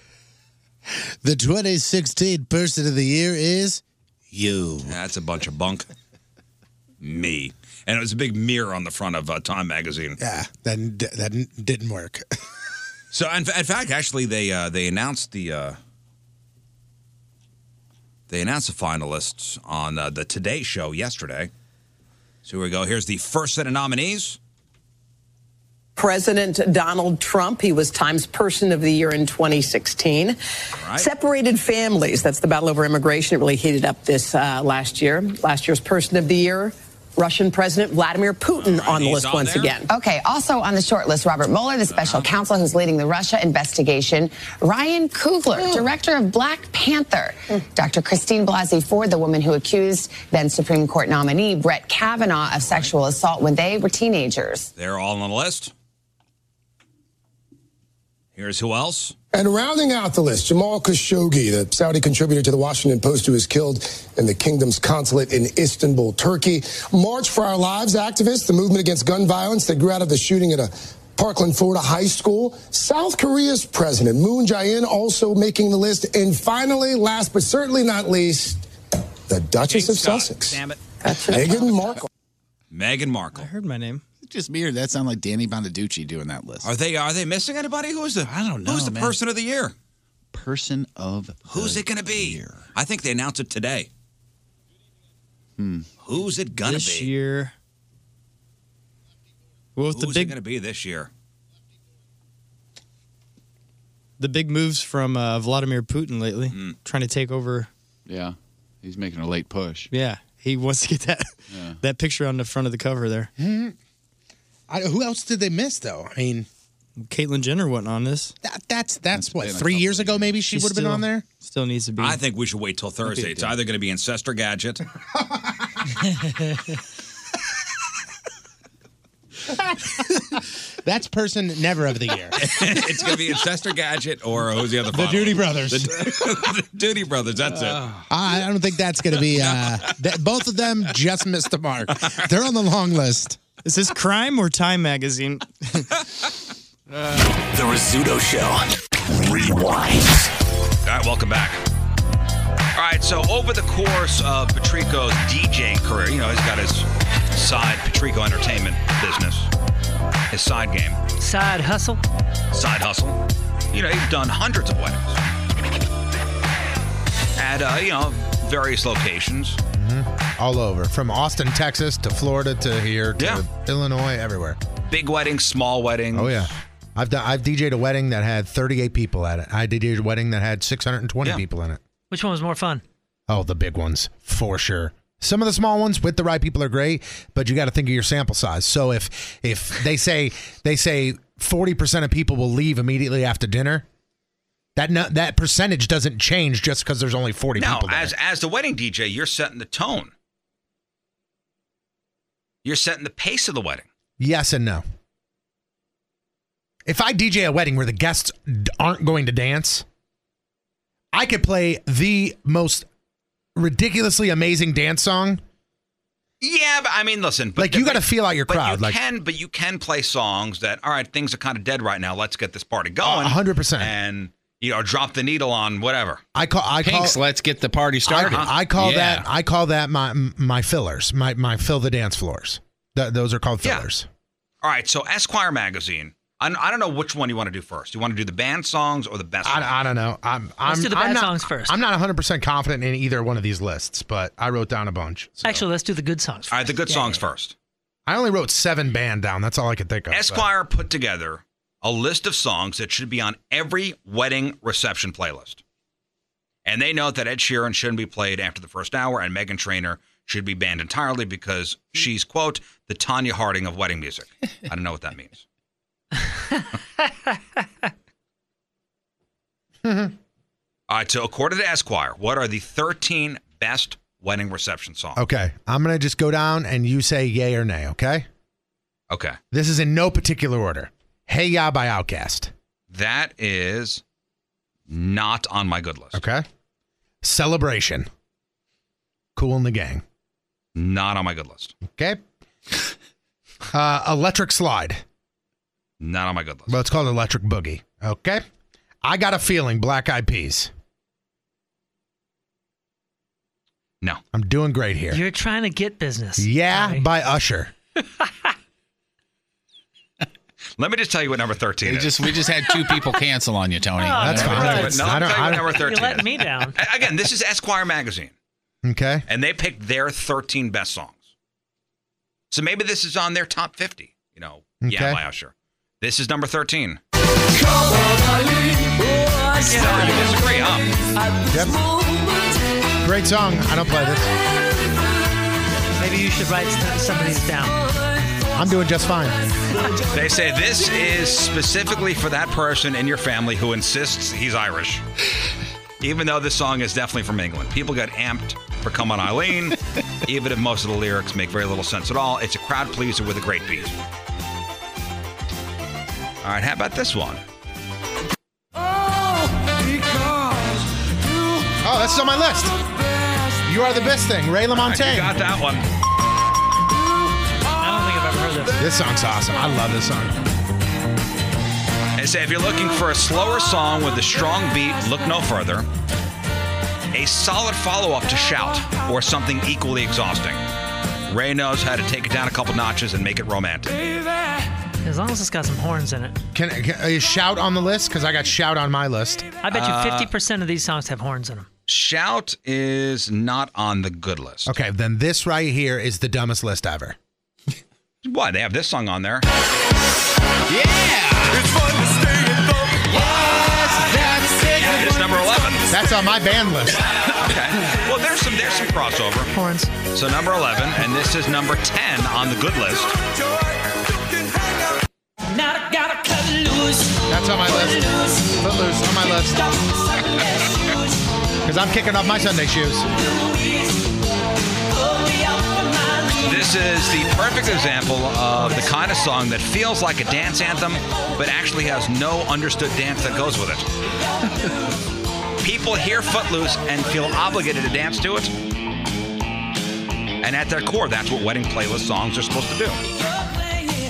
[SPEAKER 8] The 2016 Person of the Year is
[SPEAKER 7] You. That's a bunch of bunk. Me. And it was a big mirror on the front of uh, Time magazine.
[SPEAKER 8] yeah. Ah, That that didn't work.
[SPEAKER 7] So, in, fa- in fact, actually, they uh, they announced the uh, they announced the finalists on uh, the Today Show yesterday. So here we go. Here's the first set of nominees.
[SPEAKER 26] President Donald Trump. He was Times Person of the Year in 2016. Separated families. That's the battle over immigration. It really heated up this uh, last year. Last year's Person of the Year, Russian President Vladimir Putin on the list once again.
[SPEAKER 17] Okay, also on the short list, Robert Mueller, the special
[SPEAKER 7] Uh-huh.
[SPEAKER 17] counsel who's leading the Russia investigation, Ryan Coogler, director of Black Panther, Dr. Christine Blasey Ford, the woman who accused then Supreme Court nominee Brett Kavanaugh of sexual assault when they were teenagers.
[SPEAKER 7] They're all on the list. Here's who else?
[SPEAKER 27] And rounding out the list, Jamal Khashoggi, the Saudi contributor to the Washington Post, who was killed in the kingdom's consulate in Istanbul, Turkey. March for Our Lives activists, the movement against gun violence that grew out of the shooting at a Parkland, Florida high school. South Korea's president, Moon Jae-in, also making the list. And finally, last but certainly not least, the Duchess of Sussex.
[SPEAKER 7] Damn it.
[SPEAKER 27] Meghan
[SPEAKER 8] (laughs)
[SPEAKER 27] Markle.
[SPEAKER 7] Meghan Markle. I
[SPEAKER 16] heard my name.
[SPEAKER 15] Just me or that sound like Danny Bonaducci doing that list.
[SPEAKER 7] Are they are they missing anybody? Who is the I don't
[SPEAKER 15] know,
[SPEAKER 7] Who's the
[SPEAKER 15] man.
[SPEAKER 7] person of the year?
[SPEAKER 15] Person of
[SPEAKER 7] Who's it going to be? I think they announced it today. Who's it going to be?
[SPEAKER 16] This year. Well, with
[SPEAKER 7] Who's
[SPEAKER 16] the big
[SPEAKER 7] it going to be this year?
[SPEAKER 16] the big moves from uh, Vladimir Putin lately, trying to take over.
[SPEAKER 15] Yeah. He's making a late push.
[SPEAKER 16] Yeah, he wants to get that
[SPEAKER 15] Yeah.
[SPEAKER 16] that picture on the front of the cover there.
[SPEAKER 8] I, who else did they miss though? I mean,
[SPEAKER 16] Caitlyn Jenner wasn't on this.
[SPEAKER 8] That, that's that's what
[SPEAKER 16] been a
[SPEAKER 8] three
[SPEAKER 16] couple
[SPEAKER 8] years ago maybe she
[SPEAKER 16] She's
[SPEAKER 8] would have been
[SPEAKER 16] still-
[SPEAKER 8] on there.
[SPEAKER 16] Still needs to be.
[SPEAKER 7] I think we should wait till Thursday. It's either going to be Incestor Gadget. (laughs)
[SPEAKER 8] That's person never of the year.
[SPEAKER 7] it's going to be Incestor Gadget or who's the other
[SPEAKER 8] The
[SPEAKER 7] final
[SPEAKER 8] Doody
[SPEAKER 7] one?
[SPEAKER 8] Brothers.
[SPEAKER 7] The, the (laughs) Doody Brothers. That's
[SPEAKER 8] I, I don't think that's going to be. Uh, that, both of them just missed the mark. They're on the long list.
[SPEAKER 16] Is this Crime or Time magazine?
[SPEAKER 4] The Rizzuto Show. Rewind.
[SPEAKER 7] it. All right, welcome back. All right, so over the course of Patrico's DJing career, you know, he's got his side Patrico Entertainment business, his side game,
[SPEAKER 28] Side hustle.
[SPEAKER 7] side hustle. You know, he's done hundreds of weddings at, uh, you know, various locations.
[SPEAKER 14] Mhm. All over, from Austin, Texas, to Florida, to here, to Illinois, everywhere.
[SPEAKER 7] Big weddings, small weddings.
[SPEAKER 14] Oh yeah, I've done, I've DJed a wedding that had 38 people at it. I DJed a wedding that had 620 people in it.
[SPEAKER 28] Which one was more fun?
[SPEAKER 14] Oh, the big ones for sure. Some of the small ones with the right people are great, but you got to think of your sample size. So if if they say they say 40% of people will leave immediately after dinner, that no, that percentage doesn't change just because there's only 40
[SPEAKER 7] Now,
[SPEAKER 14] people. there.
[SPEAKER 7] as as the wedding DJ, you're setting the tone. You're setting the pace of the wedding.
[SPEAKER 14] Yes and no. If I DJ a wedding where the guests d- aren't going to dance, I could play the most ridiculously amazing dance song.
[SPEAKER 7] Yeah, but I mean, listen, but
[SPEAKER 14] Like, you gotta feel out your
[SPEAKER 7] but
[SPEAKER 14] crowd,
[SPEAKER 7] You
[SPEAKER 14] like-
[SPEAKER 7] can, but you can play songs that all right, things are kind of dead right now. Let's get this
[SPEAKER 28] Oh,
[SPEAKER 7] party going.
[SPEAKER 14] hundred percent.
[SPEAKER 7] And you know, drop the needle on whatever.
[SPEAKER 14] I call I call
[SPEAKER 7] Pink's
[SPEAKER 12] Let's get the party started.
[SPEAKER 28] Uh-huh.
[SPEAKER 14] I, I call that I call that my my fillers, my my fill the dance floors. Th- those are called fillers.
[SPEAKER 7] All right, so Esquire magazine. I, I don't know which one you want to do first. You want to do the band songs or the best?
[SPEAKER 14] I, I don't know. I'm I'm,
[SPEAKER 28] Let's do the
[SPEAKER 14] I'm
[SPEAKER 28] bad
[SPEAKER 14] not,
[SPEAKER 28] songs first.
[SPEAKER 14] I'm not 100 percent confident in either one of these lists, but I wrote down a bunch.
[SPEAKER 28] Actually, let's do the good songs.
[SPEAKER 7] All right, the good
[SPEAKER 28] Yeah,
[SPEAKER 7] songs first.
[SPEAKER 14] I only wrote seven band down. That's all I could think of. but-
[SPEAKER 7] Esquire put together a list of songs that should be on every wedding reception playlist. And they note that Ed Sheeran shouldn't be played after the first hour and Megan Trainor should be banned entirely because she's, quote, the Tanya Harding of wedding music. I don't know what that means. All right, so according to Esquire, what are the 13 best wedding reception songs?
[SPEAKER 14] Okay, I'm gonna just go down and you say yay or nay. Okay.
[SPEAKER 7] Okay.
[SPEAKER 14] This is in no particular order. Hey Ya by Outcast.
[SPEAKER 7] That is not on my good list.
[SPEAKER 14] Okay. Celebration. Cool in the gang.
[SPEAKER 7] Not on my good list.
[SPEAKER 14] Okay. (laughs) Uh, electric slide.
[SPEAKER 7] Not on my good list.
[SPEAKER 14] Well, it's called electric boogie. Okay. I got a feeling. Black Eyed Peas.
[SPEAKER 7] No.
[SPEAKER 14] I'm doing great here.
[SPEAKER 28] You're trying to get business.
[SPEAKER 14] yeah by Usher.
[SPEAKER 7] Let me just tell you what number 13
[SPEAKER 12] We
[SPEAKER 7] is.
[SPEAKER 12] just we just had two people cancel on you, Tony.
[SPEAKER 14] That's
[SPEAKER 7] Let me
[SPEAKER 14] fine.
[SPEAKER 7] tell you what- Oh, No,
[SPEAKER 14] I
[SPEAKER 7] let
[SPEAKER 14] don't-
[SPEAKER 7] me tell you what
[SPEAKER 14] I
[SPEAKER 7] number
[SPEAKER 14] don't-
[SPEAKER 28] You're
[SPEAKER 7] 13 is.
[SPEAKER 28] letting me down.
[SPEAKER 7] A- Again, this is Esquire magazine,
[SPEAKER 14] Okay.
[SPEAKER 7] and they picked their 13 best songs. So maybe this is on their top 50. You know, yeah,
[SPEAKER 14] Okay.
[SPEAKER 7] by Usher. This is number 13.
[SPEAKER 3] Yeah.
[SPEAKER 7] You disagree, huh?
[SPEAKER 14] Yep. Great song. I don't play this.
[SPEAKER 28] Maybe you should write some- some of these down.
[SPEAKER 14] I'm doing just fine.
[SPEAKER 7] They say this is specifically for that person in your family who insists he's Irish. Even though this song is definitely from England. People got amped for Come On Eileen, even if most of the lyrics make very little sense at all. It's a crowd pleaser with a great beat. All right, how about this one?
[SPEAKER 14] Oh, that's on my list. You are the best thing. Ray LaMontagne.
[SPEAKER 7] You got that one.
[SPEAKER 28] I don't think I've ever heard this.
[SPEAKER 14] This song's awesome. I love this song.
[SPEAKER 7] They say if you're looking for a slower song with a strong beat, look no further. A solid follow up to Shout or something equally exhausting. Ray knows how to take it down a couple notches and make it romantic.
[SPEAKER 28] As long as it's got some horns in it.
[SPEAKER 14] Can, can is shout on the list? Because I got shout on my list.
[SPEAKER 28] I bet
[SPEAKER 7] Uh,
[SPEAKER 28] you 50% of these songs have horns in them.
[SPEAKER 7] Shout is not on the good list.
[SPEAKER 14] Okay, then this right here is the dumbest list ever.
[SPEAKER 7] Why? They have this song on there. Yeah, it's number 11.
[SPEAKER 14] That's on my band list.
[SPEAKER 7] Okay. Well, there's some there's some crossover.
[SPEAKER 28] Horns.
[SPEAKER 7] So number 11, and this is number 10 on the good list.
[SPEAKER 14] That's on my list. Footloose on my list. Because I'm kicking off my Sunday shoes.
[SPEAKER 7] This is the perfect example of the kind of song that feels like a dance anthem, but actually has no understood dance that goes with it. People hear Footloose and feel obligated to dance to it. And at their core, that's what wedding playlist songs are supposed to do.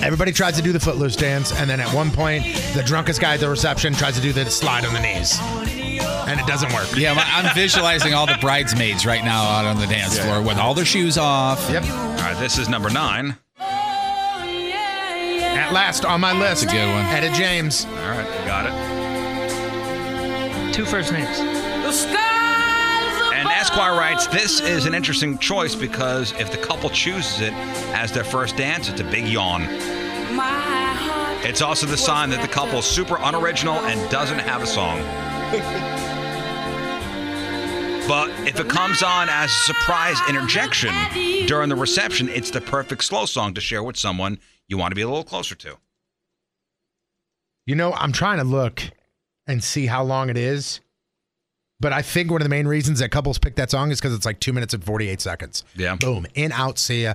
[SPEAKER 14] Everybody tries to do the footloose dance, and then at one point, the drunkest guy at the reception tries to do the slide on the knees. And then it doesn't work.
[SPEAKER 29] Yeah, I'm visualizing all the bridesmaids right now out on the dance floor with all their shoes off.
[SPEAKER 14] Yep.
[SPEAKER 7] All right, this is number nine.
[SPEAKER 14] At last on my list.
[SPEAKER 29] That's a good one.
[SPEAKER 14] Etta James. All
[SPEAKER 7] right, got it.
[SPEAKER 16] Two first names.
[SPEAKER 7] And Esquire writes, this is an interesting choice because if the couple chooses it as their first dance, it's a big yawn. It's also the sign that the couple is super unoriginal and doesn't have a song. But if it comes on as a surprise interjection during the reception, it's the perfect slow song to share with someone you want to be a little closer to.
[SPEAKER 14] You know, I'm trying to look and see how long it is. But I think one of the main reasons that couples pick that song is because it's like two minutes and 48 seconds.
[SPEAKER 7] Yeah.
[SPEAKER 14] Boom. In, out, see ya.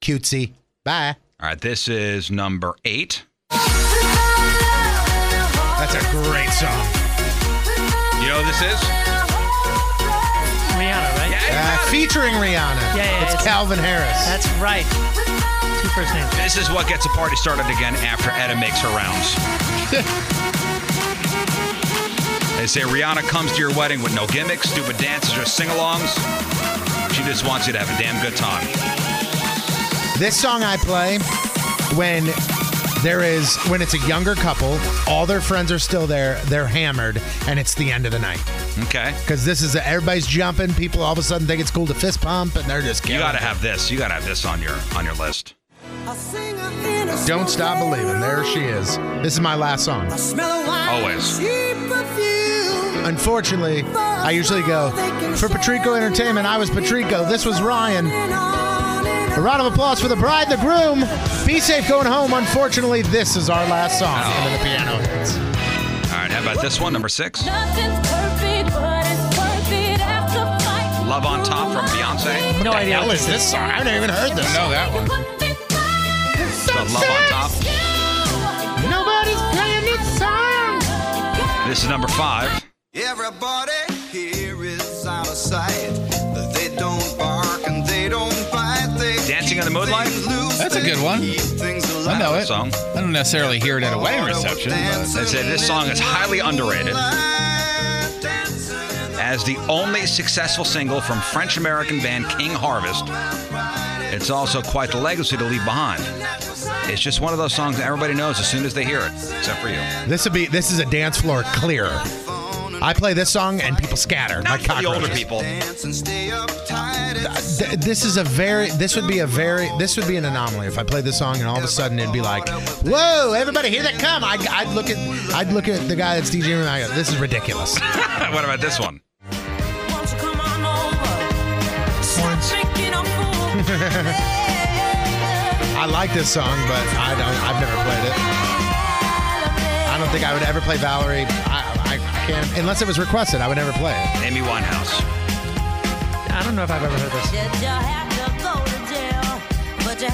[SPEAKER 14] Cutesy. Bye.
[SPEAKER 7] All right, this is number eight.
[SPEAKER 14] That's a great song.
[SPEAKER 7] You know who this is?
[SPEAKER 16] Rihanna, right?
[SPEAKER 14] Uh, featuring Rihanna.
[SPEAKER 16] Yeah, yeah,
[SPEAKER 14] It's,
[SPEAKER 16] it's-
[SPEAKER 14] Calvin Harris.
[SPEAKER 16] That's right. Two first names.
[SPEAKER 7] This is what gets a party started again after Etta makes her rounds. They say Rihanna comes to your wedding with no gimmicks, stupid dances, or sing alongs. She just wants you to have a damn good time.
[SPEAKER 14] This song I play when there is when it's a younger couple, all their friends are still there, they're hammered, and it's the end of the night.
[SPEAKER 7] Okay.
[SPEAKER 14] Because this is everybody's jumping, people all of a sudden think it's cool to fist pump, and they're just
[SPEAKER 7] You gotta have this. You gotta have this on your on your list.
[SPEAKER 14] Don't stop believing. There she is. This is my last song.
[SPEAKER 7] Always.
[SPEAKER 14] Unfortunately, I usually go for Patrico Entertainment. I was Patrico. This was Ryan. A round of applause for the bride, and the groom. Be safe going home. Unfortunately, this is our last song.
[SPEAKER 7] Oh.
[SPEAKER 14] And then the piano hits.
[SPEAKER 7] All right, how about this one, number six? Love on Top from Beyonce.
[SPEAKER 14] No idea. What is this song? I haven't even heard this.
[SPEAKER 29] No, that one.
[SPEAKER 7] The Love on Top.
[SPEAKER 14] Nobody's playing this song.
[SPEAKER 7] This is number five.
[SPEAKER 2] Everybody here is out of sight. They don't bark and they don't bite. They
[SPEAKER 7] Dancing on the Moonlight.
[SPEAKER 29] That's a good one. I know it.
[SPEAKER 7] Song.
[SPEAKER 29] I don't necessarily hear it at a wedding reception.
[SPEAKER 7] They say this song is highly underrated as the only successful single from French American band King Harvest. It's also quite the legacy to leave behind. It's just one of those songs that everybody knows as soon as they hear it, except for you.
[SPEAKER 14] This would be. This is a dance floor clearer. I play this song and people scatter like
[SPEAKER 7] For the
[SPEAKER 14] cockroaches.
[SPEAKER 7] older people. (laughs)
[SPEAKER 14] Th- this is a very this would be a very this would be an anomaly if i played this song and all of a sudden it'd be like whoa everybody here they come I, i'd look at i'd look at the guy that's djing and i go this is ridiculous
[SPEAKER 7] what about this one?
[SPEAKER 14] i like this song but i don't i've never played it i don't think i would ever play valerie i, I, I can't unless it was requested i would never play it
[SPEAKER 7] Amy
[SPEAKER 16] (laughs)
[SPEAKER 7] Winehouse.
[SPEAKER 16] I don't know if I've ever heard this.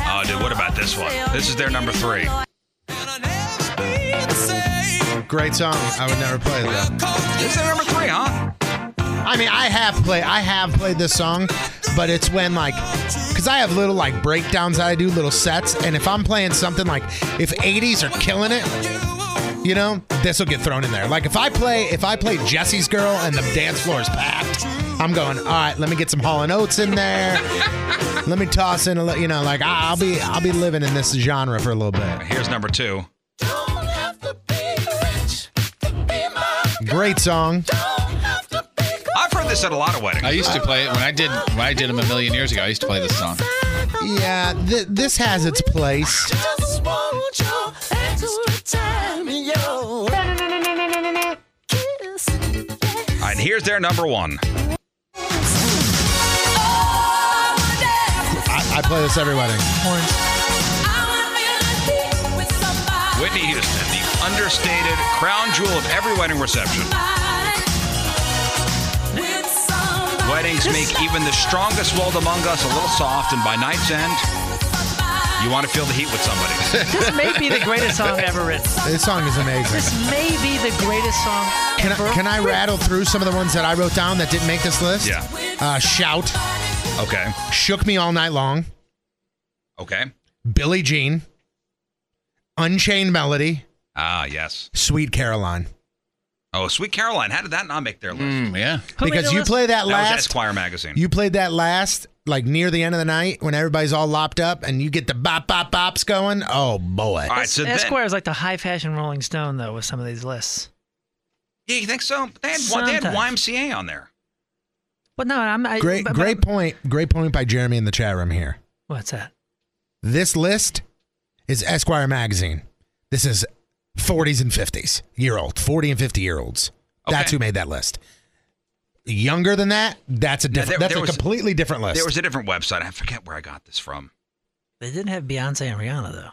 [SPEAKER 7] Oh, dude, what about this one? This is their number three.
[SPEAKER 14] great song i would never play it though
[SPEAKER 7] This is their number three, huh?
[SPEAKER 14] I mean, I have played I have played this song, but it's when like cuz I have little like breakdowns that I do, little sets, and if I'm playing something like if 80s are killing it, you know, this will get thrown in there. Like if I play if I play Jesse's Girl and the dance floor is packed, I'm going, "All right, let me get some Hall and Oates in there. let me toss in a little, you know, like I- I'll be I'll be living in this genre for a little bit."
[SPEAKER 7] Here's number two.
[SPEAKER 14] Great song.
[SPEAKER 7] I've heard this at a lot of weddings.
[SPEAKER 29] I used to play it when I did when I did them a million years ago. I used to play this song.
[SPEAKER 14] Yeah, th- this has its place.
[SPEAKER 7] All right, here's their number one.
[SPEAKER 14] I, I play this every wedding.
[SPEAKER 7] Whitney Houston, the understated crown jewel of every wedding reception. Weddings make even the strongest world among us a little soft, and by night's end, you want to feel the heat with somebody.
[SPEAKER 9] (laughs)
[SPEAKER 16] This may be the greatest
[SPEAKER 7] (laughs)
[SPEAKER 16] song ever written.
[SPEAKER 14] This song is amazing.
[SPEAKER 16] This may be the greatest song
[SPEAKER 14] Can
[SPEAKER 16] ever.
[SPEAKER 14] I, can I rattle through some of the ones that I wrote down that didn't make this list?
[SPEAKER 7] Yeah.
[SPEAKER 14] Uh, Shout,
[SPEAKER 7] Okay.
[SPEAKER 14] Shook Me All Night Long,
[SPEAKER 7] Okay.
[SPEAKER 14] Billie Jean, Unchained Melody,
[SPEAKER 7] Ah, yes.
[SPEAKER 14] Sweet Caroline.
[SPEAKER 7] Oh, Sweet Caroline. How did that not make their list?
[SPEAKER 14] yeah. Because you play that
[SPEAKER 7] was
[SPEAKER 14] last
[SPEAKER 7] Esquire magazine.
[SPEAKER 14] You played that last like near the end of the night when everybody's all lopped up and you get the bop bop bops going. Oh boy.
[SPEAKER 3] Esquire is like the high fashion Rolling Stone, though, with some of these lists.
[SPEAKER 7] yeah, you think so? They had, they had
[SPEAKER 3] Sometimes.
[SPEAKER 7] YMCA on there.
[SPEAKER 3] But no, I'm I,
[SPEAKER 14] great
[SPEAKER 3] but- but-
[SPEAKER 14] great point. Great point by Jeremy in the chat room here.
[SPEAKER 3] What's that?
[SPEAKER 14] This list is Esquire magazine. This is 40s and 50s year old, 40 and 50 year olds. That's who made that list. Younger than that, that's a
[SPEAKER 7] No,
[SPEAKER 14] different.
[SPEAKER 7] there-
[SPEAKER 14] that's
[SPEAKER 7] there
[SPEAKER 14] a
[SPEAKER 7] was-
[SPEAKER 14] completely different list.
[SPEAKER 7] There was a different website. I forget where I got this from.
[SPEAKER 3] They didn't have Beyonce and Rihanna though.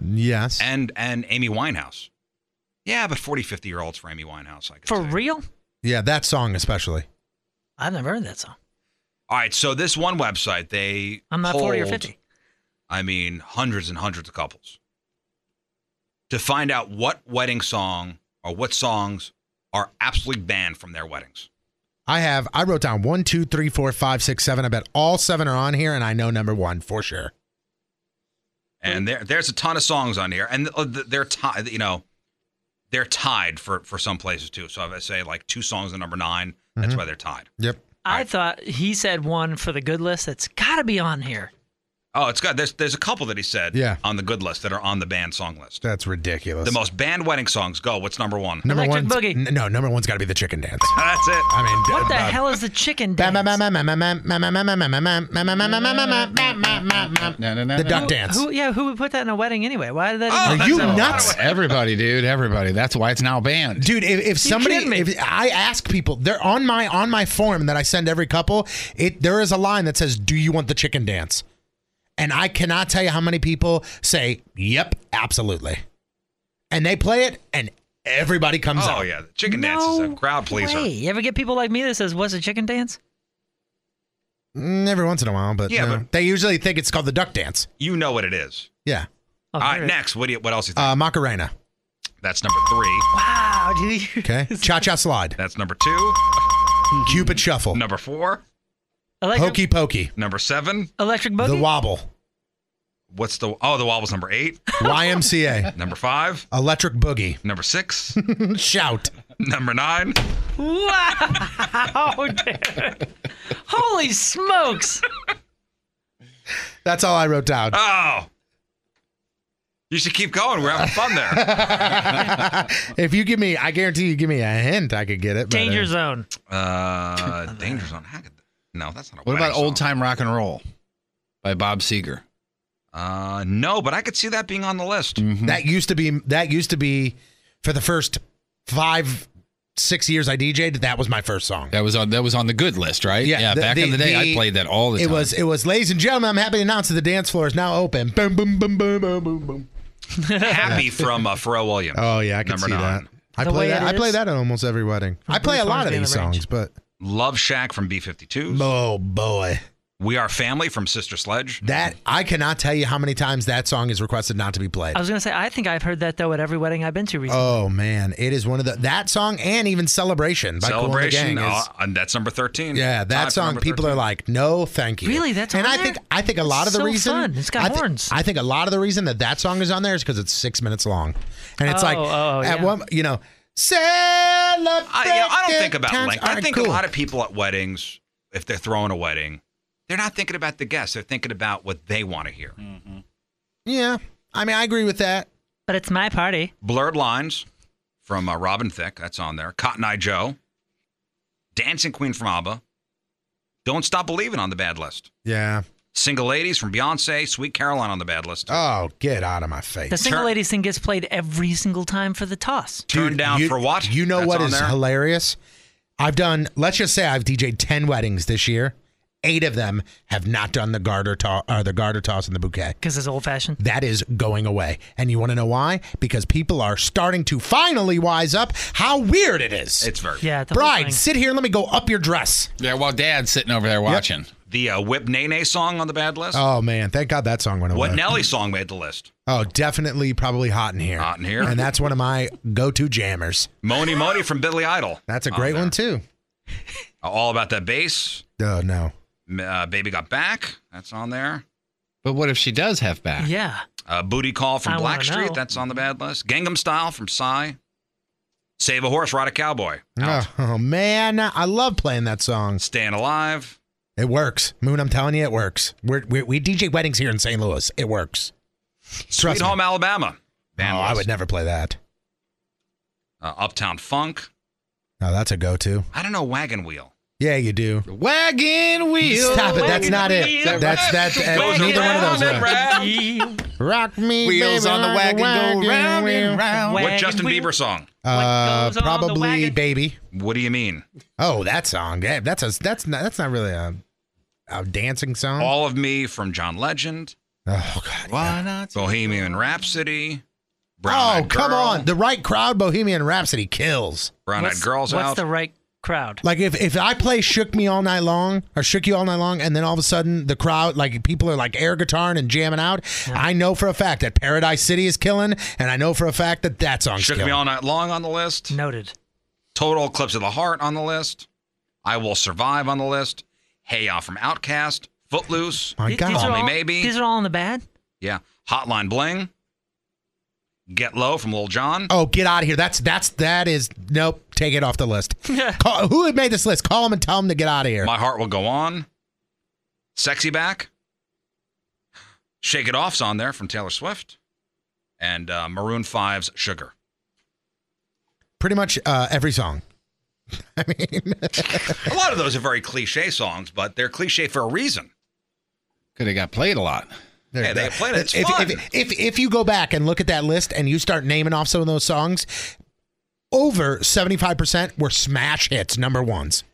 [SPEAKER 14] Yes.
[SPEAKER 7] And and Amy Winehouse. Yeah, but 40, 50 year olds for Amy Winehouse. I guess.
[SPEAKER 3] For real?
[SPEAKER 14] yeah, that song especially.
[SPEAKER 3] I've never heard that song.
[SPEAKER 7] All right. So this one website, they
[SPEAKER 3] I'm not 40 or
[SPEAKER 7] polled,
[SPEAKER 3] 50.
[SPEAKER 7] I mean, hundreds and hundreds of couples to find out what wedding song or what songs are absolutely banned from their weddings.
[SPEAKER 14] I have. I wrote down one, two, three, four, five, six, seven. I bet all seven are on here, and I know number one for sure. Hmm.
[SPEAKER 7] And there, there's a ton of songs on here, and uh, th- they're tied. You know, they're tied for for some places too. So if I say like two songs in number 9 that's
[SPEAKER 14] Mhm.
[SPEAKER 7] why they're tied.
[SPEAKER 14] Yep.
[SPEAKER 3] I thought he said one for the good list that's got to be on here.
[SPEAKER 7] Oh, it's got there's there's a couple that he said
[SPEAKER 14] Yeah.
[SPEAKER 7] on the good list that are on the banned song list.
[SPEAKER 14] That's ridiculous.
[SPEAKER 7] The most banned wedding songs go. What's number one?
[SPEAKER 14] number one. No, number one's got to be the chicken dance.
[SPEAKER 7] That's it.
[SPEAKER 14] I mean, uh,
[SPEAKER 3] What the hell is the chicken dance?
[SPEAKER 14] The duck dance.
[SPEAKER 3] Who, yeah, who would put that in a wedding anyway? Why
[SPEAKER 7] Oh,
[SPEAKER 3] did that?
[SPEAKER 14] Are you nuts?
[SPEAKER 29] Everybody, dude. Everybody. That's why it's now banned.
[SPEAKER 14] Dude, if, if somebody, if I ask people, they're on my on my form that I send every couple. It there is a line that says, "Do you want the chicken dance?" And I cannot tell you how many people say, "Yep, absolutely," and they play it, and everybody comes
[SPEAKER 7] oh
[SPEAKER 14] out.
[SPEAKER 7] yeah, the chicken dance is a
[SPEAKER 3] No
[SPEAKER 7] crowd pleaser.
[SPEAKER 3] Hey, you ever get people like me that says, "What's a chicken dance?"
[SPEAKER 14] Mm, Every once in a while, but
[SPEAKER 7] Yeah,
[SPEAKER 14] no.
[SPEAKER 7] but-
[SPEAKER 14] they usually think it's called the duck dance.
[SPEAKER 7] You know what it is.
[SPEAKER 14] Yeah, Oh,
[SPEAKER 3] Oh,
[SPEAKER 7] All right, next, what do you, what else you think?
[SPEAKER 14] uh, Macarena.
[SPEAKER 7] That's number three.
[SPEAKER 3] Wow, dude.
[SPEAKER 14] Okay,
[SPEAKER 7] (laughs)
[SPEAKER 3] (laughs)
[SPEAKER 14] cha cha slide.
[SPEAKER 7] That's number two.
[SPEAKER 14] Cupid shuffle.
[SPEAKER 7] Number four.
[SPEAKER 14] Hokey pokey.
[SPEAKER 7] Number seven.
[SPEAKER 3] Electric
[SPEAKER 14] The wobble.
[SPEAKER 7] What's the oh the wobble's number eight.
[SPEAKER 14] YMCA.
[SPEAKER 7] number five.
[SPEAKER 14] Electric boogie. (laughs)
[SPEAKER 7] Number six.
[SPEAKER 14] Shout.
[SPEAKER 7] Number nine.
[SPEAKER 3] Wow, (laughs) dude. Holy smokes.
[SPEAKER 14] That's all I wrote down.
[SPEAKER 7] Oh. You should keep going. We're having
[SPEAKER 14] (laughs)
[SPEAKER 7] fun there.
[SPEAKER 14] if you give me, I guarantee you give me a hint, I could get it. but, uh,
[SPEAKER 3] zone.
[SPEAKER 7] Uh, danger zone. How could- No, that's not a
[SPEAKER 29] What
[SPEAKER 7] wedding
[SPEAKER 29] about old time rock and roll by Bob Seger?
[SPEAKER 7] Uh, no, but I could see that being on the
[SPEAKER 14] (laughs)
[SPEAKER 7] list.
[SPEAKER 14] That
[SPEAKER 7] Mm-hmm.
[SPEAKER 14] used to be. That used to be for the first five, six years I DJ'd. That was my first song.
[SPEAKER 29] That was on that was on the good list, right? back in the day, I played that all the
[SPEAKER 14] it
[SPEAKER 29] time.
[SPEAKER 14] was. It was. Ladies and gentlemen, I'm happy to announce that the dance floor is now open. Boom, boom, boom, boom, boom, boom, boom.
[SPEAKER 7] Happy from uh, Pharrell Williams.
[SPEAKER 14] Oh yeah, I can
[SPEAKER 7] number
[SPEAKER 14] see
[SPEAKER 7] nine.
[SPEAKER 14] that. I
[SPEAKER 7] The way
[SPEAKER 14] play
[SPEAKER 7] it
[SPEAKER 14] that. I play
[SPEAKER 7] is.
[SPEAKER 14] that at almost every wedding.
[SPEAKER 7] From
[SPEAKER 14] I play a
[SPEAKER 7] Blue
[SPEAKER 14] lot
[SPEAKER 7] Songs
[SPEAKER 14] of
[SPEAKER 7] Band
[SPEAKER 14] these
[SPEAKER 7] of Rage.
[SPEAKER 14] songs, but
[SPEAKER 7] Love Shack from B52s.
[SPEAKER 14] oh boy,
[SPEAKER 7] We Are Family from Sister Sledge.
[SPEAKER 14] that I cannot tell you how many times that song is requested not to be played.
[SPEAKER 3] I was going to say, I think I've heard that, though, at every wedding I've been to recently.
[SPEAKER 14] Oh man, it is one of the that song and even celebration by
[SPEAKER 7] Celebration.
[SPEAKER 14] Cool and the Gang
[SPEAKER 7] uh,
[SPEAKER 14] is,
[SPEAKER 7] and that's number 13.
[SPEAKER 14] yeah, that
[SPEAKER 7] Tied for
[SPEAKER 14] song
[SPEAKER 7] number
[SPEAKER 14] people are like, no, thank you.
[SPEAKER 3] Really? That's
[SPEAKER 14] and
[SPEAKER 3] on
[SPEAKER 14] I
[SPEAKER 3] there?
[SPEAKER 14] think I think a lot of the
[SPEAKER 3] So
[SPEAKER 14] reason
[SPEAKER 3] fun. It's got
[SPEAKER 14] I thi-
[SPEAKER 3] horns.
[SPEAKER 14] I think a lot of the reason that that song is on there is because it's six minutes long, and it's
[SPEAKER 3] Oh,
[SPEAKER 14] like
[SPEAKER 3] oh,
[SPEAKER 14] at
[SPEAKER 3] yeah.
[SPEAKER 14] one you know
[SPEAKER 7] thirteen. I, yeah, I don't
[SPEAKER 14] Celebrate
[SPEAKER 7] think about
[SPEAKER 14] times
[SPEAKER 7] length. I
[SPEAKER 14] are
[SPEAKER 7] think
[SPEAKER 14] cool.
[SPEAKER 7] a lot of people at weddings, if they're throwing a wedding, they're not thinking about the guests. They're thinking about what they want to hear.
[SPEAKER 14] Hmm. yeah. I mean, I agree with that.
[SPEAKER 3] But it's my party.
[SPEAKER 7] Blurred Lines from uh, Robin Thicke. That's on there. Cotton Eye Joe. Dancing Queen from ABBA. Don't Stop Believing on the bad list.
[SPEAKER 14] Yeah.
[SPEAKER 7] Single Ladies from Beyonce. Sweet Caroline on the bad list.
[SPEAKER 14] Oh, get out of my face.
[SPEAKER 3] The single ladies thing gets played every single time for the toss.
[SPEAKER 7] Turn down
[SPEAKER 14] you,
[SPEAKER 7] for what?
[SPEAKER 14] You know
[SPEAKER 7] That's
[SPEAKER 14] what
[SPEAKER 7] on
[SPEAKER 14] is
[SPEAKER 7] there.
[SPEAKER 14] hilarious? I've done. Let's just say I've DJ'd ten weddings this year. Eight of them have not done the garter toss, or the garter toss and the bouquet.
[SPEAKER 3] Because it's old fashioned.
[SPEAKER 14] That is going away, and you want to know why? Because people are starting to finally wise up. How weird it is!
[SPEAKER 7] It's very
[SPEAKER 3] yeah.
[SPEAKER 14] Bride, sit here. Let me go up your dress.
[SPEAKER 29] Yeah, while Dad's sitting over there watching.
[SPEAKER 7] The uh, Whip Nay Nay song on the bad list.
[SPEAKER 14] Oh man, thank God that song went away.
[SPEAKER 7] what Nelly song made the list?
[SPEAKER 14] Oh, definitely, probably hot in here. Hot
[SPEAKER 7] in Here.
[SPEAKER 14] and that's one of my go-to jammers.
[SPEAKER 7] Moni Moni from Billy Idol.
[SPEAKER 14] That's a great one too.
[SPEAKER 7] All about that bass.
[SPEAKER 14] Oh no.
[SPEAKER 7] M- Uh, Baby got back. That's on there.
[SPEAKER 29] But what if she does have back?
[SPEAKER 3] Yeah.
[SPEAKER 7] Uh, Booty call
[SPEAKER 29] I
[SPEAKER 7] from
[SPEAKER 29] wanna know.
[SPEAKER 7] Blackstreet. That's on the bad list. Gangnam Style from Psy. Save a horse, ride a cowboy.
[SPEAKER 14] Oh, (laughs) oh, man, I love playing that song.
[SPEAKER 7] Staying alive.
[SPEAKER 14] It works, Moon. I'm telling you, it works. We're, we we DJ weddings here in St. Louis. It works.
[SPEAKER 7] Sweet
[SPEAKER 14] me.
[SPEAKER 7] Home Alabama.
[SPEAKER 14] Oh, I would never play that.
[SPEAKER 7] Uh, Uptown Funk.
[SPEAKER 14] No, Oh, that's a go-to.
[SPEAKER 7] I don't know. Wagon Wheel.
[SPEAKER 14] Yeah, you do.
[SPEAKER 7] Wagon
[SPEAKER 14] Stop it. That's not it. That's that's uh, neither one of those. uh, are. Rock me,
[SPEAKER 29] Wheels
[SPEAKER 14] baby,
[SPEAKER 29] on the
[SPEAKER 14] rock
[SPEAKER 29] wagon, go round
[SPEAKER 14] wheel.
[SPEAKER 29] and round.
[SPEAKER 7] what Justin Bieber song?
[SPEAKER 14] Uh, probably baby.
[SPEAKER 7] What do you mean?
[SPEAKER 14] Oh, that song. Yeah, that's a that's not that's not really a, a dancing song.
[SPEAKER 7] All of Me from John Legend.
[SPEAKER 14] Oh God.
[SPEAKER 7] Why not? Bohemian Rhapsody. Brown
[SPEAKER 14] Oh,
[SPEAKER 7] Eyed
[SPEAKER 14] come
[SPEAKER 7] Girl.
[SPEAKER 14] on. The right crowd, Bohemian Rhapsody kills.
[SPEAKER 7] Brown Eyed Girls
[SPEAKER 3] what's
[SPEAKER 7] out.
[SPEAKER 3] the right crowd?
[SPEAKER 14] Like if, if I play Shook Me All Night Long or Shook You All Night Long and then all of a sudden the crowd like people are like air guitaring and jamming out, I know for a fact that Paradise City is killing and I know for a fact that that song's
[SPEAKER 7] Shook
[SPEAKER 14] killing.
[SPEAKER 7] Me All Night Long on the list.
[SPEAKER 3] Noted.
[SPEAKER 7] Total Eclipse of the Heart on the list. I Will Survive on the list. Hey Ya from Outcast. Footloose.
[SPEAKER 14] My
[SPEAKER 3] Th- These
[SPEAKER 7] Call
[SPEAKER 3] are
[SPEAKER 7] Me
[SPEAKER 3] all,
[SPEAKER 7] Maybe.
[SPEAKER 3] These are all in the bad. (laughs)
[SPEAKER 7] yeah. Hotline Bling. Get Low from Lil Jon.
[SPEAKER 14] Oh, get out of here. That's that's that is nope, take it off the
[SPEAKER 7] (laughs)
[SPEAKER 14] list. Call, who had made this list? Call them and tell them to get out of here.
[SPEAKER 7] My Heart Will Go On. Sexy Back. Shake It Off's on there from Taylor Swift. And uh, Maroon 5's Sugar.
[SPEAKER 14] Pretty much uh, every song. (laughs)
[SPEAKER 7] a lot of those are very cliche songs, but they're cliche for a reason.
[SPEAKER 12] Because they got played a lot.
[SPEAKER 7] yeah, they played it. It's
[SPEAKER 14] if,
[SPEAKER 7] fun.
[SPEAKER 14] If, if if you go back and look at that list and you start naming off some of those songs, over seventy five percent were smash hits, number ones.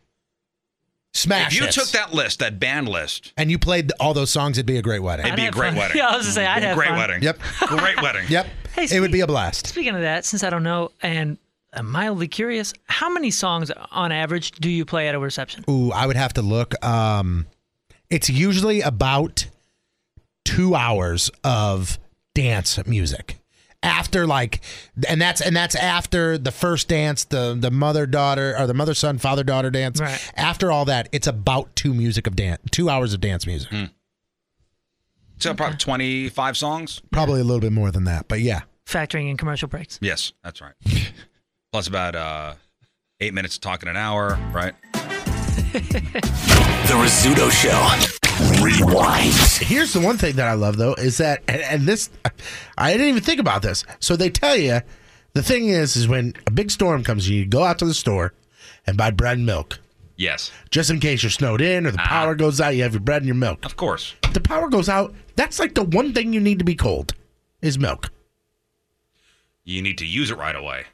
[SPEAKER 7] If
[SPEAKER 14] Smash
[SPEAKER 7] you
[SPEAKER 14] hits.
[SPEAKER 7] took that list, that band list,
[SPEAKER 14] and you played all those songs, it'd be a great wedding.
[SPEAKER 7] it'd be a great
[SPEAKER 3] (laughs)
[SPEAKER 7] wedding.
[SPEAKER 3] Yeah, I was gonna say, I'd have
[SPEAKER 7] great
[SPEAKER 3] fun.
[SPEAKER 7] wedding. (laughs)
[SPEAKER 14] Yep.
[SPEAKER 7] great wedding.
[SPEAKER 14] Yep.
[SPEAKER 3] Hey,
[SPEAKER 14] it would be a blast.
[SPEAKER 3] Speaking of that, since I don't know and I'm mildly curious, how many songs on average do you play at a reception?
[SPEAKER 14] Ooh, I would have to look. Um, it's usually about two hours of dance music after like and that's and that's after the first dance the the mother daughter or the mother son father daughter dance after all that it's about two music of dance two hours of dance music
[SPEAKER 7] So probably 25 songs.
[SPEAKER 14] probably a little bit more than that but yeah
[SPEAKER 3] Factoring in commercial breaks.
[SPEAKER 7] Yes, that's right. Plus about uh, eight minutes of talking an hour, right?
[SPEAKER 4] The Rizzuto Show. Rewind.
[SPEAKER 14] Here's the one thing that I love though is that, and, and this, I didn't even think about this. So they tell you, the thing is, is when a big storm comes, you go out to the store and buy bread and milk,
[SPEAKER 7] Yes,
[SPEAKER 14] just in case you're snowed in or the power goes out. You have your bread and your milk.
[SPEAKER 7] of course.
[SPEAKER 14] If the power goes out, that's like the one thing you need to be cold, is milk.
[SPEAKER 7] You need to use it right away.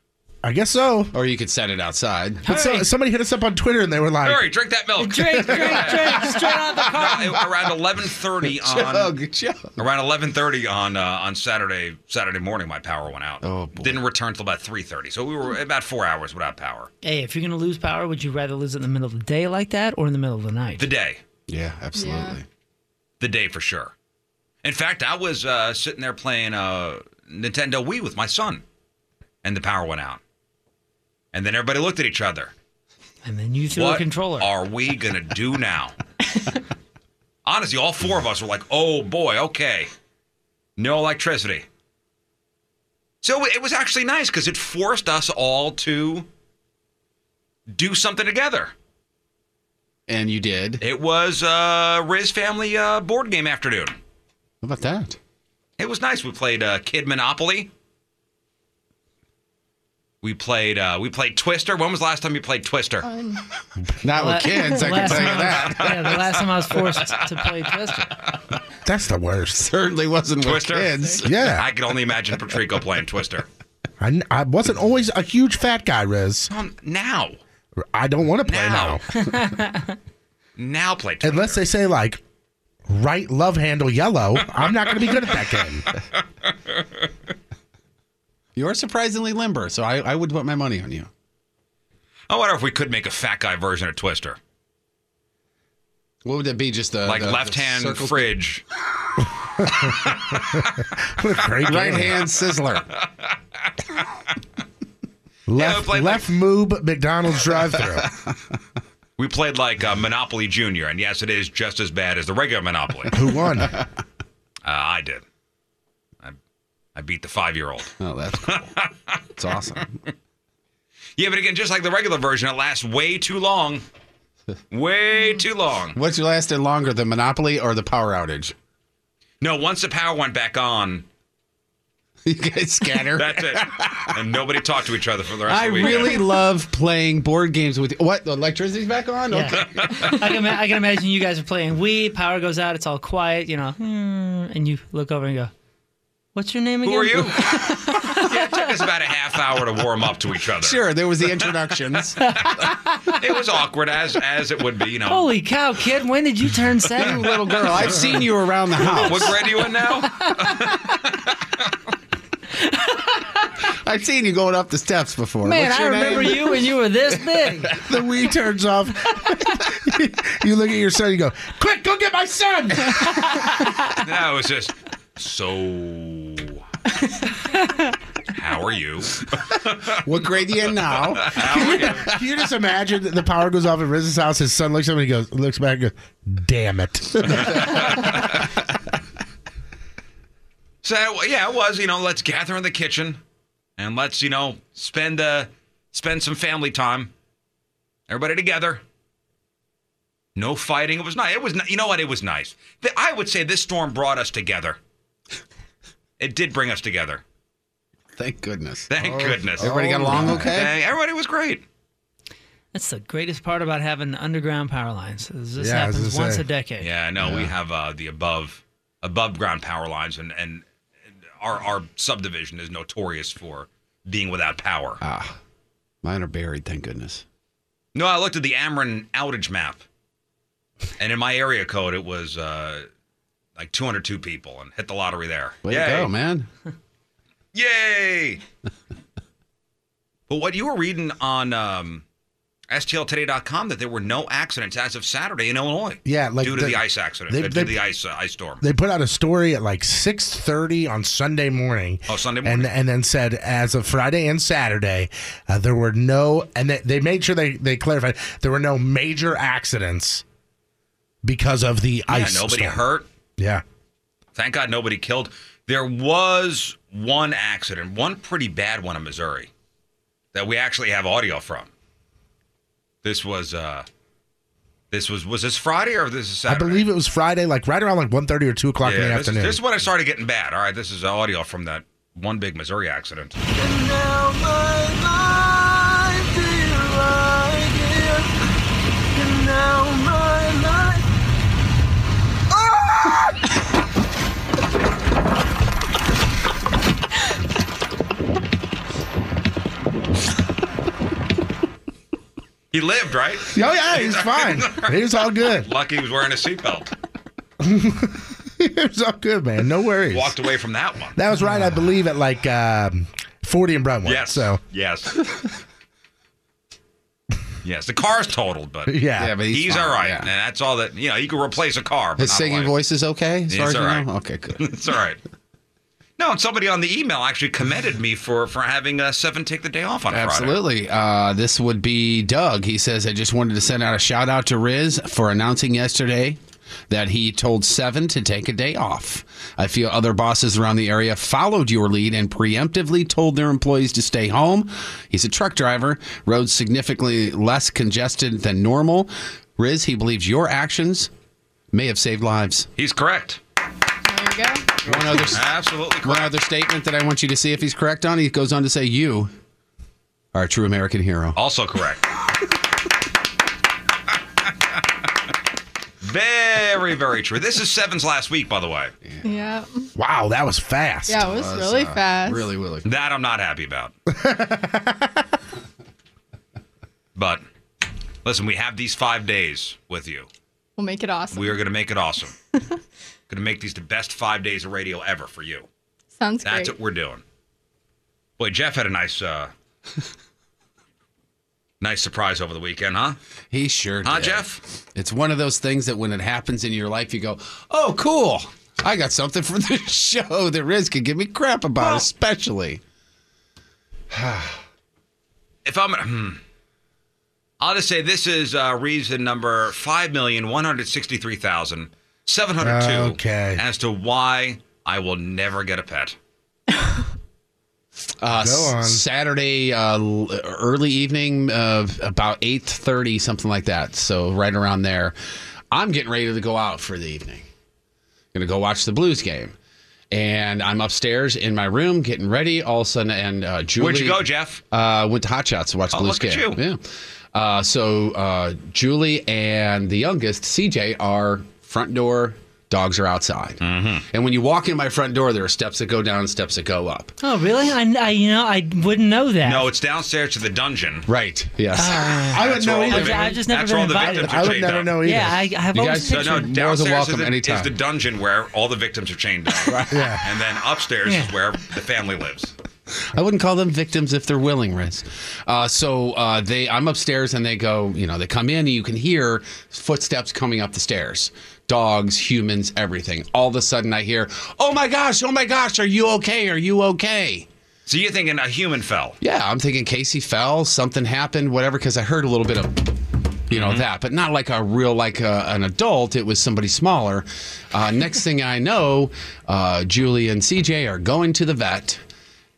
[SPEAKER 14] I guess so.
[SPEAKER 12] Or you could set it outside.
[SPEAKER 14] But so, somebody hit us up on Twitter and they were like,
[SPEAKER 7] Hurry, drink
[SPEAKER 3] (laughs)
[SPEAKER 7] that milk.
[SPEAKER 14] Drink, drink, drink,
[SPEAKER 3] straight out of the
[SPEAKER 7] car. (laughs) around 11:30 on
[SPEAKER 12] Chug, chug.
[SPEAKER 7] around 11:30 on uh, on Saturday Saturday morning, my power went out. Oh, boy. didn't return till about 3:30. So we were about four hours without power.
[SPEAKER 3] Hey, if you're gonna lose power, would you rather lose it in the middle of the day like that or in the middle of the night?
[SPEAKER 7] The day.
[SPEAKER 12] Yeah, absolutely.
[SPEAKER 7] The day for sure. In fact, I was uh, sitting there playing uh, Nintendo Wii with my son, and the power went out. And then everybody looked at each other.
[SPEAKER 3] And then you threw
[SPEAKER 7] what
[SPEAKER 3] a controller.
[SPEAKER 7] are we gonna
[SPEAKER 3] (laughs)
[SPEAKER 7] do now? Honestly, all four of us were like, "Oh boy, okay, no electricity." So it was actually nice because it forced us all to do something together.
[SPEAKER 12] And you did.
[SPEAKER 7] It was uh, Riz family uh, board game afternoon.
[SPEAKER 12] How about that?
[SPEAKER 7] It was nice. We played uh, Kid Monopoly. We played uh, we played Twister. When was the last time you played Twister?
[SPEAKER 12] Not
[SPEAKER 3] La-
[SPEAKER 12] with kids, I can
[SPEAKER 3] last
[SPEAKER 12] tell you
[SPEAKER 3] time I was-
[SPEAKER 12] that.
[SPEAKER 3] yeah, the last time I was forced to play
[SPEAKER 14] (laughs)
[SPEAKER 3] Twister.
[SPEAKER 14] "That's the worst."
[SPEAKER 12] Certainly wasn't
[SPEAKER 7] Twister.
[SPEAKER 12] with kids.
[SPEAKER 7] (laughs)
[SPEAKER 14] Yeah.
[SPEAKER 7] I could only imagine Patrico playing Twister.
[SPEAKER 14] I, I wasn't always a huge fat guy, Riz.
[SPEAKER 7] (laughs) Um, now,
[SPEAKER 14] I don't want to play now.
[SPEAKER 7] now play Twister.
[SPEAKER 14] Unless they say like right love handle yellow, I'm not going to be good at that game. (laughs)
[SPEAKER 29] You're surprisingly limber, so I, I would put my money on you.
[SPEAKER 7] I wonder if we could make a fat guy version of Twister,
[SPEAKER 29] What would that be? Just
[SPEAKER 15] Uh,
[SPEAKER 29] the
[SPEAKER 7] like
[SPEAKER 29] the- the
[SPEAKER 7] left hand
[SPEAKER 29] circle-
[SPEAKER 7] fridge.
[SPEAKER 29] right hand sizzler.
[SPEAKER 7] (laughs)
[SPEAKER 14] Left, left moob McDonald's drive through.
[SPEAKER 7] We played like uh, Monopoly Junior, and yes, it is just as bad as the regular Monopoly. Uh,
[SPEAKER 14] Who
[SPEAKER 15] (laughs)
[SPEAKER 14] won?
[SPEAKER 7] I did. I, I beat the five year old.
[SPEAKER 12] Oh, that's cool. It's awesome.
[SPEAKER 7] (laughs) Yeah, but again, just like the regular version, it lasts way too long. Way too long.
[SPEAKER 15] What's lasted longer, the monopoly or the power outage?
[SPEAKER 7] No, once the power went back on,
[SPEAKER 15] (laughs) You guys scatter.
[SPEAKER 7] that's it. And nobody talked to each other for the rest
[SPEAKER 15] I
[SPEAKER 7] of the weekend.
[SPEAKER 15] really love playing board games with what the electricity's back on.
[SPEAKER 6] Yeah.
[SPEAKER 15] Okay.
[SPEAKER 6] I can, ima- I can imagine you guys are playing Wii. Power goes out. It's all quiet. You know, "Hmm," and you look over and go, "What's your name again?"
[SPEAKER 7] Who are you? yeah, it took us about a half hour to warm up to each other.
[SPEAKER 15] Sure, there was the introductions.
[SPEAKER 7] (laughs) It was awkward as as it would be, you know.
[SPEAKER 6] Holy cow, kid! When did you turn seven,
[SPEAKER 15] little girl? I've seen you around the house.
[SPEAKER 7] What grade are you in now?
[SPEAKER 15] I've seen you going up the steps before.
[SPEAKER 6] Man,
[SPEAKER 15] What's
[SPEAKER 6] I
[SPEAKER 15] your
[SPEAKER 6] remember
[SPEAKER 15] name?
[SPEAKER 6] you when you were this big.
[SPEAKER 14] the Wii turns off. (laughs) you look at your son. You go, quick, go get my son.
[SPEAKER 7] No, it was just so. How are you?
[SPEAKER 15] (laughs) what grade you in now?
[SPEAKER 14] Can you just imagine that the power goes off at Riz's house? His son looks at him and he goes, looks back and goes, damn
[SPEAKER 15] (laughs)
[SPEAKER 14] it.
[SPEAKER 7] So yeah, it was. You know, let's gather in the kitchen and let's you know spend uh spend some family time. Everybody together. No fighting. It was nice. It was. Ni- you know what? It was nice. Th- I would say this storm brought us together. It did bring us together.
[SPEAKER 15] Thank goodness.
[SPEAKER 7] Thank
[SPEAKER 15] Oh,
[SPEAKER 7] goodness.
[SPEAKER 15] everybody got along
[SPEAKER 7] All
[SPEAKER 15] okay?
[SPEAKER 7] Thank- everybody was great.
[SPEAKER 6] That's the greatest part about having underground power lines. Is this
[SPEAKER 7] Yeah, I was
[SPEAKER 6] happens
[SPEAKER 7] gonna
[SPEAKER 6] once
[SPEAKER 7] say.
[SPEAKER 6] a decade.
[SPEAKER 7] Yeah, no, we have uh, the above above ground power lines, and and our our subdivision is notorious for being without power.
[SPEAKER 15] Ah, mine are buried. Thank goodness.
[SPEAKER 7] No, I looked at the Ameren outage map, and in my area code, it was uh, like 202 people, and hit the lottery there.
[SPEAKER 15] Way
[SPEAKER 7] Yay.
[SPEAKER 15] to go, man.
[SPEAKER 7] Yay! but what you were reading on um, STLToday.com that there were no accidents as of Saturday in Illinois.
[SPEAKER 14] Yeah, like
[SPEAKER 7] due to
[SPEAKER 14] the-
[SPEAKER 7] the, ice accident,
[SPEAKER 14] they-
[SPEAKER 7] uh, due
[SPEAKER 14] they-
[SPEAKER 7] to the ice uh, ice storm.
[SPEAKER 14] They put out a story at like 6:30 on Sunday morning.
[SPEAKER 7] Oh, Sunday morning.
[SPEAKER 14] And and then said as of Friday and Saturday, uh, there were no and they, they made sure they they clarified there were no major accidents because of the
[SPEAKER 7] yeah,
[SPEAKER 14] ice
[SPEAKER 7] nobody
[SPEAKER 14] storm.
[SPEAKER 7] hurt.
[SPEAKER 14] Yeah.
[SPEAKER 7] Thank God nobody killed. There was one accident, one pretty bad one in Missouri that we actually have audio from. This was uh this was was this Friday or this is
[SPEAKER 14] I
[SPEAKER 7] Saturday?
[SPEAKER 14] believe it was Friday like right around like 1:30 or 2 o'clock in the
[SPEAKER 7] this, is-
[SPEAKER 14] afternoon.
[SPEAKER 7] This is when I started getting bad. All right, this is audio from that one big Missouri accident.
[SPEAKER 2] Now my life, do you like it? And now my life.
[SPEAKER 7] He lived, right?
[SPEAKER 14] Oh yeah,
[SPEAKER 7] (laughs)
[SPEAKER 14] he's fine. He was all good. (laughs)
[SPEAKER 7] Lucky he was wearing a seatbelt.
[SPEAKER 14] it was all good, man. No worries.
[SPEAKER 7] Walked away from that one.
[SPEAKER 14] That was right, I believe, at like um, 40 and Brentwood.
[SPEAKER 7] Yes.
[SPEAKER 14] So
[SPEAKER 7] Yes. (laughs) yes. The car's totaled, but
[SPEAKER 14] Yeah. Yeah,
[SPEAKER 15] but he's
[SPEAKER 7] he's
[SPEAKER 15] fine,
[SPEAKER 7] all
[SPEAKER 15] (laughs)
[SPEAKER 7] right,
[SPEAKER 15] yeah.
[SPEAKER 7] and that's all that you know. You can replace a car. But
[SPEAKER 15] His
[SPEAKER 7] not
[SPEAKER 15] singing
[SPEAKER 7] life.
[SPEAKER 15] voice is okay. As
[SPEAKER 7] It's
[SPEAKER 15] far as
[SPEAKER 7] all
[SPEAKER 15] you
[SPEAKER 7] right.
[SPEAKER 15] know? Okay, good.
[SPEAKER 7] (laughs) it's all right. No, and somebody on the email actually commended me for for having uh, seven take the day off on a Friday.
[SPEAKER 15] Absolutely. Uh, this would be Doug. He says, I just wanted to send out a shout out to Riz for announcing yesterday that he told Seven to take a day off. I feel other bosses around the area followed your lead and preemptively told their employees to stay home. He's a truck driver, roads significantly less congested than normal. Riz, he believes your actions may have saved lives.
[SPEAKER 7] He's correct.
[SPEAKER 15] One other,
[SPEAKER 7] Absolutely correct.
[SPEAKER 15] one other statement that I want you to see if he's correct on, he goes on to say, You are a true American hero. (laughs)
[SPEAKER 7] Also correct. very, very true. This is Seven's last week, by the way.
[SPEAKER 30] Yeah.
[SPEAKER 14] Wow, that was fast.
[SPEAKER 30] Yeah, it was really fast.
[SPEAKER 15] really.
[SPEAKER 7] That I'm not
[SPEAKER 30] (laughs)
[SPEAKER 7] happy about. but listen, we have these five days with you.
[SPEAKER 30] We'll make it awesome.
[SPEAKER 7] We are going to make it awesome.
[SPEAKER 30] (laughs)
[SPEAKER 7] going to make these the best five days of radio ever for you.
[SPEAKER 30] Sounds great.
[SPEAKER 7] That's what we're doing. Boy, Jeff had a nice,
[SPEAKER 30] (laughs)
[SPEAKER 7] uh, nice surprise over the weekend, huh?
[SPEAKER 15] He sure
[SPEAKER 7] Huh,
[SPEAKER 15] did.
[SPEAKER 7] Jeff?
[SPEAKER 15] It's one of those things that when it happens in your life, you go, oh, cool. I got something for (laughs) the show that Riz could give me crap about, especially.
[SPEAKER 7] If I'm, hmm, I'll just say this is uh, reason number five million one hundred sixty-three thousand seven hundred
[SPEAKER 15] Uh,
[SPEAKER 7] two
[SPEAKER 14] Okay.
[SPEAKER 7] as to why I will never get a pet.
[SPEAKER 15] Uh,
[SPEAKER 14] Go on.
[SPEAKER 15] Saturday uh, l- early evening, uh, about eight thirty, something like that. So right around there, I'm getting ready to go out for the evening. Gonna go watch the Blues game, and I'm upstairs in my room getting ready. All of a sudden, and uh, Julie,
[SPEAKER 7] Where'd you go, Jeff?
[SPEAKER 15] Uh, went to Hot Shots to watch
[SPEAKER 7] Oh,
[SPEAKER 15] the Blues
[SPEAKER 7] look at
[SPEAKER 15] game. Yeah. Uh, so uh, Julie and the youngest CJ are front door. Dogs are outside,
[SPEAKER 7] Mm-hmm.
[SPEAKER 15] and when you walk in my front door, there are steps that go down, and steps that go up.
[SPEAKER 3] Oh, really? I, I you know I wouldn't know that. Uh,
[SPEAKER 7] No, it's downstairs to the dungeon.
[SPEAKER 15] Right. Yes.
[SPEAKER 3] Ah.
[SPEAKER 7] I wouldn't know either.
[SPEAKER 3] I've just never
[SPEAKER 7] That's
[SPEAKER 3] been
[SPEAKER 7] where all the
[SPEAKER 3] invited.
[SPEAKER 7] victims are I would chained never up. know either.
[SPEAKER 3] Yeah, I, I've
[SPEAKER 15] You
[SPEAKER 3] always
[SPEAKER 15] guys-
[SPEAKER 7] So
[SPEAKER 3] pictured.
[SPEAKER 7] no,
[SPEAKER 15] More than
[SPEAKER 7] downstairs
[SPEAKER 15] welcome
[SPEAKER 7] is the,
[SPEAKER 15] anytime.
[SPEAKER 7] is the dungeon where all the victims are chained up, and then upstairs is
[SPEAKER 15] Yeah.
[SPEAKER 7] where the family lives.
[SPEAKER 15] I wouldn't call them victims if they're willing, Riz. Uh, so uh, they, I'm upstairs, and they go. You know, they come in, and you can hear footsteps coming up the stairs. Dogs, humans, everything. All of a sudden, I hear, "Oh my gosh! Oh my gosh! Are you okay? Are you okay?"
[SPEAKER 7] So you're thinking a human fell?
[SPEAKER 15] Yeah, I'm thinking Casey fell, something happened, whatever. Because I heard a little bit of, you
[SPEAKER 14] Mm-hmm.
[SPEAKER 15] know, that, but not like a real like uh an adult. It was somebody smaller. Uh, next thing I know, uh, Julie and CJ are going to the vet,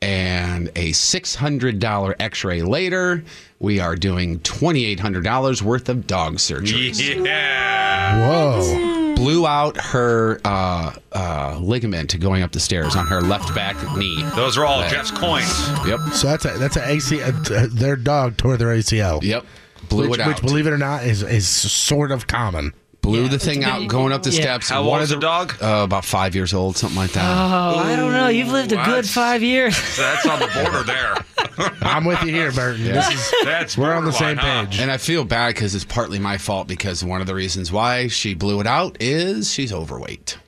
[SPEAKER 15] and a six hundred dollar X-ray later, we are doing twenty eight hundred dollars worth of dog surgery.
[SPEAKER 7] Yeah.
[SPEAKER 15] Whoa. Blew out her uh, uh, ligament going up the stairs on her left back knee.
[SPEAKER 7] Those are all
[SPEAKER 15] Leg.
[SPEAKER 7] Jeff's coins.
[SPEAKER 15] Yep.
[SPEAKER 14] So that's a that's a AC. A, a- their dog tore their ACL.
[SPEAKER 15] Yep. Blew
[SPEAKER 14] which,
[SPEAKER 15] it
[SPEAKER 14] Which,
[SPEAKER 15] out.
[SPEAKER 14] believe it or not, is is sort of common.
[SPEAKER 15] Blew the thing out going up the
[SPEAKER 14] Yeah.
[SPEAKER 15] steps.
[SPEAKER 14] How
[SPEAKER 15] One
[SPEAKER 14] old
[SPEAKER 15] of
[SPEAKER 14] is
[SPEAKER 15] the dog? Uh, about five years old, something like
[SPEAKER 3] Oh,
[SPEAKER 15] that.
[SPEAKER 3] I don't know. You've lived a
[SPEAKER 15] Ooh,
[SPEAKER 3] good
[SPEAKER 15] that's-
[SPEAKER 3] five years. (laughs)
[SPEAKER 7] So that's on the border there.
[SPEAKER 14] I'm with you here, Burton.
[SPEAKER 15] Yeah.
[SPEAKER 14] This is, we're on the same page.
[SPEAKER 15] And I feel bad because it's partly my fault because one of the reasons why she blew it out is she's overweight.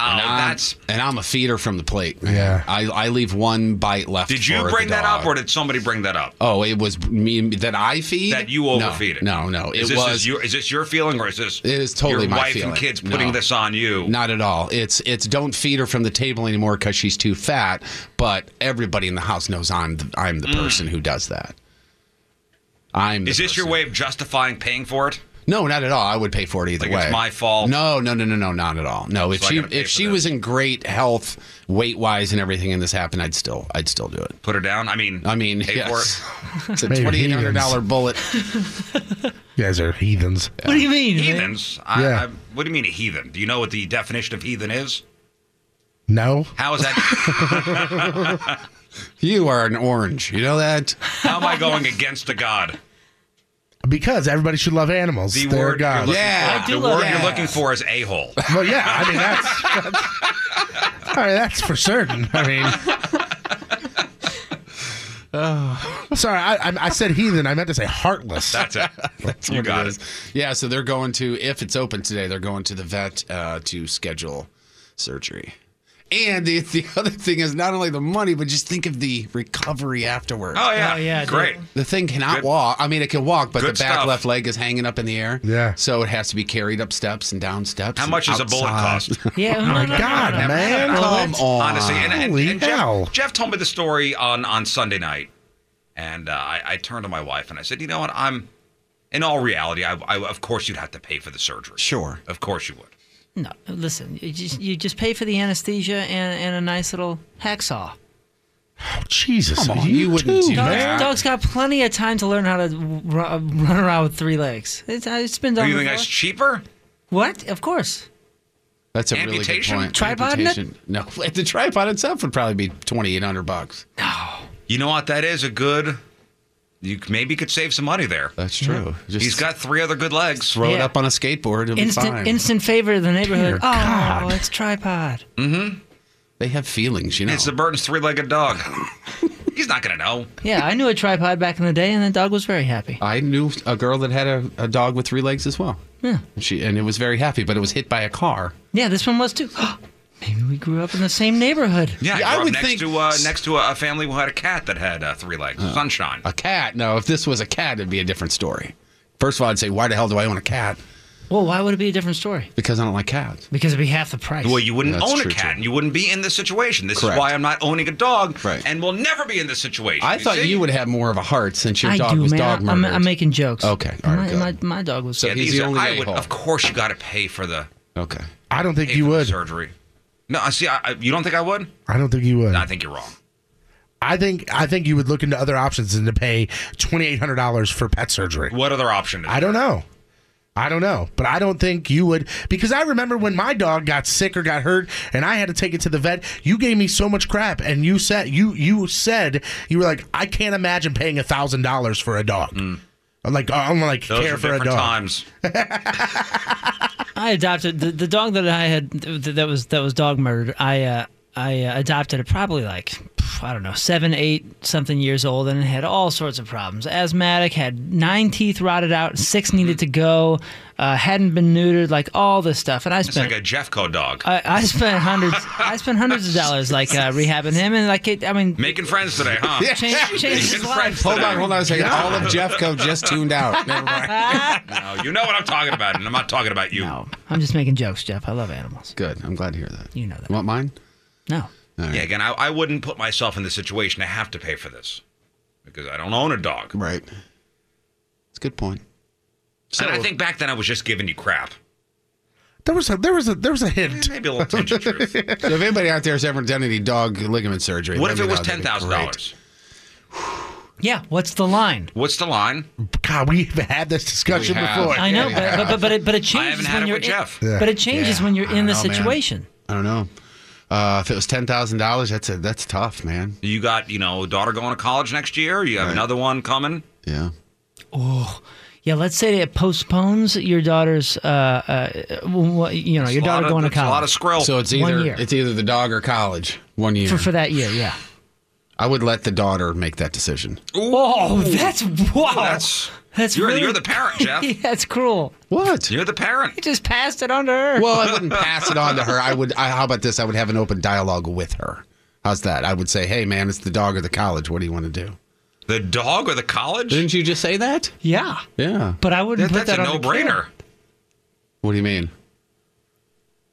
[SPEAKER 7] Oh,
[SPEAKER 15] I'm-
[SPEAKER 7] that's.
[SPEAKER 15] and I'm a feeder from the plate. Man. Yeah, I, I leave one bite left.
[SPEAKER 7] Did you
[SPEAKER 15] for
[SPEAKER 7] bring
[SPEAKER 15] the
[SPEAKER 7] that up,
[SPEAKER 15] dog.
[SPEAKER 7] or did somebody bring that up?
[SPEAKER 15] Oh, it was me that I feed.
[SPEAKER 7] That you
[SPEAKER 15] No,
[SPEAKER 7] overfeed it?
[SPEAKER 15] No, no,
[SPEAKER 7] Is
[SPEAKER 15] it
[SPEAKER 7] this,
[SPEAKER 15] was.
[SPEAKER 7] Is, your, is this your feeling, or is this?
[SPEAKER 15] It is totally
[SPEAKER 7] your
[SPEAKER 15] my
[SPEAKER 7] wife
[SPEAKER 15] feeling.
[SPEAKER 7] and kids
[SPEAKER 15] No.
[SPEAKER 7] putting this on you.
[SPEAKER 15] Not at all. It's it's don't feed her from the table anymore because she's too fat. But everybody in the house knows I'm the, I'm the
[SPEAKER 7] Mm.
[SPEAKER 15] person who does that. I'm. The
[SPEAKER 7] Is this your way of justifying paying for it?
[SPEAKER 15] No, not at all. I would pay for it either
[SPEAKER 7] Like
[SPEAKER 15] way.
[SPEAKER 7] it's my fault.
[SPEAKER 15] No, no, no, no, no, not at all. No, if
[SPEAKER 7] So I
[SPEAKER 15] she
[SPEAKER 7] gotta pay
[SPEAKER 15] if
[SPEAKER 7] for
[SPEAKER 15] she was in great health, weight wise, and everything, and this happened, I'd still I'd still do it.
[SPEAKER 7] Put her down. I mean,
[SPEAKER 15] I mean,
[SPEAKER 7] pay for
[SPEAKER 15] yes.
[SPEAKER 7] it.
[SPEAKER 15] it's a
[SPEAKER 14] Maybe
[SPEAKER 15] twenty eight hundred dollar
[SPEAKER 14] heathens.
[SPEAKER 15] bullet.
[SPEAKER 14] You guys are heathens.
[SPEAKER 3] What do you mean?
[SPEAKER 7] Heathens. I,
[SPEAKER 14] Yeah.
[SPEAKER 7] I, what do you mean a heathen? Do you know what the definition of heathen is?
[SPEAKER 14] No.
[SPEAKER 7] How
[SPEAKER 15] (laughs)
[SPEAKER 7] is that?
[SPEAKER 15] You are an orange. You know that?
[SPEAKER 7] How am I going against a god?
[SPEAKER 14] Because everybody should love animals.
[SPEAKER 7] The
[SPEAKER 14] They're
[SPEAKER 7] word you're
[SPEAKER 14] God.
[SPEAKER 7] looking for, the word you're looking for is a hole.
[SPEAKER 14] Well, yeah. I mean, that's, that's all right. That's for certain. I mean,
[SPEAKER 15] (laughs)
[SPEAKER 14] oh, sorry. I, I, I said heathen. I meant to say heartless.
[SPEAKER 7] That's it.
[SPEAKER 15] (laughs) That's
[SPEAKER 14] You
[SPEAKER 15] what
[SPEAKER 14] got
[SPEAKER 15] it is. Yeah, so they're going to if it's open today, they're going to the vet uh, to schedule surgery. And the, the (laughs) other thing is not only the money, but just think of the recovery afterwards.
[SPEAKER 7] Oh, yeah. Oh, yeah, Great. dude.
[SPEAKER 15] The thing cannot
[SPEAKER 7] Good-
[SPEAKER 15] walk. I mean, it can walk, but the
[SPEAKER 7] Good
[SPEAKER 15] back
[SPEAKER 7] stuff.
[SPEAKER 15] left leg is hanging up in the air. Yeah. So it has to be carried up steps and down steps.
[SPEAKER 7] How
[SPEAKER 15] and
[SPEAKER 7] much does a bullet
[SPEAKER 15] outside.
[SPEAKER 9] (laughs)
[SPEAKER 7] cost?
[SPEAKER 3] Yeah, oh
[SPEAKER 14] my God, man.
[SPEAKER 15] Come on.
[SPEAKER 7] Honestly, and, and-
[SPEAKER 14] Holy
[SPEAKER 7] and Jeff,
[SPEAKER 14] hell.
[SPEAKER 7] Jeff told me the story on, on Sunday night, and uh, I, I turned to my wife and I said, "You know what? I'm in all reality, I, I of course you'd have to pay for the surgery. Sure, of course you would.
[SPEAKER 3] No, listen. You just, you just pay for the anesthesia and, and a nice little hacksaw.
[SPEAKER 14] Oh, Jesus,
[SPEAKER 15] Come on, you wouldn't
[SPEAKER 3] Dogs,
[SPEAKER 15] do that.
[SPEAKER 3] dogs got plenty of time to learn how to r- run around with three legs. It's, uh, it's been
[SPEAKER 7] Do
[SPEAKER 3] done.
[SPEAKER 7] you think
[SPEAKER 3] before.
[SPEAKER 7] that's cheaper?
[SPEAKER 3] What? Of course.
[SPEAKER 15] That's a
[SPEAKER 7] Amputation?
[SPEAKER 15] really good point.
[SPEAKER 3] Tripod in it?
[SPEAKER 15] Amputation. No, (laughs) the tripod itself would probably be twenty eight hundred bucks.
[SPEAKER 7] You know what? That is a good. You maybe could save some money there.
[SPEAKER 15] That's true. Just
[SPEAKER 7] He's got three other good legs.
[SPEAKER 15] Throw it up on a skateboard. It'll be fine.
[SPEAKER 3] Instant instant favor of the neighborhood.
[SPEAKER 15] Dear
[SPEAKER 3] oh,
[SPEAKER 15] God.
[SPEAKER 3] it's tripod.
[SPEAKER 15] Mm-hmm. They have feelings, you know.
[SPEAKER 7] It's the Burton's three-legged dog. He's not gonna know.
[SPEAKER 3] Yeah, I knew a tripod back in the day, and the dog was very happy.
[SPEAKER 15] I knew a girl that had a, a dog with three legs as well.
[SPEAKER 3] Yeah.
[SPEAKER 15] And she and it was very happy, but it was hit by a car.
[SPEAKER 3] Yeah, this one was too. (gasps) Maybe we grew up in the same neighborhood.
[SPEAKER 7] Yeah, I, grew up next to uh, next to a, a family who had a cat that had uh, three legs. Sunshine.
[SPEAKER 15] A cat? No, if this was a cat, it'd be a different story. First of all, I'd say, why the hell do I own a cat?
[SPEAKER 3] Well, why would it be a different story?
[SPEAKER 15] Because I don't like cats.
[SPEAKER 3] Because it'd be half the price.
[SPEAKER 7] Well, you wouldn't
[SPEAKER 15] That's
[SPEAKER 7] own a
[SPEAKER 15] true,
[SPEAKER 7] cat, and you wouldn't be in this situation. This is
[SPEAKER 15] Correct.
[SPEAKER 7] why I'm not owning a dog,
[SPEAKER 15] Right.
[SPEAKER 7] and will never be in this situation.
[SPEAKER 15] I thought
[SPEAKER 7] see?
[SPEAKER 15] you would have more of a heart since your
[SPEAKER 3] I
[SPEAKER 15] dog
[SPEAKER 3] do,
[SPEAKER 15] was
[SPEAKER 3] man.
[SPEAKER 15] dog
[SPEAKER 3] I'm,
[SPEAKER 15] murdered.
[SPEAKER 3] I'm making jokes.
[SPEAKER 15] Okay, all right,
[SPEAKER 3] My,
[SPEAKER 15] good.
[SPEAKER 3] my, my dog was.
[SPEAKER 7] Yeah, these are- I would, of course, you got to pay for the.
[SPEAKER 15] Okay.
[SPEAKER 14] I don't think
[SPEAKER 7] pay
[SPEAKER 14] you
[SPEAKER 7] for the
[SPEAKER 14] would.
[SPEAKER 7] surgery. No, I see. I, I, you don't think I would?
[SPEAKER 14] I don't think you would.
[SPEAKER 7] I think you're wrong.
[SPEAKER 14] I think I think you would look into other options than to pay twenty eight hundred dollars for pet surgery.
[SPEAKER 7] What other option?
[SPEAKER 14] I don't know. I don't know, but I don't think you would because I remember when my dog got sick or got hurt and I had to take it to the vet. You gave me so much crap, and you said you you said you were like, I can't imagine paying a thousand dollars for a dog. I'm like I'm like
[SPEAKER 7] Mm. Those
[SPEAKER 14] care
[SPEAKER 7] are
[SPEAKER 14] for a
[SPEAKER 7] different
[SPEAKER 14] dog.
[SPEAKER 7] times.
[SPEAKER 6] I adopted the, the dog that I had th- that was that was dog murdered. I uh, I uh, adopted it probably like pff, I don't know seven eight something years old and it had all sorts of problems. Asthmatic, had nine teeth rotted out,
[SPEAKER 7] Mm-hmm.
[SPEAKER 6] six needed to go, uh, hadn't been neutered, like all this stuff. And I
[SPEAKER 7] It's
[SPEAKER 6] spent
[SPEAKER 7] like a Jeffco dog.
[SPEAKER 6] I, I spent hundreds I spent hundreds of dollars like
[SPEAKER 7] (laughs)
[SPEAKER 6] uh, rehabbing him and like it, I mean
[SPEAKER 7] Making friends today, huh? (laughs)
[SPEAKER 6] Yeah. Change- change his
[SPEAKER 7] Making
[SPEAKER 6] life.
[SPEAKER 7] friends
[SPEAKER 15] Hold
[SPEAKER 7] today.
[SPEAKER 15] on, hold on a second. All of Jeffco just tuned out. Never mind.
[SPEAKER 7] No, you know what I'm talking about, and I'm not talking about you.
[SPEAKER 6] I'm just making jokes, Jeff. I love animals.
[SPEAKER 15] Good. I'm glad to hear that.
[SPEAKER 6] You know that.
[SPEAKER 15] Want mine?
[SPEAKER 6] No.
[SPEAKER 7] Yeah, again, I, I wouldn't put myself in the situation to have to pay for this because I don't own a dog.
[SPEAKER 15] Right. It's a good point.
[SPEAKER 7] and I think back then I was just giving you crap.
[SPEAKER 14] There was a there was a there was a hint.
[SPEAKER 7] Maybe a little tinge of truth.
[SPEAKER 15] so if anybody out there's ever done any dog ligament surgery,
[SPEAKER 7] What
[SPEAKER 15] let
[SPEAKER 7] if
[SPEAKER 15] me
[SPEAKER 7] it was
[SPEAKER 15] know. That'd be
[SPEAKER 7] $10,000?
[SPEAKER 6] Yeah, what's the line?
[SPEAKER 7] What's the line?
[SPEAKER 14] God, we've had this discussion before.
[SPEAKER 6] I know, but, but but but it, but it
[SPEAKER 7] I
[SPEAKER 6] changes
[SPEAKER 7] haven't had
[SPEAKER 6] when
[SPEAKER 7] it
[SPEAKER 6] you're
[SPEAKER 7] with
[SPEAKER 6] in,
[SPEAKER 7] Jeff.
[SPEAKER 15] Yeah.
[SPEAKER 6] but it changes
[SPEAKER 15] Yeah.
[SPEAKER 6] when you're
[SPEAKER 15] I don't
[SPEAKER 6] in the
[SPEAKER 15] know, man.
[SPEAKER 6] situation.
[SPEAKER 15] I don't know. Uh, if it was ten thousand dollars, that's a that's tough, man.
[SPEAKER 7] You got, you know, daughter going to college next year. You have another one coming.
[SPEAKER 15] Yeah.
[SPEAKER 6] Oh, yeah. Let's say it postpones your daughter's, uh, uh, wh- you know, your daughter going to college.
[SPEAKER 7] Oh,
[SPEAKER 15] So it's either
[SPEAKER 6] One year.
[SPEAKER 15] it's either the dog or college. One year.
[SPEAKER 6] for, for that year, yeah.
[SPEAKER 15] I would let the daughter make that decision.
[SPEAKER 6] Oh, that's wow.
[SPEAKER 7] (laughs) That's
[SPEAKER 6] that's
[SPEAKER 7] you're-
[SPEAKER 6] really,
[SPEAKER 7] you're
[SPEAKER 6] (laughs)
[SPEAKER 7] the parent, Jeff.
[SPEAKER 6] that's cruel.
[SPEAKER 15] What?
[SPEAKER 7] You're the parent.
[SPEAKER 6] You just passed it on to her.
[SPEAKER 15] Well, Oh, I wouldn't pass it on to her. I would. I, how about this? I would have an open dialogue with her. How's that? I would say, "Hey, man, it's the dog or the college. What do you want to do?"
[SPEAKER 7] The dog or the college?
[SPEAKER 15] Didn't you just say that?
[SPEAKER 6] Yeah.
[SPEAKER 15] Yeah.
[SPEAKER 6] But I wouldn't
[SPEAKER 7] That-
[SPEAKER 6] put
[SPEAKER 7] that's
[SPEAKER 6] that
[SPEAKER 7] a
[SPEAKER 6] on the
[SPEAKER 7] no-brainer.
[SPEAKER 6] kid.
[SPEAKER 15] What do you mean?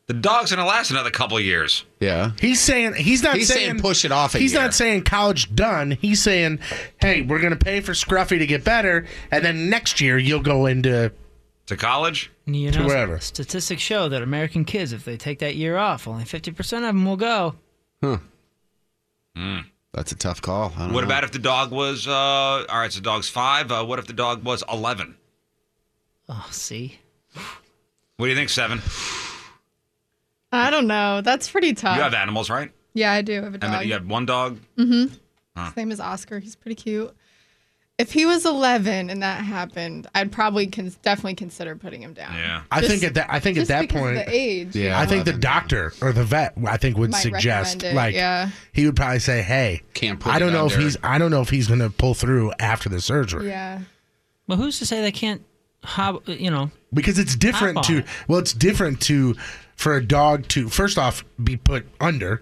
[SPEAKER 7] The dog's going to last another couple of years.
[SPEAKER 15] Yeah.
[SPEAKER 14] He's saying he's not
[SPEAKER 7] He's saying
[SPEAKER 14] saying,
[SPEAKER 7] push it off a
[SPEAKER 14] he's
[SPEAKER 7] year.
[SPEAKER 14] not saying college done. He's saying, hey, we're gonna pay for Scruffy to get better, and then next year you'll go into
[SPEAKER 7] To college?
[SPEAKER 6] You
[SPEAKER 14] To
[SPEAKER 6] know,
[SPEAKER 14] wherever.
[SPEAKER 6] statistics show that American kids, if they take that year off, only 50% of them will go.
[SPEAKER 15] Huh. That's a tough call. I don't
[SPEAKER 7] What
[SPEAKER 14] Mm-hmm.
[SPEAKER 15] know.
[SPEAKER 7] about if the dog was, uh, all right, so dog's five. Uh, what if the dog was 11?
[SPEAKER 6] Oh, see.
[SPEAKER 7] What do you think, Seven?
[SPEAKER 30] I don't know. That's pretty tough.
[SPEAKER 6] Uh,
[SPEAKER 7] You have animals, right?
[SPEAKER 30] yeah, I do have a dog.
[SPEAKER 7] And then you have one dog.
[SPEAKER 30] Mm-hmm.
[SPEAKER 7] Huh.
[SPEAKER 30] His name is Oscar. He's pretty cute. If he was 11 and that happened, I'd probably con- definitely consider putting him down.
[SPEAKER 7] Yeah.
[SPEAKER 14] I
[SPEAKER 30] Just-
[SPEAKER 14] think at that I think at
[SPEAKER 30] just
[SPEAKER 14] that
[SPEAKER 30] because of
[SPEAKER 14] point
[SPEAKER 30] the age,
[SPEAKER 14] Yeah. I think the doctor or the vet I think would
[SPEAKER 30] Might
[SPEAKER 14] suggest
[SPEAKER 30] recommend it,
[SPEAKER 14] like
[SPEAKER 30] yeah.
[SPEAKER 14] he would probably say, Hey,
[SPEAKER 15] Can't put
[SPEAKER 14] I don't
[SPEAKER 15] it
[SPEAKER 14] know if
[SPEAKER 15] under.
[SPEAKER 14] he's I don't know if he's gonna pull through after the surgery.
[SPEAKER 30] Yeah.
[SPEAKER 6] Well, who's to say they can't, hob- you know,
[SPEAKER 14] Because it's different
[SPEAKER 6] Hop on
[SPEAKER 14] to
[SPEAKER 6] it.
[SPEAKER 14] well, it's different to for a dog to first off be put under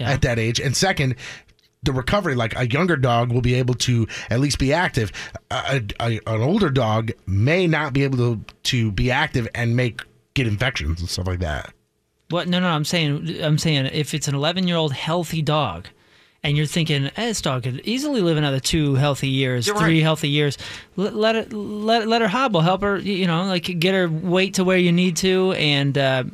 [SPEAKER 14] at that age, and second, the recovery. Like a younger dog will be able to at least be active. A, a- a- an older dog may not be able to to be active and make get infections and stuff like that.
[SPEAKER 6] What? No, no. I'm saying, I'm saying, if it's an 11 year old healthy dog, and you're thinking, hey, this dog could easily live another two healthy years,
[SPEAKER 27] You're
[SPEAKER 6] three
[SPEAKER 27] right.
[SPEAKER 6] healthy years. Let, let it, let let her hobble, help her, you know, like get her weight to where you need to, and uh,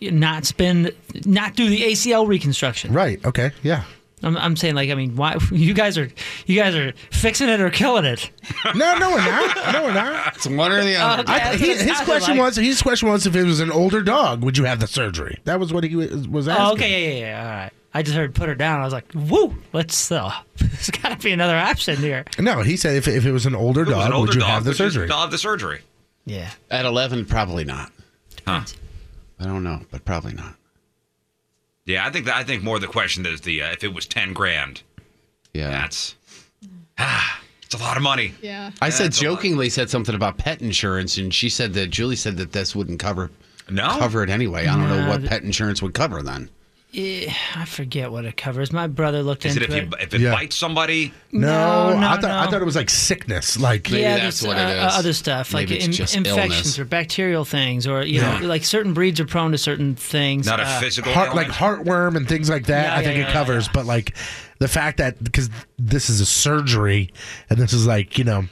[SPEAKER 6] not spend, not do the ACL reconstruction.
[SPEAKER 14] Right. Okay. Yeah.
[SPEAKER 6] I'm, I'm saying, like, I mean, why (laughs) you guys are you guys are fixing it or killing it?
[SPEAKER 14] No, no, we're not. No, we're
[SPEAKER 6] (laughs)
[SPEAKER 14] not.
[SPEAKER 15] It's one or the
[SPEAKER 7] Uh,
[SPEAKER 6] other. Okay,
[SPEAKER 14] I,
[SPEAKER 6] Oh, that's
[SPEAKER 14] he,
[SPEAKER 6] what it
[SPEAKER 14] his
[SPEAKER 6] sounded
[SPEAKER 14] question
[SPEAKER 6] like.
[SPEAKER 14] was his question was if it was an older dog, would you have the surgery? That was what he was was asking.
[SPEAKER 6] Oh, okay, yeah, yeah, yeah. All right. I just heard put her down. I was like, woo, let's. Uh, (laughs) there's got to be another option here.
[SPEAKER 14] No, he said if, if it was an older
[SPEAKER 7] If it was
[SPEAKER 14] dog,
[SPEAKER 7] an older
[SPEAKER 14] would you
[SPEAKER 7] dog,
[SPEAKER 14] have the
[SPEAKER 7] would you
[SPEAKER 14] surgery?
[SPEAKER 7] have the surgery.
[SPEAKER 6] Yeah.
[SPEAKER 15] At eleven, probably not.
[SPEAKER 7] Huh.
[SPEAKER 15] I don't know, but probably not.
[SPEAKER 7] Yeah, I think that, I think more the question is the uh, if it was ten grand.
[SPEAKER 15] Yeah.
[SPEAKER 7] That's ah, it's a lot of money.
[SPEAKER 30] Yeah.
[SPEAKER 15] I said jokingly said something about pet insurance, and she said that Julie said that this wouldn't cover
[SPEAKER 7] no
[SPEAKER 15] cover it anyway. I don't know
[SPEAKER 6] No,
[SPEAKER 15] what
[SPEAKER 6] th-
[SPEAKER 15] pet insurance would cover then.
[SPEAKER 6] Yeah, I forget what it covers. My brother looked
[SPEAKER 7] Is it
[SPEAKER 6] into
[SPEAKER 7] if
[SPEAKER 6] it.
[SPEAKER 7] you if it bites somebody?
[SPEAKER 14] No,
[SPEAKER 6] No, no,
[SPEAKER 14] I thought I
[SPEAKER 6] no.
[SPEAKER 14] thought it was like sickness, like
[SPEAKER 6] yeah, there's, uh, uh, other stuff like in- infections or bacterial things, or you
[SPEAKER 14] Yeah.
[SPEAKER 6] know, like certain breeds are prone to certain things. uh,
[SPEAKER 14] heart, like heartworm and things like that.
[SPEAKER 6] Yeah,
[SPEAKER 14] I
[SPEAKER 6] yeah,
[SPEAKER 14] think
[SPEAKER 6] yeah,
[SPEAKER 14] it covers, but like the fact that because this is a surgery and this is like you know.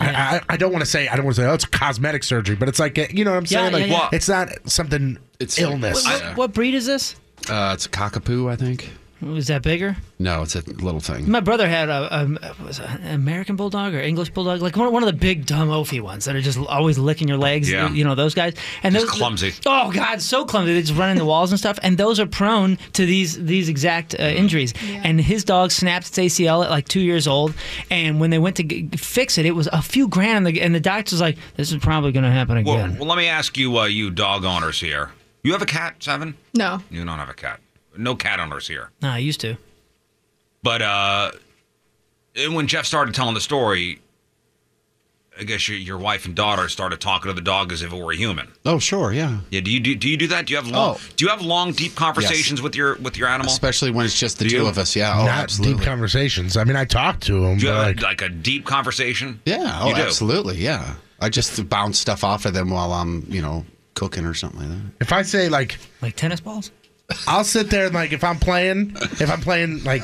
[SPEAKER 14] I, I, I don't want to say I don't want to say oh it's cosmetic surgery, but it's like uh, you know what I'm
[SPEAKER 6] Yeah,
[SPEAKER 14] saying. Like
[SPEAKER 6] yeah, yeah.
[SPEAKER 14] it's not something it's illness.
[SPEAKER 7] uh,
[SPEAKER 6] What, what breed is this?
[SPEAKER 15] Uh, it's a cockapoo, I think.
[SPEAKER 6] Was that bigger?
[SPEAKER 15] No, it's a little thing.
[SPEAKER 6] My brother had a, a was it an American bulldog or English bulldog, like one, one of the big dumb oafy ones that are just always licking your legs.
[SPEAKER 7] Yeah.
[SPEAKER 6] You know those guys. And
[SPEAKER 7] Just
[SPEAKER 6] those
[SPEAKER 7] clumsy.
[SPEAKER 6] Oh God, so clumsy. They just run into walls and stuff. And those are prone to these these exact uh,
[SPEAKER 7] Mm-hmm.
[SPEAKER 6] injuries. And his dog snapped its ACL at like two years old. And when they went to g- fix it, it was a few grand. And the, and the doctor's like, "This is probably going to happen
[SPEAKER 7] Well,
[SPEAKER 6] again."
[SPEAKER 7] well, let me ask you, uh, you dog owners here. You have a cat, Seven?
[SPEAKER 30] No.
[SPEAKER 7] You don't have a cat. No cat owners here.
[SPEAKER 6] No, I used to.
[SPEAKER 7] But uh, and when Jeff started telling the story, I guess your, your wife and daughter started talking to the dog as if it were a human.
[SPEAKER 15] Oh, sure, yeah.
[SPEAKER 7] Yeah. Do you do, do you do that? Do you have long?
[SPEAKER 15] Oh.
[SPEAKER 7] Do you have long, deep conversations with your with your animal?
[SPEAKER 15] Especially when it's just the
[SPEAKER 7] Do
[SPEAKER 15] two
[SPEAKER 7] you?
[SPEAKER 15] of us. Yeah, oh,
[SPEAKER 14] Not
[SPEAKER 15] absolutely.
[SPEAKER 14] deep conversations. I mean, I talked to him.
[SPEAKER 7] Do you
[SPEAKER 14] but,
[SPEAKER 7] have
[SPEAKER 14] like,
[SPEAKER 7] a, like a deep conversation?
[SPEAKER 15] Yeah,
[SPEAKER 7] You
[SPEAKER 15] oh,
[SPEAKER 7] do?
[SPEAKER 15] absolutely. Yeah. I just bounce stuff off of them while I'm, you know, cooking or something like that.
[SPEAKER 14] if I say like
[SPEAKER 6] like tennis balls,
[SPEAKER 14] I'll sit there and like if I'm playing, if I'm playing like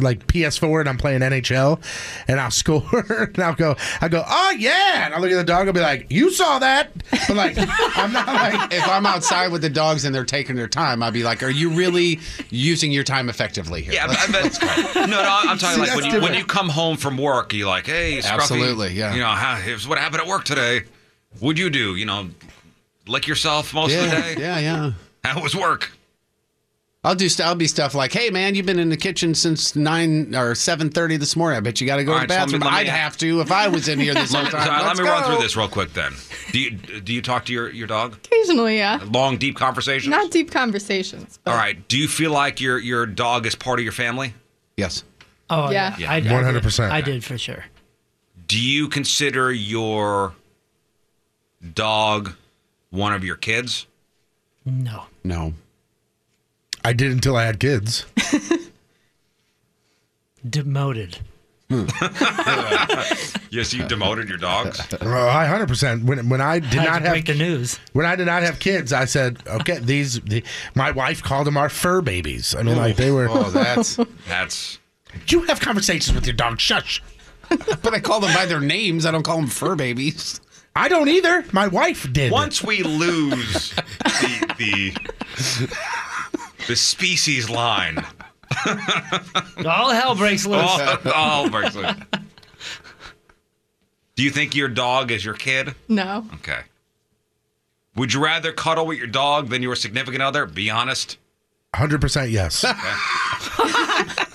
[SPEAKER 14] like PS4 and I'm playing NHL, and I'll (laughs) score and I'll go, I go, oh yeah, and I will look at the dog, I'll be like, you saw that, but like I'm not like
[SPEAKER 15] (laughs) if I'm outside with the dogs and they're taking their time, I'd be like, "Are you really using your time effectively here?"
[SPEAKER 7] Yeah, but,
[SPEAKER 15] (laughs)
[SPEAKER 7] but, no, no, I'm
[SPEAKER 15] See,
[SPEAKER 7] talking like
[SPEAKER 15] that's
[SPEAKER 7] when you, when
[SPEAKER 15] different.
[SPEAKER 7] you come home from work, you're like, hey, Scruffy,
[SPEAKER 15] Absolutely, yeah.
[SPEAKER 7] You know, how, here's what happened at work today. What'd you do? You know, lick yourself (laughs) most of the
[SPEAKER 15] Yeah,
[SPEAKER 7] day?
[SPEAKER 15] yeah, yeah.
[SPEAKER 7] How was work?
[SPEAKER 15] I'll do. St- I'll be stuff like, "Hey, man, you've been in the kitchen since nine or seven thirty this morning. I bet you got to go
[SPEAKER 7] All
[SPEAKER 15] to
[SPEAKER 7] right,
[SPEAKER 15] the
[SPEAKER 7] so let me-
[SPEAKER 15] bathroom.
[SPEAKER 7] let me
[SPEAKER 15] I'd
[SPEAKER 7] ask-
[SPEAKER 15] have to if I was in here this whole
[SPEAKER 7] (laughs) Let-
[SPEAKER 15] time.
[SPEAKER 7] so let
[SPEAKER 15] Let's
[SPEAKER 7] me run
[SPEAKER 15] go.
[SPEAKER 7] through this real quick then. Do you, do you talk to your, your dog?
[SPEAKER 30] Occasionally, yeah.
[SPEAKER 7] Long, deep conversations?
[SPEAKER 30] Not deep conversations.
[SPEAKER 7] All right. Do you feel like your, your dog is part of your family?
[SPEAKER 15] Yes.
[SPEAKER 6] Oh
[SPEAKER 30] Yeah.
[SPEAKER 6] yeah,
[SPEAKER 7] Yeah.
[SPEAKER 6] I- I did.
[SPEAKER 7] 100%.
[SPEAKER 6] I did for sure.
[SPEAKER 7] Do you consider your dog one of your kids?
[SPEAKER 6] No.
[SPEAKER 15] No.
[SPEAKER 14] I did until I had
[SPEAKER 7] (laughs)
[SPEAKER 14] kids.
[SPEAKER 6] Demoted.
[SPEAKER 7] yes, you demoted your
[SPEAKER 15] (laughs)
[SPEAKER 7] dogs.
[SPEAKER 14] Uh, I hundred percent. When when I did
[SPEAKER 7] How'd
[SPEAKER 14] not
[SPEAKER 7] you
[SPEAKER 14] have
[SPEAKER 7] break
[SPEAKER 6] the news,
[SPEAKER 14] when I did not have kids, I said,
[SPEAKER 7] (laughs)
[SPEAKER 14] okay, these. The, my wife called them our fur babies. I mean, like they were.
[SPEAKER 15] Oh, that's-
[SPEAKER 7] that's.
[SPEAKER 14] (laughs) You have conversations with your dog. Shush.
[SPEAKER 15] but I call them by their names. I don't call them fur babies.
[SPEAKER 14] I don't either. My wife did.
[SPEAKER 7] Once we lose the the, the species line, Oh,
[SPEAKER 6] All hell breaks loose.
[SPEAKER 14] Oh.
[SPEAKER 7] all, all breaks loose. Do you think your dog is your kid?
[SPEAKER 30] No.
[SPEAKER 7] Okay. Would you rather cuddle with your dog than your significant other? Be honest.
[SPEAKER 14] Hundred percent,
[SPEAKER 7] (laughs)
[SPEAKER 14] yes.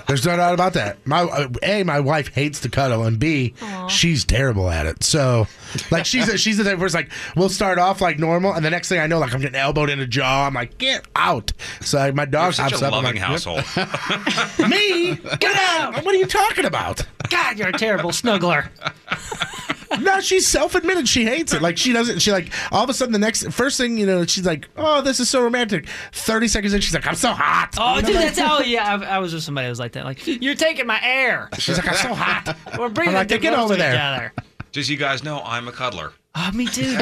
[SPEAKER 14] There's no doubt about that. My uh, a, my wife hates to cuddle, and b, she's terrible at it. So, like, she's a, she's the type where it's like we'll start off like normal, and the next thing I know, like I'm getting elbowed in the jaw. I'm like, get out. So like, my dog
[SPEAKER 7] Such
[SPEAKER 14] hops
[SPEAKER 7] a
[SPEAKER 14] up. I'm
[SPEAKER 7] loving
[SPEAKER 14] like,
[SPEAKER 7] household.
[SPEAKER 14] "Yep." (laughs) Me, get out. What are you talking about?
[SPEAKER 6] God, you're a terrible snuggler.
[SPEAKER 14] no, she's self-admitted she hates it. Like she doesn't. She like all of a sudden the next first thing you know, she's like, "Oh, this is so romantic." Thirty seconds in, she's like, "I'm so hot."
[SPEAKER 6] Oh,
[SPEAKER 14] And I'm
[SPEAKER 6] dude,
[SPEAKER 14] like,
[SPEAKER 6] that's how. Yeah, I, I was with somebody who was like that. Like, you're taking my air.
[SPEAKER 14] She's like, I'm so hot.
[SPEAKER 6] We're breathing
[SPEAKER 14] I'm like,
[SPEAKER 6] too
[SPEAKER 14] "Get
[SPEAKER 6] close
[SPEAKER 14] over
[SPEAKER 6] to
[SPEAKER 14] there."
[SPEAKER 6] each other.
[SPEAKER 7] Just so you guys know, I'm a cuddler.
[SPEAKER 6] Oh, me too, dude.
[SPEAKER 14] (laughs)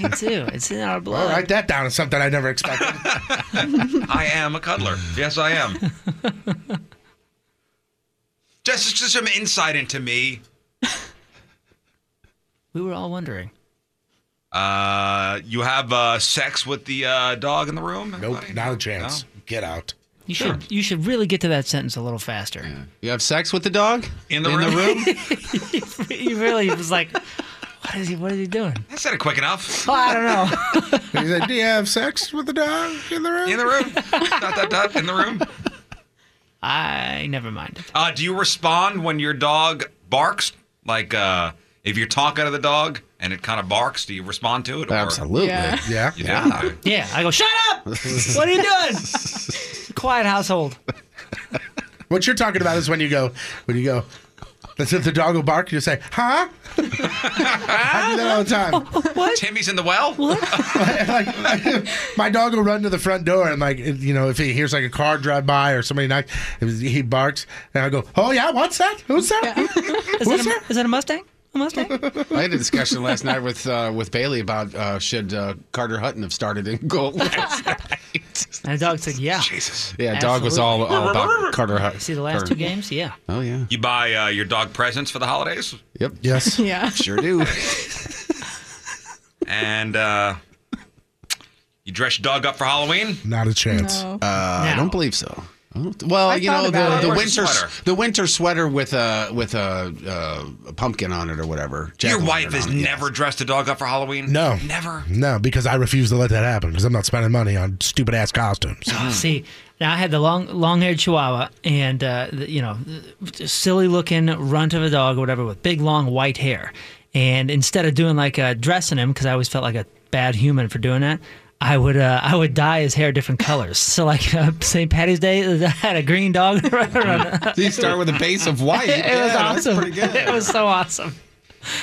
[SPEAKER 6] me too. It's in our blood.
[SPEAKER 14] Well, write that down as something I never (laughs) expected.
[SPEAKER 7] I am a cuddler. Yes, I am. just, just some insight into me.
[SPEAKER 6] We were all wondering.
[SPEAKER 7] Uh, you have uh, sex with the uh, dog in the room? Nope,
[SPEAKER 14] not a chance. Get out.
[SPEAKER 6] You should you should really get to that sentence a little faster.
[SPEAKER 15] You have sex with the dog
[SPEAKER 7] in the
[SPEAKER 15] room?
[SPEAKER 6] (laughs)
[SPEAKER 7] (laughs)
[SPEAKER 6] he really was like, what is he? What is he doing?
[SPEAKER 7] I said it quick enough.
[SPEAKER 6] Oh, I don't know.
[SPEAKER 14] He's like, "Do you have sex with the dog in the room?
[SPEAKER 7] In the room? dot, dot, dot, in the room?
[SPEAKER 6] (laughs) I never mind.
[SPEAKER 7] Uh, do you respond when your dog barks? Like uh, if you're talking to the dog and it kind of barks, do you respond to it? or-
[SPEAKER 15] Absolutely.
[SPEAKER 6] Yeah.
[SPEAKER 14] Yeah.
[SPEAKER 7] Yeah.
[SPEAKER 6] Yeah, I go. Shut up! What are you doing?
[SPEAKER 14] (laughs)
[SPEAKER 6] Quiet household.
[SPEAKER 14] What you're talking about is when you go, when you go, that's if the dog will bark, you say, huh? (laughs) I do that all the time.
[SPEAKER 7] What? Timmy's in the well?
[SPEAKER 14] (laughs) My dog will run to the front door and like, it- you know, if he hears like a car drive by or somebody knock, if he barks, and I go, oh yeah, what's that? Who's that?
[SPEAKER 6] Is that, a, is that a Mustang? A Mustang?
[SPEAKER 15] I had a discussion last night with uh, with Bailey about uh, should uh, Carter Hutton have started in goal.
[SPEAKER 6] And the dog said, "Yeah."
[SPEAKER 15] Jesus. Yeah, dog was all, all about Carter Hutton.
[SPEAKER 6] See the last two games? Yeah.
[SPEAKER 15] Oh yeah.
[SPEAKER 7] You buy uh, your dog presents for the holidays?
[SPEAKER 15] Yep.
[SPEAKER 14] (laughs) Yes.
[SPEAKER 6] Yeah.
[SPEAKER 15] Sure do.
[SPEAKER 7] and uh, you dress your dog up for Halloween?
[SPEAKER 14] Not a chance.
[SPEAKER 15] Uh, (laughs) I don't believe so. Well,
[SPEAKER 31] I
[SPEAKER 15] you
[SPEAKER 31] thought
[SPEAKER 15] know
[SPEAKER 31] about
[SPEAKER 15] the,
[SPEAKER 31] it.
[SPEAKER 15] the
[SPEAKER 31] Or a
[SPEAKER 15] winter
[SPEAKER 31] sweater.
[SPEAKER 15] the winter sweater with a with a, uh, a pumpkin on it or whatever.
[SPEAKER 7] Your
[SPEAKER 15] jack-o'-lantern
[SPEAKER 7] wife has
[SPEAKER 15] on it.
[SPEAKER 7] never dressed a dog up for Halloween?
[SPEAKER 14] No.
[SPEAKER 7] Never.
[SPEAKER 14] No, because I refuse to let that happen because I'm not spending money on stupid ass costumes.
[SPEAKER 6] See, now I had the long, long-haired Chihuahua, and uh, the, you know, silly-looking runt of a dog or whatever, with big, long white hair. And instead of doing like uh, dressing him, because I always felt like a bad human for doing that, I would, uh, I would dye his hair different colors. So like uh, St. Patty's Day, (laughs) I had a green dog. (laughs) so
[SPEAKER 15] (laughs) you start with a base of white.
[SPEAKER 6] (laughs) It was
[SPEAKER 15] Yeah, that's
[SPEAKER 6] awesome.
[SPEAKER 15] pretty good.
[SPEAKER 6] (laughs) It was so awesome.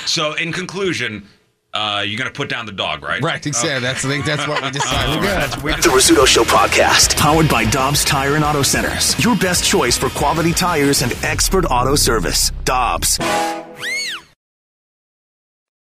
[SPEAKER 7] So, in conclusion, uh, you're going to put down the dog, right?
[SPEAKER 15] Right, exactly. That's- I think that's what we decided.
[SPEAKER 7] (laughs) All Oh, right, that's what we
[SPEAKER 4] The Rizzuto Show podcast, powered by Dobbs Tire and Auto Centers. Your best choice for quality tires and expert auto service. Dobbs.